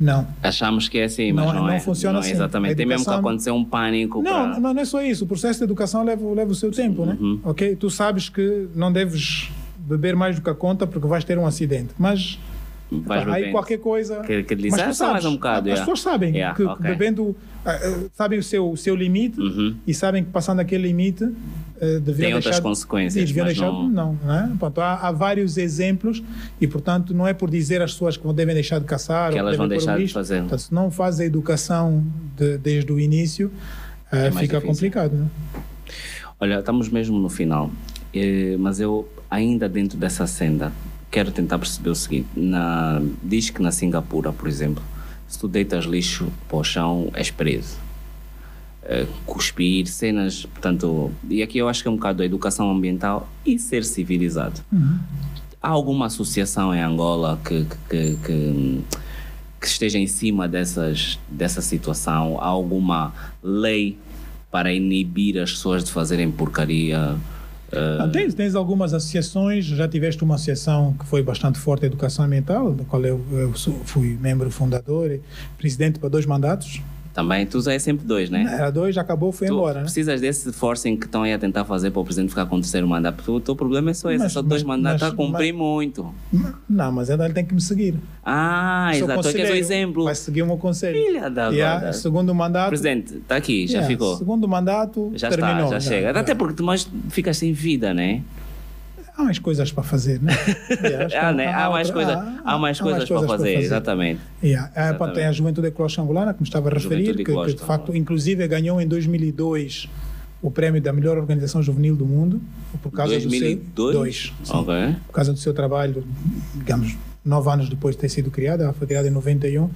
Speaker 2: Não.
Speaker 1: Achamos que é assim, mas não,
Speaker 2: Não, não
Speaker 1: é.
Speaker 2: funciona
Speaker 1: não é
Speaker 2: assim.
Speaker 1: Exatamente.
Speaker 2: A
Speaker 1: Tem mesmo que
Speaker 2: educação-
Speaker 1: acontecer um pânico.
Speaker 2: Não,
Speaker 1: pra-
Speaker 2: não, não é só isso. O processo de educação leva, leva o seu tempo, né? Ok? Tu sabes que não deves beber mais do que a conta porque vais ter um acidente. Mas
Speaker 1: Vais
Speaker 2: pá, aí
Speaker 1: bebendo.
Speaker 2: qualquer coisa...
Speaker 1: Que- que lhe
Speaker 2: mas
Speaker 1: diz,
Speaker 2: tu
Speaker 1: "Ah, só mais um bocado",
Speaker 2: As
Speaker 1: yeah.
Speaker 2: pessoas sabem
Speaker 1: Yeah,
Speaker 2: que
Speaker 1: ok.
Speaker 2: bebendo... ah, ah, sabem o seu, o seu limite
Speaker 1: Uhum.
Speaker 2: e sabem que passando aquele limite eh, deviam
Speaker 1: Tem outras
Speaker 2: deixar,
Speaker 1: consequências,
Speaker 2: e deviam
Speaker 1: mas
Speaker 2: deixar
Speaker 1: não-
Speaker 2: não, né? Portanto, há, há vários exemplos e portanto não é por dizer às pessoas que vão- devem deixar de caçar
Speaker 1: Que
Speaker 2: ou
Speaker 1: elas vão
Speaker 2: devem pôr o
Speaker 1: deixar de
Speaker 2: lixo.
Speaker 1: fazer.
Speaker 2: Portanto, se não faz a educação de- desde o início eh,
Speaker 1: É mais
Speaker 2: fica é?
Speaker 1: difícil.
Speaker 2: complicado né?
Speaker 1: Olha, estamos mesmo no final, eh, mas eu a ainda dentro dessa senda, quero tentar perceber o seguinte: na, diz que na Singapura, por exemplo, se tu deitas lixo para o chão, és preso. Eh, cuspir, cenas, portanto, e aqui eu acho que é um bocado a educação ambiental e ser civilizado. Há alguma associação em Angola que, que, que, que esteja em cima dessas, dessa situação? Há alguma lei para inibir as pessoas de fazerem porcaria? Eh,
Speaker 2: Ah, tens, tens algumas associações, já tiveste uma associação que foi bastante forte, a Educação Ambiental, da qual eu, eu sou- fui membro fundador e presidente para dois mandatos.
Speaker 1: também, tu é sempre dois, né?
Speaker 2: Era dois, já acabou, foi
Speaker 1: Tu
Speaker 2: embora. Né?
Speaker 1: precisas desse forcing que estão aí a tentar fazer para o presidente ficar com o terceiro mandato. porque O teu problema é só esse,
Speaker 2: Mas-
Speaker 1: só dois
Speaker 2: mas-
Speaker 1: mandatos
Speaker 2: mas-
Speaker 1: a cumprir muito.
Speaker 2: Hum, Não, mas ainda ele tem que me seguir.
Speaker 1: Ah,
Speaker 2: Sou
Speaker 1: exato. Aqui é o
Speaker 2: conselheiro,
Speaker 1: exemplo.
Speaker 2: Vai seguir o meu conselho.
Speaker 1: Filha da
Speaker 2: Yeah,
Speaker 1: guarda.
Speaker 2: segundo mandato.
Speaker 1: Presidente, está aqui, já
Speaker 2: yeah,
Speaker 1: ficou.
Speaker 2: Segundo mandato,
Speaker 1: Já
Speaker 2: terminou. né?
Speaker 1: está, já chega. Até porque tu mais ficas sem vida, né?
Speaker 2: Há umas coisas para fazer, né? Yeah, acho que tá
Speaker 1: Há, né? Há, mais
Speaker 2: outra-
Speaker 1: coisa, há mais coisas para fazer, exatamente.
Speaker 2: Yeah. Ah,
Speaker 1: Exatamente.
Speaker 2: pá, tem a Juventude Ecológica Angolana, que me estava a referir,
Speaker 1: Juventude
Speaker 2: que, que de
Speaker 1: Ecológica
Speaker 2: facto,
Speaker 1: Angolana.
Speaker 2: inclusive, ganhou em 2002 o prémio da melhor organização juvenil do mundo, por causa do seu...
Speaker 1: 2002?
Speaker 2: Dois, sim.
Speaker 1: Ok.
Speaker 2: Por causa do seu trabalho, digamos, nove anos depois de ter sido criada, ela foi criada em 91,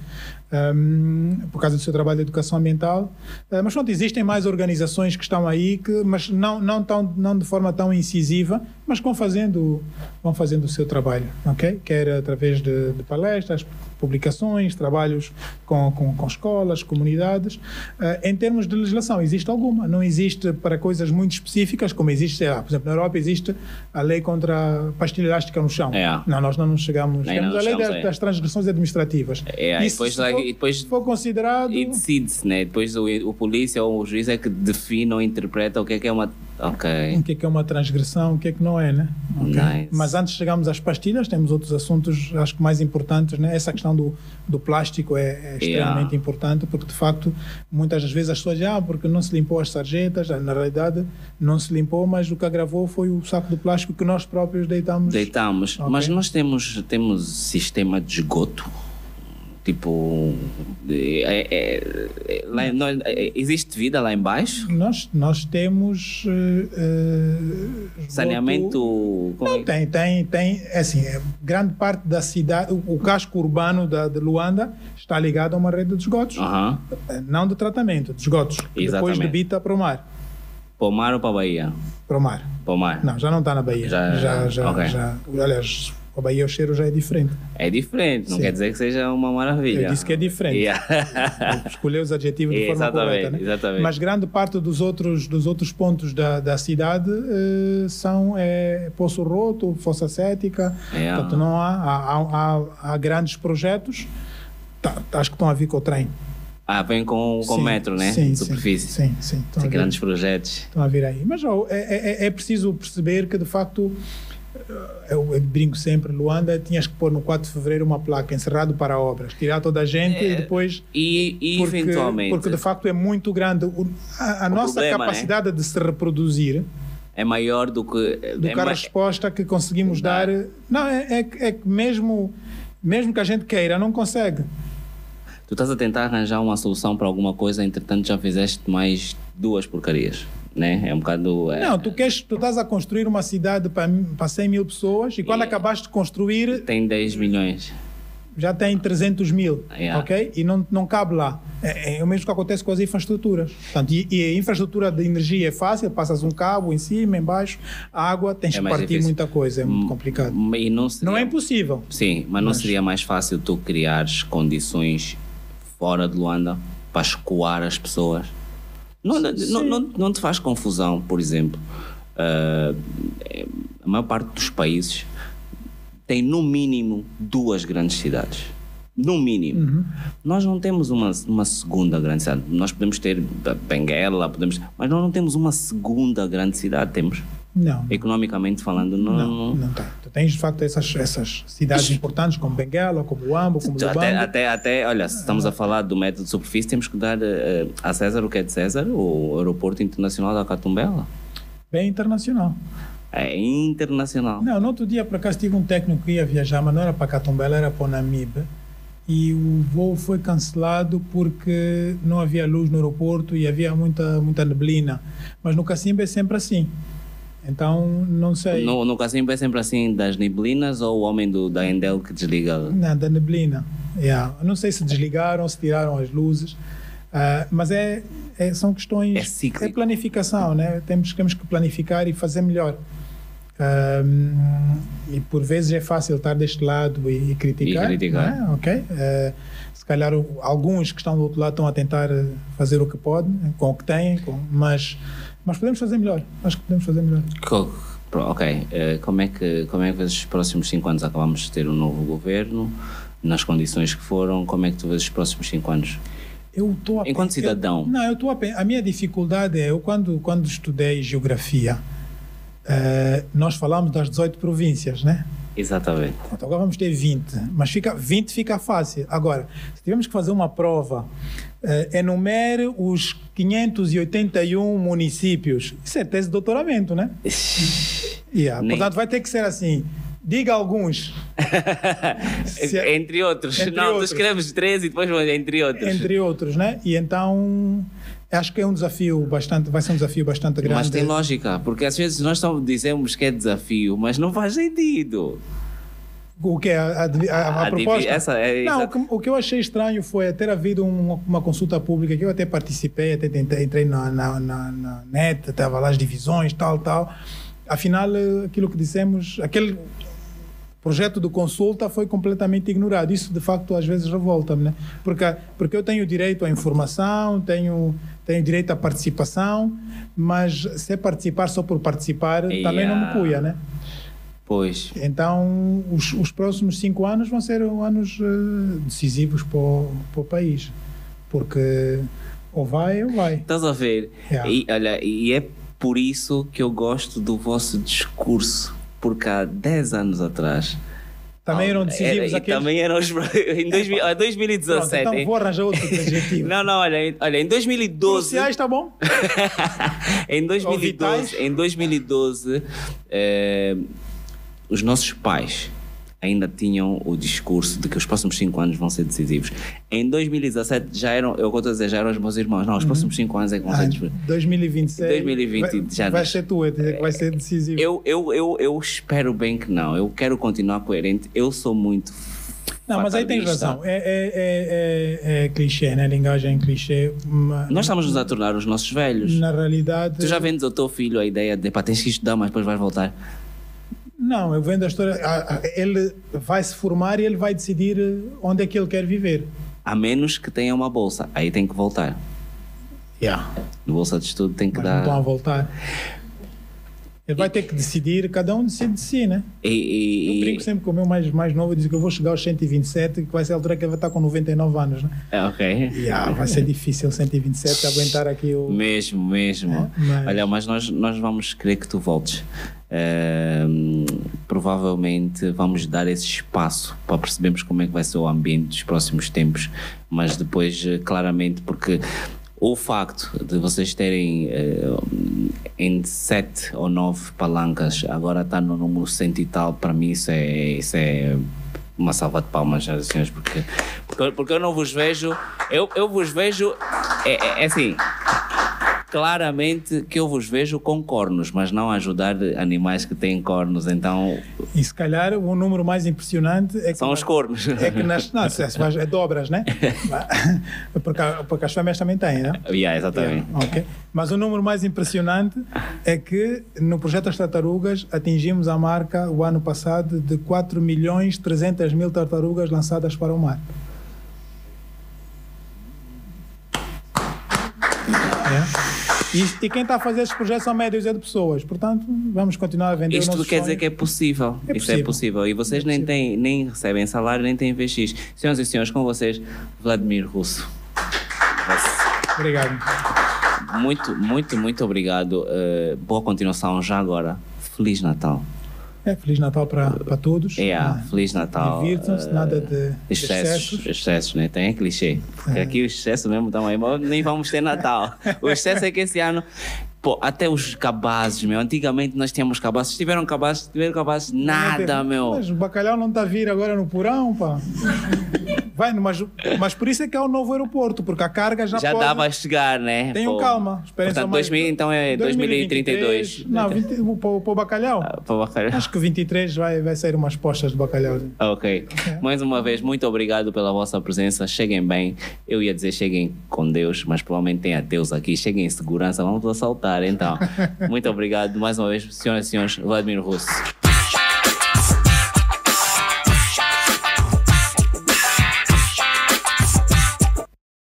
Speaker 2: hum, por causa do seu trabalho de educação ambiental. Ah, mas pronto, existem mais organizações que estão aí, que, mas não, não, tão, não de forma tão incisiva, mas vão fazendo, vão fazendo o seu trabalho, ok? Quer através de, de palestras, publicações, trabalhos com, com, com escolas, comunidades. Ah, em termos de legislação, existe alguma? Não existe para coisas muito específicas, como existe, sei lá, por exemplo, na Europa existe a lei contra a pastilha elástica no chão.
Speaker 1: É.
Speaker 2: Não, nós não nos chegamos.
Speaker 1: Nem
Speaker 2: Temos
Speaker 1: não
Speaker 2: a lei
Speaker 1: chegamos
Speaker 2: das,
Speaker 1: aí.
Speaker 2: das transgressões administrativas.
Speaker 1: É, aí
Speaker 2: Isso,
Speaker 1: depois
Speaker 2: se
Speaker 1: lá-
Speaker 2: for,
Speaker 1: e depois-
Speaker 2: se for considerado...
Speaker 1: E decide-se, né? Depois o, o polícia ou o juiz é que define ou interpreta o que é que é uma.
Speaker 2: o
Speaker 1: Ok.
Speaker 2: que é que é uma transgressão, o que é que não é, né? Ok.
Speaker 1: Nice.
Speaker 2: Mas antes de chegarmos às pastilhas, temos outros assuntos, acho que mais importantes, né? Essa questão do, do plástico é, é extremamente
Speaker 1: Yeah.
Speaker 2: importante, porque de facto, muitas das vezes as pessoas dizem, ah, porque não se limpou as sarjetas, na realidade não se limpou, mas o que agravou foi o saco de plástico que nós próprios deitamos.
Speaker 1: Deitamos.
Speaker 2: Ok.
Speaker 1: Mas nós temos, temos sistema de esgoto. Tipo. de- é- é- é- lá
Speaker 2: Hum.
Speaker 1: em- nós- é- existe vida lá embaixo?
Speaker 2: Nós, nós temos... eh, eh, esgoto-
Speaker 1: Saneamento. como é-
Speaker 2: Tem, tem, tem. é Assim, é, grande parte da cidade, o, o casco urbano da, de Luanda está ligado a uma rede de esgotos.
Speaker 1: Aham.
Speaker 2: Eh, Não de tratamento, de esgotos. Depois
Speaker 1: Exatamente.
Speaker 2: debita para o mar.
Speaker 1: Para o mar ou para a Bahia?
Speaker 2: Para o mar.
Speaker 1: Para o mar.
Speaker 2: Não, já não está na Bahia.
Speaker 1: Já-
Speaker 2: já, já,
Speaker 1: ok.
Speaker 2: já. Aliás, a Bahia o cheiro já é diferente.
Speaker 1: É diferente, não
Speaker 2: Sim.
Speaker 1: quer dizer que seja uma maravilha.
Speaker 2: Eu disse que é diferente.
Speaker 1: Yeah.
Speaker 2: escolher os adjetivos de
Speaker 1: É,
Speaker 2: forma
Speaker 1: exatamente,
Speaker 2: correta. Né?
Speaker 1: exatamente.
Speaker 2: Mas grande parte dos outros, dos outros pontos da, da cidade eh, são eh, Poço Roto, Fossa Cética.
Speaker 1: É.
Speaker 2: Portanto, não há, há, há- há- há grandes projetos. Tá, acho que estão a vir com o trem.
Speaker 1: ah, vem com, com
Speaker 2: Sim,
Speaker 1: metro, né?
Speaker 2: Sim,
Speaker 1: Superfície.
Speaker 2: Sim, sim. sim estão a
Speaker 1: Tem
Speaker 2: vir.
Speaker 1: grandes projetos.
Speaker 2: Estão a vir aí. Mas ó, é, é- é preciso perceber que, de facto, eh, eu, eu brinco sempre, Luanda, tinhas que pôr no 4 de fevereiro uma placa encerrado para obras, tirar toda a gente e depois
Speaker 1: E, e
Speaker 2: porque,
Speaker 1: É, eventualmente
Speaker 2: porque de facto é muito grande. O- a a
Speaker 1: O
Speaker 2: nossa
Speaker 1: problema, né?
Speaker 2: capacidade de se reproduzir,
Speaker 1: é maior do que.
Speaker 2: do
Speaker 1: é
Speaker 2: que a
Speaker 1: ma-
Speaker 2: resposta que conseguimos
Speaker 1: Dá.
Speaker 2: dar. Não, é, é, que- é que mesmo, mesmo que a gente queira, não consegue.
Speaker 1: Tu estás a tentar arranjar uma solução para alguma coisa, entretanto já fizeste mais duas porcarias, né? É um bocado. é-
Speaker 2: Não, tu, queres, tu estás a construir uma cidade para para 100 mil pessoas e quando
Speaker 1: Yeah.
Speaker 2: acabaste de construir
Speaker 1: Tem 10 milhões.
Speaker 2: já tem 300 mil,
Speaker 1: Yeah.
Speaker 2: ok? E não, não cabe lá. É, é o mesmo que acontece com as infraestruturas. Portanto, e, e a infraestrutura de energia é fácil, passas um cabo em cima, em baixo, água, tens
Speaker 1: É
Speaker 2: que
Speaker 1: mais
Speaker 2: partir
Speaker 1: difícil. Hum.
Speaker 2: muita coisa, é muito complicado.
Speaker 1: E não seria
Speaker 2: Não é impossível.
Speaker 1: Sim, mas não seria mais fácil tu criares condições fora de Luanda para escoar as pessoas? Não, não, não, não, não te faz confusão, por exemplo, ah, eh, a maior parte dos países tem no mínimo duas grandes cidades. No mínimo. Nós não temos uma, uma segunda grande cidade. Nós podemos ter Benguela, podemos, mas nós não temos uma segunda grande cidade. Temos,
Speaker 2: Não,
Speaker 1: economicamente falando,
Speaker 2: não,
Speaker 1: hum.
Speaker 2: não tem. Tu tens de facto essas, essas cidades importantes como Benguela, como Luambo, como
Speaker 1: Então, Até,
Speaker 2: Lubango.
Speaker 1: até, até, olha, se estamos a falar do método de superfície, temos que dar eh, a César o que é de César, o Aeroporto Internacional da Catumbela.
Speaker 2: Bem internacional.
Speaker 1: É internacional.
Speaker 2: Não, no outro dia, por acaso, tive um técnico que ia viajar, mas não era para Catumbela, era para o Namibe. E o voo foi cancelado porque não havia luz no aeroporto e havia muita, muita neblina. Mas no Cacimba é sempre assim. Então, não sei.
Speaker 1: No, no Cacimbo é sempre assim das neblinas ou o homem do, da Endel que desliga?
Speaker 2: Na, da neblina. Yeah. Eu Não sei se desligaram, se tiraram as luzes, ah, mas é, é- são questões.
Speaker 1: É cíclico.
Speaker 2: planificação, né? Temos, temos que planificar e fazer melhor. Ahm, e por vezes é fácil estar deste lado e, e criticar.
Speaker 1: E criticar.
Speaker 2: né? Ok. Eh, se calhar o- alguns que estão do outro lado estão a tentar eh, fazer o que podem, né? com o que têm, com, mas, mas podemos fazer melhor. Acho que podemos fazer melhor.
Speaker 1: Co- pro- Ok, eh, como é que como é que vês os próximos cinco anos acabamos de ter um novo governo? Nas condições que foram, como é que tu vês os próximos cinco anos?
Speaker 2: Eu tô a
Speaker 1: Enquanto
Speaker 2: pen-
Speaker 1: cidadão.
Speaker 2: eu- não, eu estou a pen- A minha dificuldade é, eu quando, quando estudei geografia, eh, nós falamos das 18 províncias, né?
Speaker 1: Exatamente.
Speaker 2: Pronto, agora vamos ter 20, mas fica, 20 fica fácil. Agora, se tivermos que fazer uma prova, eh, enumere os 581 municípios. Isso é tese de doutoramento, né? Yeah.
Speaker 1: Nem-
Speaker 2: Portanto, vai ter que ser assim. Diga alguns, Se- é-
Speaker 1: entre outros.
Speaker 2: Entre
Speaker 1: não,
Speaker 2: outros.
Speaker 1: tu escreves três e depois vão entre outros.
Speaker 2: entre outros, né? E então, acho que é um desafio bastante, vai ser um desafio bastante grande.
Speaker 1: Mas tem lógica, porque às vezes nós só dizemos que é desafio, mas não faz sentido.
Speaker 2: O que é a, a- a- a
Speaker 1: Ah, divi-
Speaker 2: proposta?
Speaker 1: essa é-
Speaker 2: não, o
Speaker 1: exato.
Speaker 2: que, o que eu achei estranho foi ter havido uma, uma consulta pública que eu até participei, até tentei, entrei na, na, na, na net, estava lá as divisões, tal, tal. Afinal, eh, aquilo que dissemos, aquele projeto de consulta foi completamente ignorado. Isso, de facto, às vezes revolta-me, né? Porque, porque eu tenho direito à informação, tenho, tenho direito à participação, mas se é participar só por participar, também não me
Speaker 1: Yeah.
Speaker 2: cuia, né?
Speaker 1: Pois,
Speaker 2: Então, os, os próximos cinco anos vão ser anos eh, decisivos para o, para o país, porque ou vai ou vai.
Speaker 1: estás a ver?
Speaker 2: Yeah.
Speaker 1: E, olha, e é por isso que eu gosto do vosso discurso, porque há 10 anos atrás.
Speaker 2: Também eram
Speaker 1: Era-
Speaker 2: decisivos
Speaker 1: e
Speaker 2: aqueles.
Speaker 1: Também eram os. Em 2000 ah, 2017.
Speaker 2: Pronto, então
Speaker 1: hein?
Speaker 2: vou arranjar outro adjetivo.
Speaker 1: Não, não, olha, em- olha em 2012.
Speaker 2: Sociais, tá bom?
Speaker 1: em
Speaker 2: Ou vitais.
Speaker 1: 2012, em 2012 eh, os nossos pais ainda tinham o discurso de que os próximos cinco anos vão ser decisivos. Em 2017 já eram, eu vou dizer, já eram os meus irmãos. Não, os próximos cinco anos é que vão ser
Speaker 2: Ah,
Speaker 1: decisivos.
Speaker 2: 2026.
Speaker 1: 2020
Speaker 2: vai,
Speaker 1: já
Speaker 2: vai
Speaker 1: nasce.
Speaker 2: ser tu, é dizer que vai ser decisivo.
Speaker 1: Eu, eu, eu, eu espero bem que não. Eu quero continuar coerente. Eu sou muito
Speaker 2: não, mas aí tens
Speaker 1: fatalista.
Speaker 2: razão. É, é, é, é, é clichê, né? Linguagem clichê. mas
Speaker 1: Nós estamos nos a tornar os nossos velhos.
Speaker 2: na realidade.
Speaker 1: Tu já vendes ao teu filho a ideia de, pá, tens que estudar, mas depois vais voltar.
Speaker 2: Não, eu vendo a história. a- a- Ele vai se formar e ele vai decidir eh, onde é que ele quer viver.
Speaker 1: A menos que tenha uma bolsa. Aí tem que voltar.
Speaker 2: Yeah.
Speaker 1: No bolsa de estudo tem que
Speaker 2: Mas não
Speaker 1: dar...
Speaker 2: estão a voltar. Ele vai ter que decidir, cada um decide de si, né?
Speaker 1: E,
Speaker 2: Eu
Speaker 1: e,
Speaker 2: brinco sempre com o meu mais, mais novo, eu digo que eu vou chegar aos 127, que vai ser a altura que ele vai estar com 99 anos, né?
Speaker 1: É, ok.
Speaker 2: Yeah, vai ser difícil 127 aguentar aqui o.
Speaker 1: Mesmo, mesmo.
Speaker 2: É, mas-
Speaker 1: Olha, mas nós, nós vamos querer que tu voltes. Ahm, provavelmente vamos dar esse espaço para percebermos como é que vai ser o ambiente dos próximos tempos, mas depois, eh, claramente, porque o facto de vocês terem eh, em sete ou nove palancas, agora está no número cento e tal, para mim isso é, isso é uma salva de palmas, senhoras e senhores, porque, porque, porque eu não vos vejo, eu, eu vos vejo, é- é- é assim, Claramente que eu vos vejo com cornos, mas não ajudar animais que têm cornos, então
Speaker 2: E se calhar o número mais impressionante é que.
Speaker 1: são os cornos.
Speaker 2: É que nas. Não, se- se vais- é dobras, né? Porque, porque as fêmeas também têm, né?
Speaker 1: yeah, exatamente.
Speaker 2: Ok. Mas o número mais impressionante é que no projeto das tartarugas atingimos a marca o ano passado de 4 milhões 300 mil tartarugas lançadas para o mar. É. E, e quem está a fazer esses projetos são médias de pessoas, portanto vamos continuar a vender o
Speaker 1: Isto
Speaker 2: nosso
Speaker 1: quer dizer
Speaker 2: sonho.
Speaker 1: que é possível.
Speaker 2: É
Speaker 1: Isto é
Speaker 2: possível.
Speaker 1: possível. E vocês nem, têm, nem recebem salário, nem têm VX. Senhoras e senhores, com vocês, Vladimir Russo. é-
Speaker 2: Obrigado.
Speaker 1: Muito, muito, muito obrigado. Eh, boa continuação já agora. Feliz Natal.
Speaker 2: É, Feliz Natal para para todos.
Speaker 1: Yeah,
Speaker 2: Ah,
Speaker 1: Feliz É, Natal.
Speaker 2: Divirtam-se,
Speaker 1: Eh,
Speaker 2: nada de de
Speaker 1: Excessos,
Speaker 2: excessos.
Speaker 1: excessos, né? Tem é clichê. Porque aqui o excesso mesmo estão aí, mas nem vamos ter Natal. O excesso é que esse ano, pô, até os cabazes, meu. Antigamente nós tínhamos cabazes, tiveram cabazes, tiveram cabazes, nada, meu.
Speaker 2: tá Mas o bacalhau não está a vir agora no porão, pá. Vai, mas, mas por isso é que é o novo aeroporto, porque a carga já,
Speaker 1: Já
Speaker 2: pode...
Speaker 1: dá para chegar, né?
Speaker 2: Tenham
Speaker 1: Pô.
Speaker 2: calma, esperem só
Speaker 1: Portanto,
Speaker 2: mais-
Speaker 1: 2000, então é 2032.
Speaker 2: Não, 20, para, o bacalhau.
Speaker 1: Ah, para bacalhau.
Speaker 2: Acho que 23 vai, vai sair umas postas de bacalhau.
Speaker 1: Ok. Mais uma vez, muito obrigado pela vossa presença. Cheguem bem. Eu ia dizer cheguem com Deus, mas provavelmente tem a Deus aqui. Cheguem em segurança, vamos assaltar então. muito obrigado mais uma vez, senhoras e senhores, Vladimir Russo.